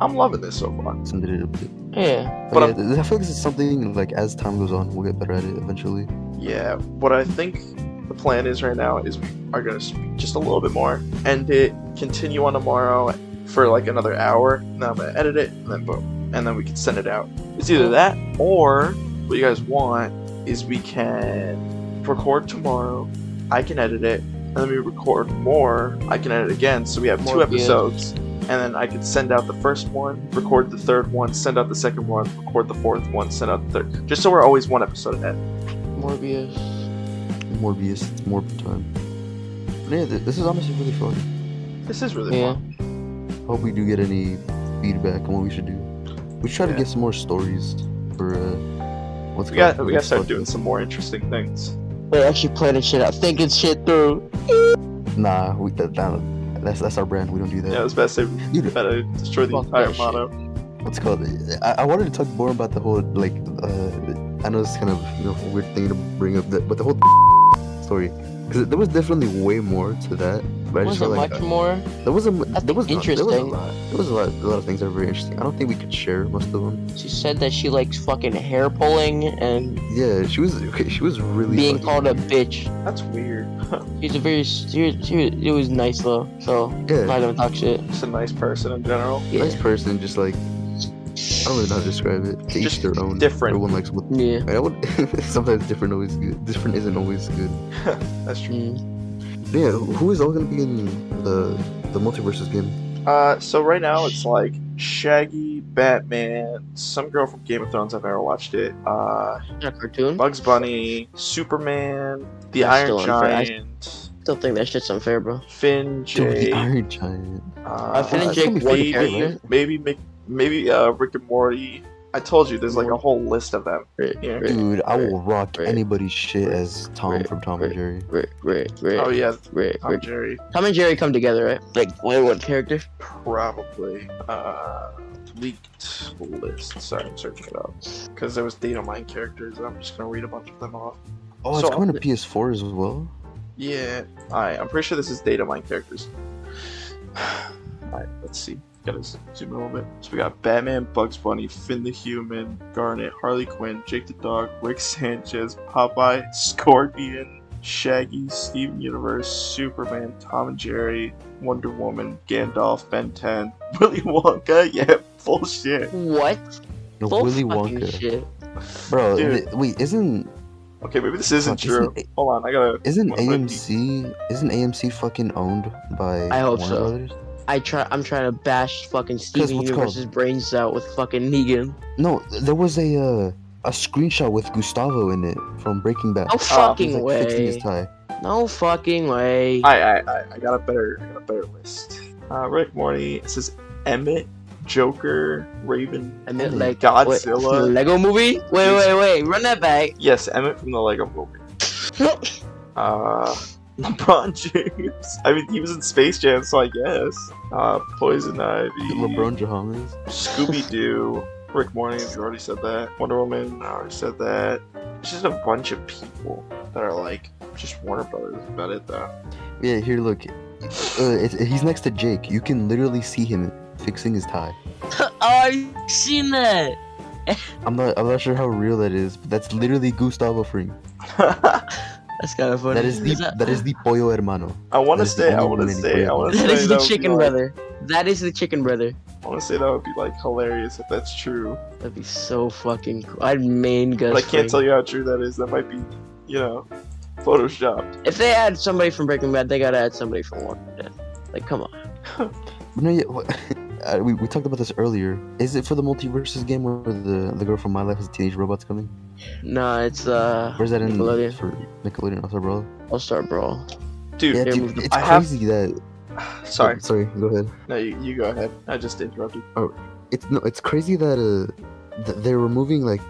[SPEAKER 2] I'm loving this so far.
[SPEAKER 1] ended it a bit.
[SPEAKER 3] yeah.
[SPEAKER 2] But
[SPEAKER 1] But yeah, I feel like this is something like as time goes on, we'll get better at it eventually.
[SPEAKER 2] Yeah, what I think the plan is right now is we are going to speak just a little bit more, end it, continue on tomorrow for like another hour, and then I'm going to edit it, and then boom. And then we can send it out. It's either that, or what you guys want is we can record tomorrow, I can edit it, and then we record more, I can edit again, so we have two
[SPEAKER 3] More views.
[SPEAKER 2] episodes. And then I could send out the first one, record the third one, send out the second one, record the fourth one, send out the third. Just so we're always one episode ahead.
[SPEAKER 3] Morbius.
[SPEAKER 1] Morbius, it's Morbid time. But yeah, th- this is honestly really fun.
[SPEAKER 2] This is really
[SPEAKER 3] Yeah.
[SPEAKER 2] fun.
[SPEAKER 1] Hope we do get any feedback on what we should do. We should try
[SPEAKER 2] Yeah.
[SPEAKER 1] to get some more stories for uh, what's
[SPEAKER 2] We got we gotta start doing some more interesting things.
[SPEAKER 3] We're actually planning shit out, thinking shit through.
[SPEAKER 1] Nah, we that, that, that's that's our brand. We don't do that.
[SPEAKER 2] Yeah, I was about to say we
[SPEAKER 1] Dude,
[SPEAKER 2] gotta destroy the
[SPEAKER 3] Fuck
[SPEAKER 2] entire
[SPEAKER 3] that shit.
[SPEAKER 2] motto.
[SPEAKER 1] what's it called? I, I wanted to talk more about the whole like uh, I know it's kind of you know a weird thing to bring up, that, but the whole story because there was definitely way more to that. But I just
[SPEAKER 3] Wasn't
[SPEAKER 1] felt like uh,
[SPEAKER 3] much more.
[SPEAKER 1] there was a m-
[SPEAKER 3] That's
[SPEAKER 1] there was not- there was a
[SPEAKER 3] interesting.
[SPEAKER 1] lot. There was a lot, a lot of things that were very interesting. I don't think we could share most of them.
[SPEAKER 3] She said that she likes fucking hair pulling and
[SPEAKER 1] Yeah, she was okay. She was really
[SPEAKER 3] being
[SPEAKER 1] fucking
[SPEAKER 3] called a
[SPEAKER 1] weird.
[SPEAKER 3] bitch.
[SPEAKER 2] That's weird.
[SPEAKER 3] She's a very she was, she was, it was nice though, so I'm
[SPEAKER 1] Yeah,
[SPEAKER 3] not gonna talk shit.
[SPEAKER 2] Just a nice person in general.
[SPEAKER 3] Yeah,
[SPEAKER 1] nice person. Just like I don't really know how to describe it. To each
[SPEAKER 2] Just
[SPEAKER 1] their own.
[SPEAKER 2] different.
[SPEAKER 1] Everyone likes what.
[SPEAKER 3] yeah.
[SPEAKER 1] I would, sometimes different always good. Different isn't always good.
[SPEAKER 2] That's true.
[SPEAKER 3] Mm.
[SPEAKER 1] Yeah, who is all gonna be in the the multiverses game?
[SPEAKER 2] Uh, so right now it's like Shaggy, Batman, some girl from Game of Thrones. I've never watched it. Uh,
[SPEAKER 3] Not a cartoon.
[SPEAKER 2] Bugs Bunny, Superman, the
[SPEAKER 3] That's
[SPEAKER 2] Iron
[SPEAKER 3] still unfair. I-
[SPEAKER 2] Giant,
[SPEAKER 3] Still think that shit's unfair, bro.
[SPEAKER 2] Finn,
[SPEAKER 1] Dude, the
[SPEAKER 2] Jake,
[SPEAKER 1] Iron Giant.
[SPEAKER 2] uh,
[SPEAKER 3] Finn and
[SPEAKER 1] that's
[SPEAKER 3] Jake
[SPEAKER 1] gonna be
[SPEAKER 3] one
[SPEAKER 1] fun.
[SPEAKER 2] maybe
[SPEAKER 3] character.
[SPEAKER 2] maybe Mc- maybe uh, Rick and Morty. I told you, there's like a whole list of them.
[SPEAKER 3] Right,
[SPEAKER 2] Yeah.
[SPEAKER 3] right,
[SPEAKER 1] Dude, I will rock
[SPEAKER 3] right,
[SPEAKER 1] anybody's shit as Tom
[SPEAKER 3] right,
[SPEAKER 1] from Tom
[SPEAKER 3] right.
[SPEAKER 1] and Jerry.
[SPEAKER 3] right, right, right,
[SPEAKER 2] Oh yeah, Oh.
[SPEAKER 3] right,
[SPEAKER 2] Tom and
[SPEAKER 3] right.
[SPEAKER 2] Jerry.
[SPEAKER 3] Tom and Jerry come together, right? Like, wait, what character?
[SPEAKER 2] probably uh, leaked list. Sorry, I'm searching it up because there was data mine characters, and I'm just gonna read a bunch of them off.
[SPEAKER 1] Oh, it's
[SPEAKER 2] So-
[SPEAKER 1] coming to PS4 as well.
[SPEAKER 2] Yeah, all right. I'm pretty sure this is data mine characters. all right, let's see. Gotta zoom in a little bit. So we got Batman, Bugs Bunny, Finn the Human, Garnet, Harley Quinn, Jake the Dog, Rick Sanchez, Popeye, Scorpion, Shaggy, Steven Universe, Superman, Tom and Jerry, Wonder Woman, Gandalf, Ben 10, Willy Wonka. Yeah, bullshit.
[SPEAKER 3] What?
[SPEAKER 1] No,
[SPEAKER 3] Full
[SPEAKER 1] Willy
[SPEAKER 3] fucking
[SPEAKER 1] Wonka,
[SPEAKER 3] Shit.
[SPEAKER 1] bro.
[SPEAKER 2] Dude.
[SPEAKER 1] th- wait, isn't
[SPEAKER 2] Okay, maybe this isn't
[SPEAKER 1] Fuck,
[SPEAKER 2] true.
[SPEAKER 1] isn't it-
[SPEAKER 2] Hold on, I gotta.
[SPEAKER 1] isn't
[SPEAKER 2] What would it be?
[SPEAKER 1] AMC isn't AMC fucking owned by
[SPEAKER 3] I hope
[SPEAKER 1] Warner
[SPEAKER 3] so.
[SPEAKER 1] Brothers?
[SPEAKER 3] I try. I'm trying to bash fucking Steven
[SPEAKER 1] what's called-
[SPEAKER 3] Universe's brains out with fucking Negan.
[SPEAKER 1] No, th- there was a uh, a screenshot with Gustavo in it from Breaking Bad.
[SPEAKER 3] No
[SPEAKER 1] Oh, He's,
[SPEAKER 3] fucking
[SPEAKER 1] like, fixing his
[SPEAKER 3] way.
[SPEAKER 1] tie.
[SPEAKER 3] No fucking way.
[SPEAKER 2] I, I, I, I got a better, I got a better list. Uh, Rick Morty. It says Emmett, Joker, Raven,
[SPEAKER 3] I meant like wait,
[SPEAKER 2] Godzilla.
[SPEAKER 3] Lego movie. Wait, wait, wait. Run that back.
[SPEAKER 2] Yes, Emmett from the Lego Movie. Uh, LeBron James. I mean, he was in Space Jam, so I guess. Uh, Poison Ivy.
[SPEAKER 1] LeBron James.
[SPEAKER 2] Scooby Doo. Rick Morty. You already said that. Wonder Woman. I already said that. It's just a bunch of people that are like just Warner Brothers. That's About it though.
[SPEAKER 1] Yeah, here, look. Uh, it's, he's next to Jake. You can literally see him fixing his tie.
[SPEAKER 3] oh, I've seen that.
[SPEAKER 1] I'm not. I'm not sure how real that is, but that's literally Gustavo Fring.
[SPEAKER 3] That's kind of funny.
[SPEAKER 1] That is the that is the pollo hermano.
[SPEAKER 2] I want
[SPEAKER 1] That
[SPEAKER 2] to
[SPEAKER 1] is the
[SPEAKER 2] say, I
[SPEAKER 1] only
[SPEAKER 2] want to
[SPEAKER 1] winning
[SPEAKER 2] say,
[SPEAKER 1] player.
[SPEAKER 2] I want to say
[SPEAKER 3] that is
[SPEAKER 2] that
[SPEAKER 3] the
[SPEAKER 2] would be,
[SPEAKER 3] chicken
[SPEAKER 2] like-
[SPEAKER 3] brother. That is the chicken brother.
[SPEAKER 2] I want to say that would be like hilarious if that's true,
[SPEAKER 3] That'd be so fucking. Cool. I'd main Gus.
[SPEAKER 2] but I can't
[SPEAKER 3] Fring.
[SPEAKER 2] tell you how true that is. That might be, you know, photoshopped.
[SPEAKER 3] If they add somebody from Breaking Bad, they gotta add somebody from Walking Dead. Like, come on.
[SPEAKER 1] No, yeah, what- I, we, we talked about this earlier. Is it for the multiverses game where the, the girl from My Life is Teenage Robot's coming?
[SPEAKER 3] No, it's uh,
[SPEAKER 1] Or is that in
[SPEAKER 3] Nickelodeon.
[SPEAKER 1] for Nickelodeon also, bro?
[SPEAKER 3] All Star Brawl.
[SPEAKER 2] Dude,
[SPEAKER 1] Yeah,
[SPEAKER 3] they
[SPEAKER 1] dude,
[SPEAKER 3] moved the-
[SPEAKER 1] it's
[SPEAKER 2] I have-
[SPEAKER 1] crazy that. oh,
[SPEAKER 2] sorry.
[SPEAKER 1] Sorry, go ahead.
[SPEAKER 2] No, you, you go ahead. I just interrupted.
[SPEAKER 1] It's no, it's crazy that uh, th- they're removing like,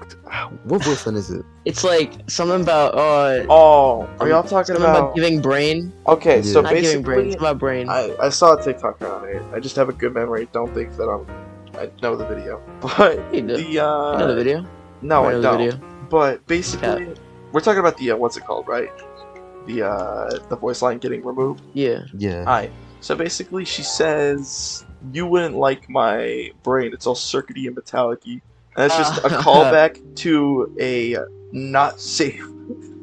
[SPEAKER 1] what voice then is it?
[SPEAKER 3] It's like something about uh,
[SPEAKER 2] Oh, are y'all talking
[SPEAKER 3] something about,
[SPEAKER 2] about?
[SPEAKER 3] giving brain,
[SPEAKER 2] Okay, so
[SPEAKER 1] Yeah.
[SPEAKER 3] not giving brain,
[SPEAKER 2] basically,
[SPEAKER 3] it's about brain.
[SPEAKER 2] I, I saw a TikTok around it. I just have a good memory. Don't think that I'm. I know the video, but
[SPEAKER 3] You know-
[SPEAKER 2] the
[SPEAKER 3] you know the
[SPEAKER 2] uh,
[SPEAKER 3] video.
[SPEAKER 2] no,
[SPEAKER 3] You
[SPEAKER 2] I
[SPEAKER 3] know the
[SPEAKER 2] don't.
[SPEAKER 3] video?
[SPEAKER 2] But basically, we're talking about the uh, what's it called, right? The uh, the voice line getting removed.
[SPEAKER 3] Yeah.
[SPEAKER 1] Yeah.
[SPEAKER 2] Alright. So basically, she says, "You wouldn't like my brain. It's all circuity and metallicy." And that's just a
[SPEAKER 3] Ah.
[SPEAKER 2] callback to a not safe,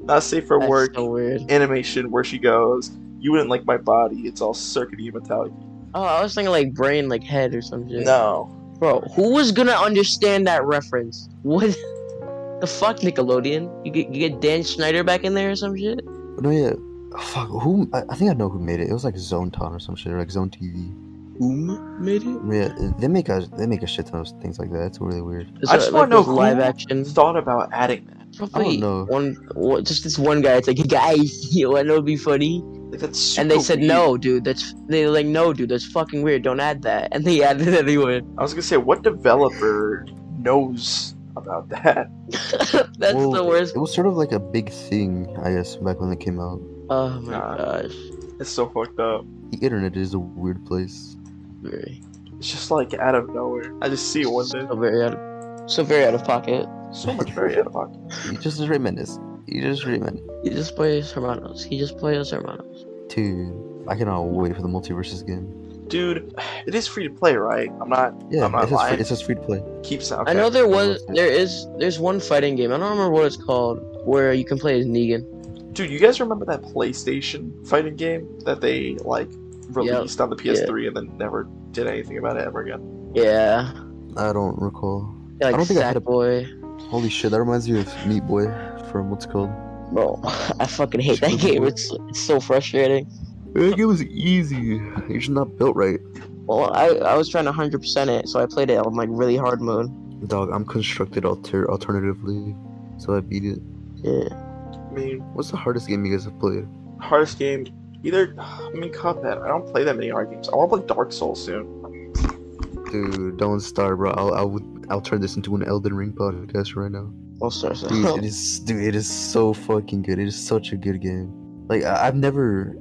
[SPEAKER 2] not safe for
[SPEAKER 3] That's
[SPEAKER 2] work
[SPEAKER 3] so weird.
[SPEAKER 2] animation where she goes, "You wouldn't like my body. It's all circuity and metallicy."
[SPEAKER 3] Oh, I was thinking like brain, like head or some shit.
[SPEAKER 2] No.
[SPEAKER 3] Bro, who was gonna understand that reference? What the fuck, Nickelodeon? You get, you get Dan Schneider back in there or some shit?
[SPEAKER 1] No, yeah. Fuck, who? I, I think I know who made it. It was like Zone Town or some shit, or like Zone TV.
[SPEAKER 3] Whom made it?
[SPEAKER 1] Yeah, they make a they make a shit ton of things like that. It's really weird.
[SPEAKER 2] I just wanna know who-
[SPEAKER 3] live action.
[SPEAKER 2] Thought about adding that.
[SPEAKER 3] Probably
[SPEAKER 1] know.
[SPEAKER 3] one, one, just this one guy. It's like, guys, you want to be funny?
[SPEAKER 2] Like that's. Super
[SPEAKER 3] And they said,
[SPEAKER 2] weird.
[SPEAKER 3] no, dude. That's they were like, no, dude. That's fucking weird. Don't add that. And they added it anyway.
[SPEAKER 2] I was gonna say, what developer knows about that?
[SPEAKER 3] that's
[SPEAKER 1] Well,
[SPEAKER 3] the worst.
[SPEAKER 1] It was sort of like a big thing, I guess, back when it came out.
[SPEAKER 3] Oh my
[SPEAKER 2] Nah.
[SPEAKER 3] gosh.
[SPEAKER 2] It's so fucked up.
[SPEAKER 1] The internet is a weird place.
[SPEAKER 3] Very,
[SPEAKER 2] It's just like out of nowhere. I just see it one day.
[SPEAKER 3] so very out of, so very out of pocket.
[SPEAKER 2] So much very out of pocket.
[SPEAKER 1] You just straight menace. You just straight menace.
[SPEAKER 3] He just plays Hermanos. He just plays Hermanos.
[SPEAKER 1] Dude, I cannot wait for the multiverses game.
[SPEAKER 2] Dude, it is free to play, right? I'm not
[SPEAKER 1] Yeah,
[SPEAKER 2] I'm not
[SPEAKER 1] it's, just free,
[SPEAKER 2] lying.
[SPEAKER 1] it's just free to play.
[SPEAKER 2] keep sound.
[SPEAKER 3] I know there was,
[SPEAKER 1] Hermanos, yeah.
[SPEAKER 3] there is, there's one fighting game. I don't remember what it's called, where you can play as Negan.
[SPEAKER 2] Dude, you guys remember that PlayStation fighting game that they like released on the PS3 and then never did anything about it ever again?
[SPEAKER 3] Yeah,
[SPEAKER 1] I don't recall.
[SPEAKER 3] Yeah, like
[SPEAKER 1] don't think I had a-
[SPEAKER 3] Sackboy.
[SPEAKER 1] Holy shit, that reminds me of Meat Boy from what's it called.
[SPEAKER 3] Bro, I fucking hate that
[SPEAKER 1] Sackboy.
[SPEAKER 3] game. It's, it's so frustrating.
[SPEAKER 1] That game was easy. You're just not built right.
[SPEAKER 3] Well, I, I was trying to 100% it, so I played it on like really hard mode.
[SPEAKER 1] Dog, I'm constructed alter- alternatively, so I beat it.
[SPEAKER 3] Yeah.
[SPEAKER 2] I mean,
[SPEAKER 1] What's the hardest game you guys have played?
[SPEAKER 2] hardest game. Either I mean, Cuphead. I don't play that many hard games. I want to play Dark Souls soon.
[SPEAKER 1] Dude, don't start, bro. I'll, I'll, I'll turn this into an Elden Ring podcast right now.
[SPEAKER 3] All stars.
[SPEAKER 1] Dude, it is, dude, it is so fucking good. It is such a good game. Like, I- I've never.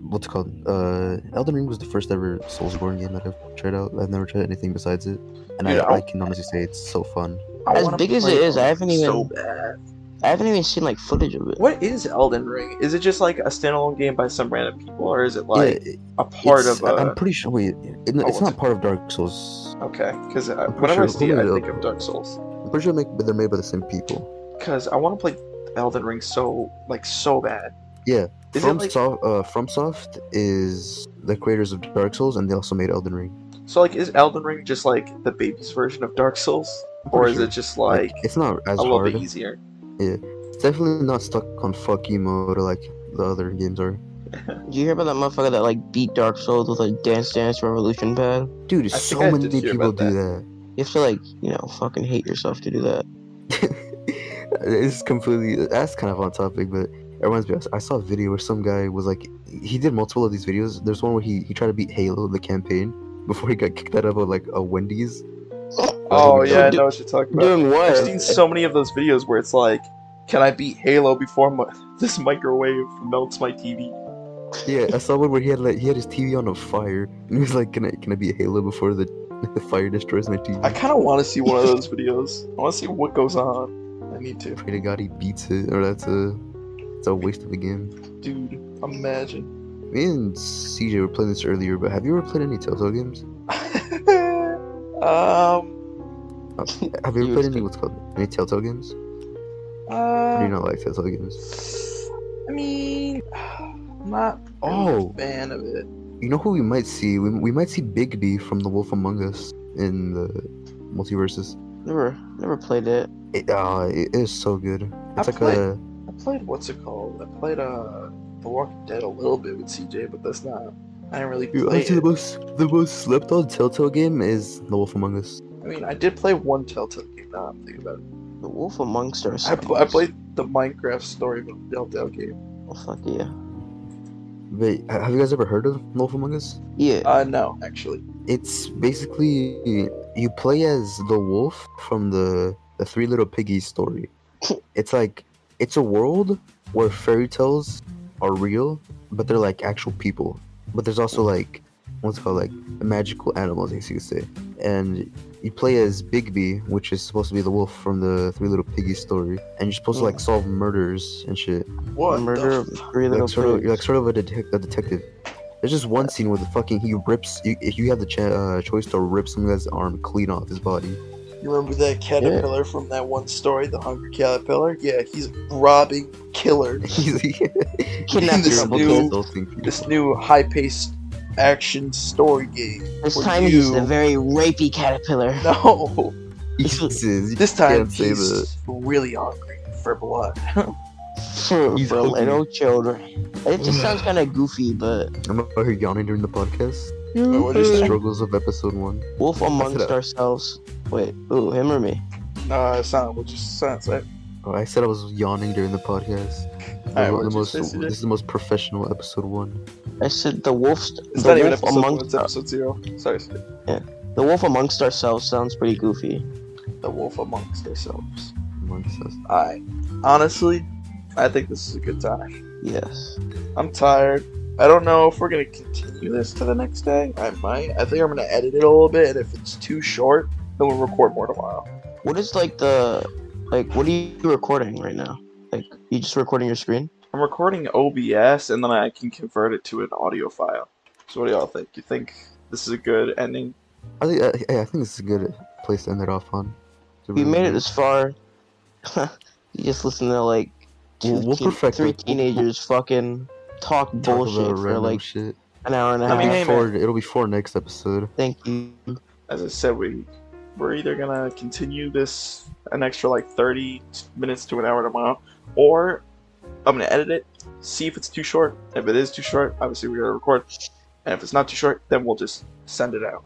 [SPEAKER 1] What's it called? Uh, Elden Ring was the first ever Soulsborne game that I've tried out. I've never tried anything besides it. And
[SPEAKER 2] Dude,
[SPEAKER 1] I,
[SPEAKER 2] I-
[SPEAKER 1] I can honestly say it's so fun.
[SPEAKER 2] I
[SPEAKER 3] As
[SPEAKER 2] wanna
[SPEAKER 3] big as
[SPEAKER 2] play
[SPEAKER 3] it is, I haven't
[SPEAKER 2] so
[SPEAKER 3] even-
[SPEAKER 2] bad.
[SPEAKER 3] I haven't even seen like footage of it.
[SPEAKER 2] What is Elden Ring? Is it just like a standalone game by some random people, or is it
[SPEAKER 1] Yeah,
[SPEAKER 2] like
[SPEAKER 1] it-
[SPEAKER 2] a part
[SPEAKER 1] it's-
[SPEAKER 2] of? a?
[SPEAKER 1] I'm pretty sure. Wait, it, it's
[SPEAKER 2] what's
[SPEAKER 1] not
[SPEAKER 2] it-
[SPEAKER 1] part of Dark Souls.
[SPEAKER 2] Okay, because
[SPEAKER 1] I'm pretty
[SPEAKER 2] whenever I
[SPEAKER 1] sure-
[SPEAKER 2] see it, I
[SPEAKER 1] who made
[SPEAKER 2] think
[SPEAKER 1] it?
[SPEAKER 2] of Dark Souls.
[SPEAKER 1] I'm pretty sure make, they're made by the same people.
[SPEAKER 2] Because I want to play Elden Ring so like so bad.
[SPEAKER 1] Yeah,
[SPEAKER 2] Is
[SPEAKER 1] From
[SPEAKER 2] it like, so-,
[SPEAKER 1] Soft, uh, FromSoft is the creators of Dark Souls, and they also made Elden Ring.
[SPEAKER 2] Like, is Elden Ring just like the baby's version of Dark Souls,
[SPEAKER 1] I'm
[SPEAKER 2] or
[SPEAKER 1] pretty
[SPEAKER 2] is
[SPEAKER 1] sure.
[SPEAKER 2] it just like
[SPEAKER 1] it's not as
[SPEAKER 2] a little
[SPEAKER 1] hard?
[SPEAKER 2] bit easier?
[SPEAKER 1] It's definitely not stuck on fuck you mode or like the other games are.
[SPEAKER 3] Did you hear about that motherfucker that like beat Dark Souls with a Dance Dance Revolution pad?
[SPEAKER 1] Dude,
[SPEAKER 2] I
[SPEAKER 1] so
[SPEAKER 2] think I
[SPEAKER 1] many
[SPEAKER 2] did hear
[SPEAKER 1] people
[SPEAKER 2] about
[SPEAKER 1] do that.
[SPEAKER 3] You have to like, you know, fucking hate yourself to do that.
[SPEAKER 1] It's completely that's kind of on topic, but it reminds me. I s- I saw a video where some guy was like, he did multiple of these videos. There's one where he he tried to beat Halo the campaign before he got kicked out of a, like a Wendy's.
[SPEAKER 2] Oh
[SPEAKER 1] Like,
[SPEAKER 2] yeah, I
[SPEAKER 3] do-
[SPEAKER 2] know what you're talking about.
[SPEAKER 3] Doing
[SPEAKER 2] I've
[SPEAKER 3] what?
[SPEAKER 2] seen so many of those videos where it's like, can I beat Halo before my- this microwave melts my TV?
[SPEAKER 1] Yeah, I saw one where he had like he had his TV on a fire, and he was like, "Can I can I beat Halo before the, the fire destroys my TV?"
[SPEAKER 2] I kind of want to see one of those videos. I want to see what goes on. I need to,
[SPEAKER 1] Pray to God he beats it, or that's a it's a waste of a game.
[SPEAKER 2] dude. Imagine.
[SPEAKER 1] Me and CJ were playing this earlier, but have you ever played any Telltale games?
[SPEAKER 2] um.
[SPEAKER 1] Have you
[SPEAKER 3] You
[SPEAKER 1] ever played
[SPEAKER 3] was
[SPEAKER 1] any what's called any Telltale games? Or do you
[SPEAKER 2] Uh,
[SPEAKER 1] not like Telltale games?
[SPEAKER 2] I mean, I'm not really
[SPEAKER 1] Oh,
[SPEAKER 2] a fan of it.
[SPEAKER 1] you know who we might see? We, we might see Bigby from The Wolf Among Us in the multiverses.
[SPEAKER 3] Never, never played it.
[SPEAKER 1] It, uh, it is so good. It's like
[SPEAKER 2] played-
[SPEAKER 1] a
[SPEAKER 2] I played what's it called? I played uh The Walking Dead a little bit with CJ, but that's not I didn't really
[SPEAKER 1] Dude,
[SPEAKER 2] play
[SPEAKER 1] honestly, the
[SPEAKER 2] it.
[SPEAKER 1] most the most slept on Telltale game is The Wolf Among Us.
[SPEAKER 2] I mean, I did play one Telltale game. Now I'm thinking about it.
[SPEAKER 4] The Wolf Amongst Us.
[SPEAKER 2] I, pl- I played the Minecraft story mode Telltale game.
[SPEAKER 4] Oh, fuck yeah.
[SPEAKER 1] Wait, ha- have you guys ever heard of The Wolf Among Us?
[SPEAKER 4] Yeah.
[SPEAKER 2] Uh, no, actually.
[SPEAKER 1] It's basically you play as the wolf from the the Three Little Piggies story. It's like it's a world where fairy tales are real, but they're like actual people. But there's also like what's it called like magical animals, I guess you could say. And you play as Bigby, which is supposed to be the wolf from the Three Little Piggies story, and you're supposed to like solve murders and shit.
[SPEAKER 2] What?
[SPEAKER 4] Murder
[SPEAKER 2] The
[SPEAKER 4] of
[SPEAKER 2] f-
[SPEAKER 4] three
[SPEAKER 1] You're
[SPEAKER 4] little
[SPEAKER 1] like sort of,
[SPEAKER 4] pigs.
[SPEAKER 1] you're like sort of a, detec- a detective. There's just one scene where the fucking he rips. You, if you have the ch- uh, choice to rip some guy's arm clean off his body,
[SPEAKER 2] You remember that caterpillar from that one story, the Hungry Caterpillar? Yeah, he's robbing killer.
[SPEAKER 1] he's he,
[SPEAKER 3] Kidnapped
[SPEAKER 2] This
[SPEAKER 3] trouble
[SPEAKER 2] dude-
[SPEAKER 3] kids.
[SPEAKER 2] This new high-paced action story game.
[SPEAKER 3] This
[SPEAKER 2] Would
[SPEAKER 3] time he's
[SPEAKER 2] you-
[SPEAKER 3] a very rapey caterpillar.
[SPEAKER 2] No,
[SPEAKER 1] Jesus,
[SPEAKER 2] this time
[SPEAKER 1] can't say
[SPEAKER 2] he's really hungry for blood.
[SPEAKER 4] for,
[SPEAKER 1] He's
[SPEAKER 4] for
[SPEAKER 1] ugly.
[SPEAKER 4] little children. It just sounds kind of goofy, but
[SPEAKER 1] I'm out here yawning during the podcast.
[SPEAKER 2] what is that?
[SPEAKER 1] Struggles of episode one.
[SPEAKER 4] Wolf amongst
[SPEAKER 1] up.
[SPEAKER 4] ourselves. Wait, ooh, him or me?
[SPEAKER 2] No, Uh, it's not. We'll just silence it.
[SPEAKER 1] Oh, I said I was yawning during the podcast.
[SPEAKER 2] Alright,
[SPEAKER 1] The- the
[SPEAKER 2] what did you
[SPEAKER 1] most,
[SPEAKER 2] say,
[SPEAKER 1] this
[SPEAKER 2] CJ?
[SPEAKER 1] is the most professional episode one.
[SPEAKER 4] I said the wolf. The
[SPEAKER 2] It's not
[SPEAKER 4] wolf
[SPEAKER 2] even episode one.
[SPEAKER 4] amongst
[SPEAKER 2] It's episode zero. Sorry, sorry.
[SPEAKER 4] the wolf amongst ourselves sounds pretty goofy.
[SPEAKER 2] the wolf amongst ourselves.
[SPEAKER 1] Amongst us.
[SPEAKER 2] I honestly, I think this is a good time.
[SPEAKER 4] Yes.
[SPEAKER 2] I'm tired. I don't know if we're gonna continue this to the next day. I might. I think I'm gonna edit it a little bit, and if it's too short, then we'll record more tomorrow.
[SPEAKER 4] What is like the like? What are you recording right now? Like you just recording your screen?
[SPEAKER 2] I'm recording OBS, and then I can convert it to an audio file. So what do y'all think? You think this is a good ending?
[SPEAKER 1] I think uh, I, I think this is a good place to end it off on. It's a
[SPEAKER 4] We
[SPEAKER 1] really
[SPEAKER 4] made it
[SPEAKER 1] good-
[SPEAKER 4] this far. you just listen to like two
[SPEAKER 1] We'll- we'll
[SPEAKER 4] teen-
[SPEAKER 1] perfect
[SPEAKER 4] three
[SPEAKER 1] it. We'll-
[SPEAKER 4] teenagers fucking talk
[SPEAKER 1] talk about
[SPEAKER 4] bullshit for
[SPEAKER 1] random
[SPEAKER 4] like
[SPEAKER 1] shit.
[SPEAKER 4] an hour and a
[SPEAKER 2] I
[SPEAKER 4] half.
[SPEAKER 2] mean,
[SPEAKER 1] It'll
[SPEAKER 2] hey,
[SPEAKER 1] be for it'll be for next episode.
[SPEAKER 4] Thank you.
[SPEAKER 2] As I said, we we're either gonna continue this an extra like 30 minutes to an hour tomorrow, or I'm gonna edit it, see if it's too short. If it is too short, obviously we're gonna record, and if it's not too short, then we'll just send it out.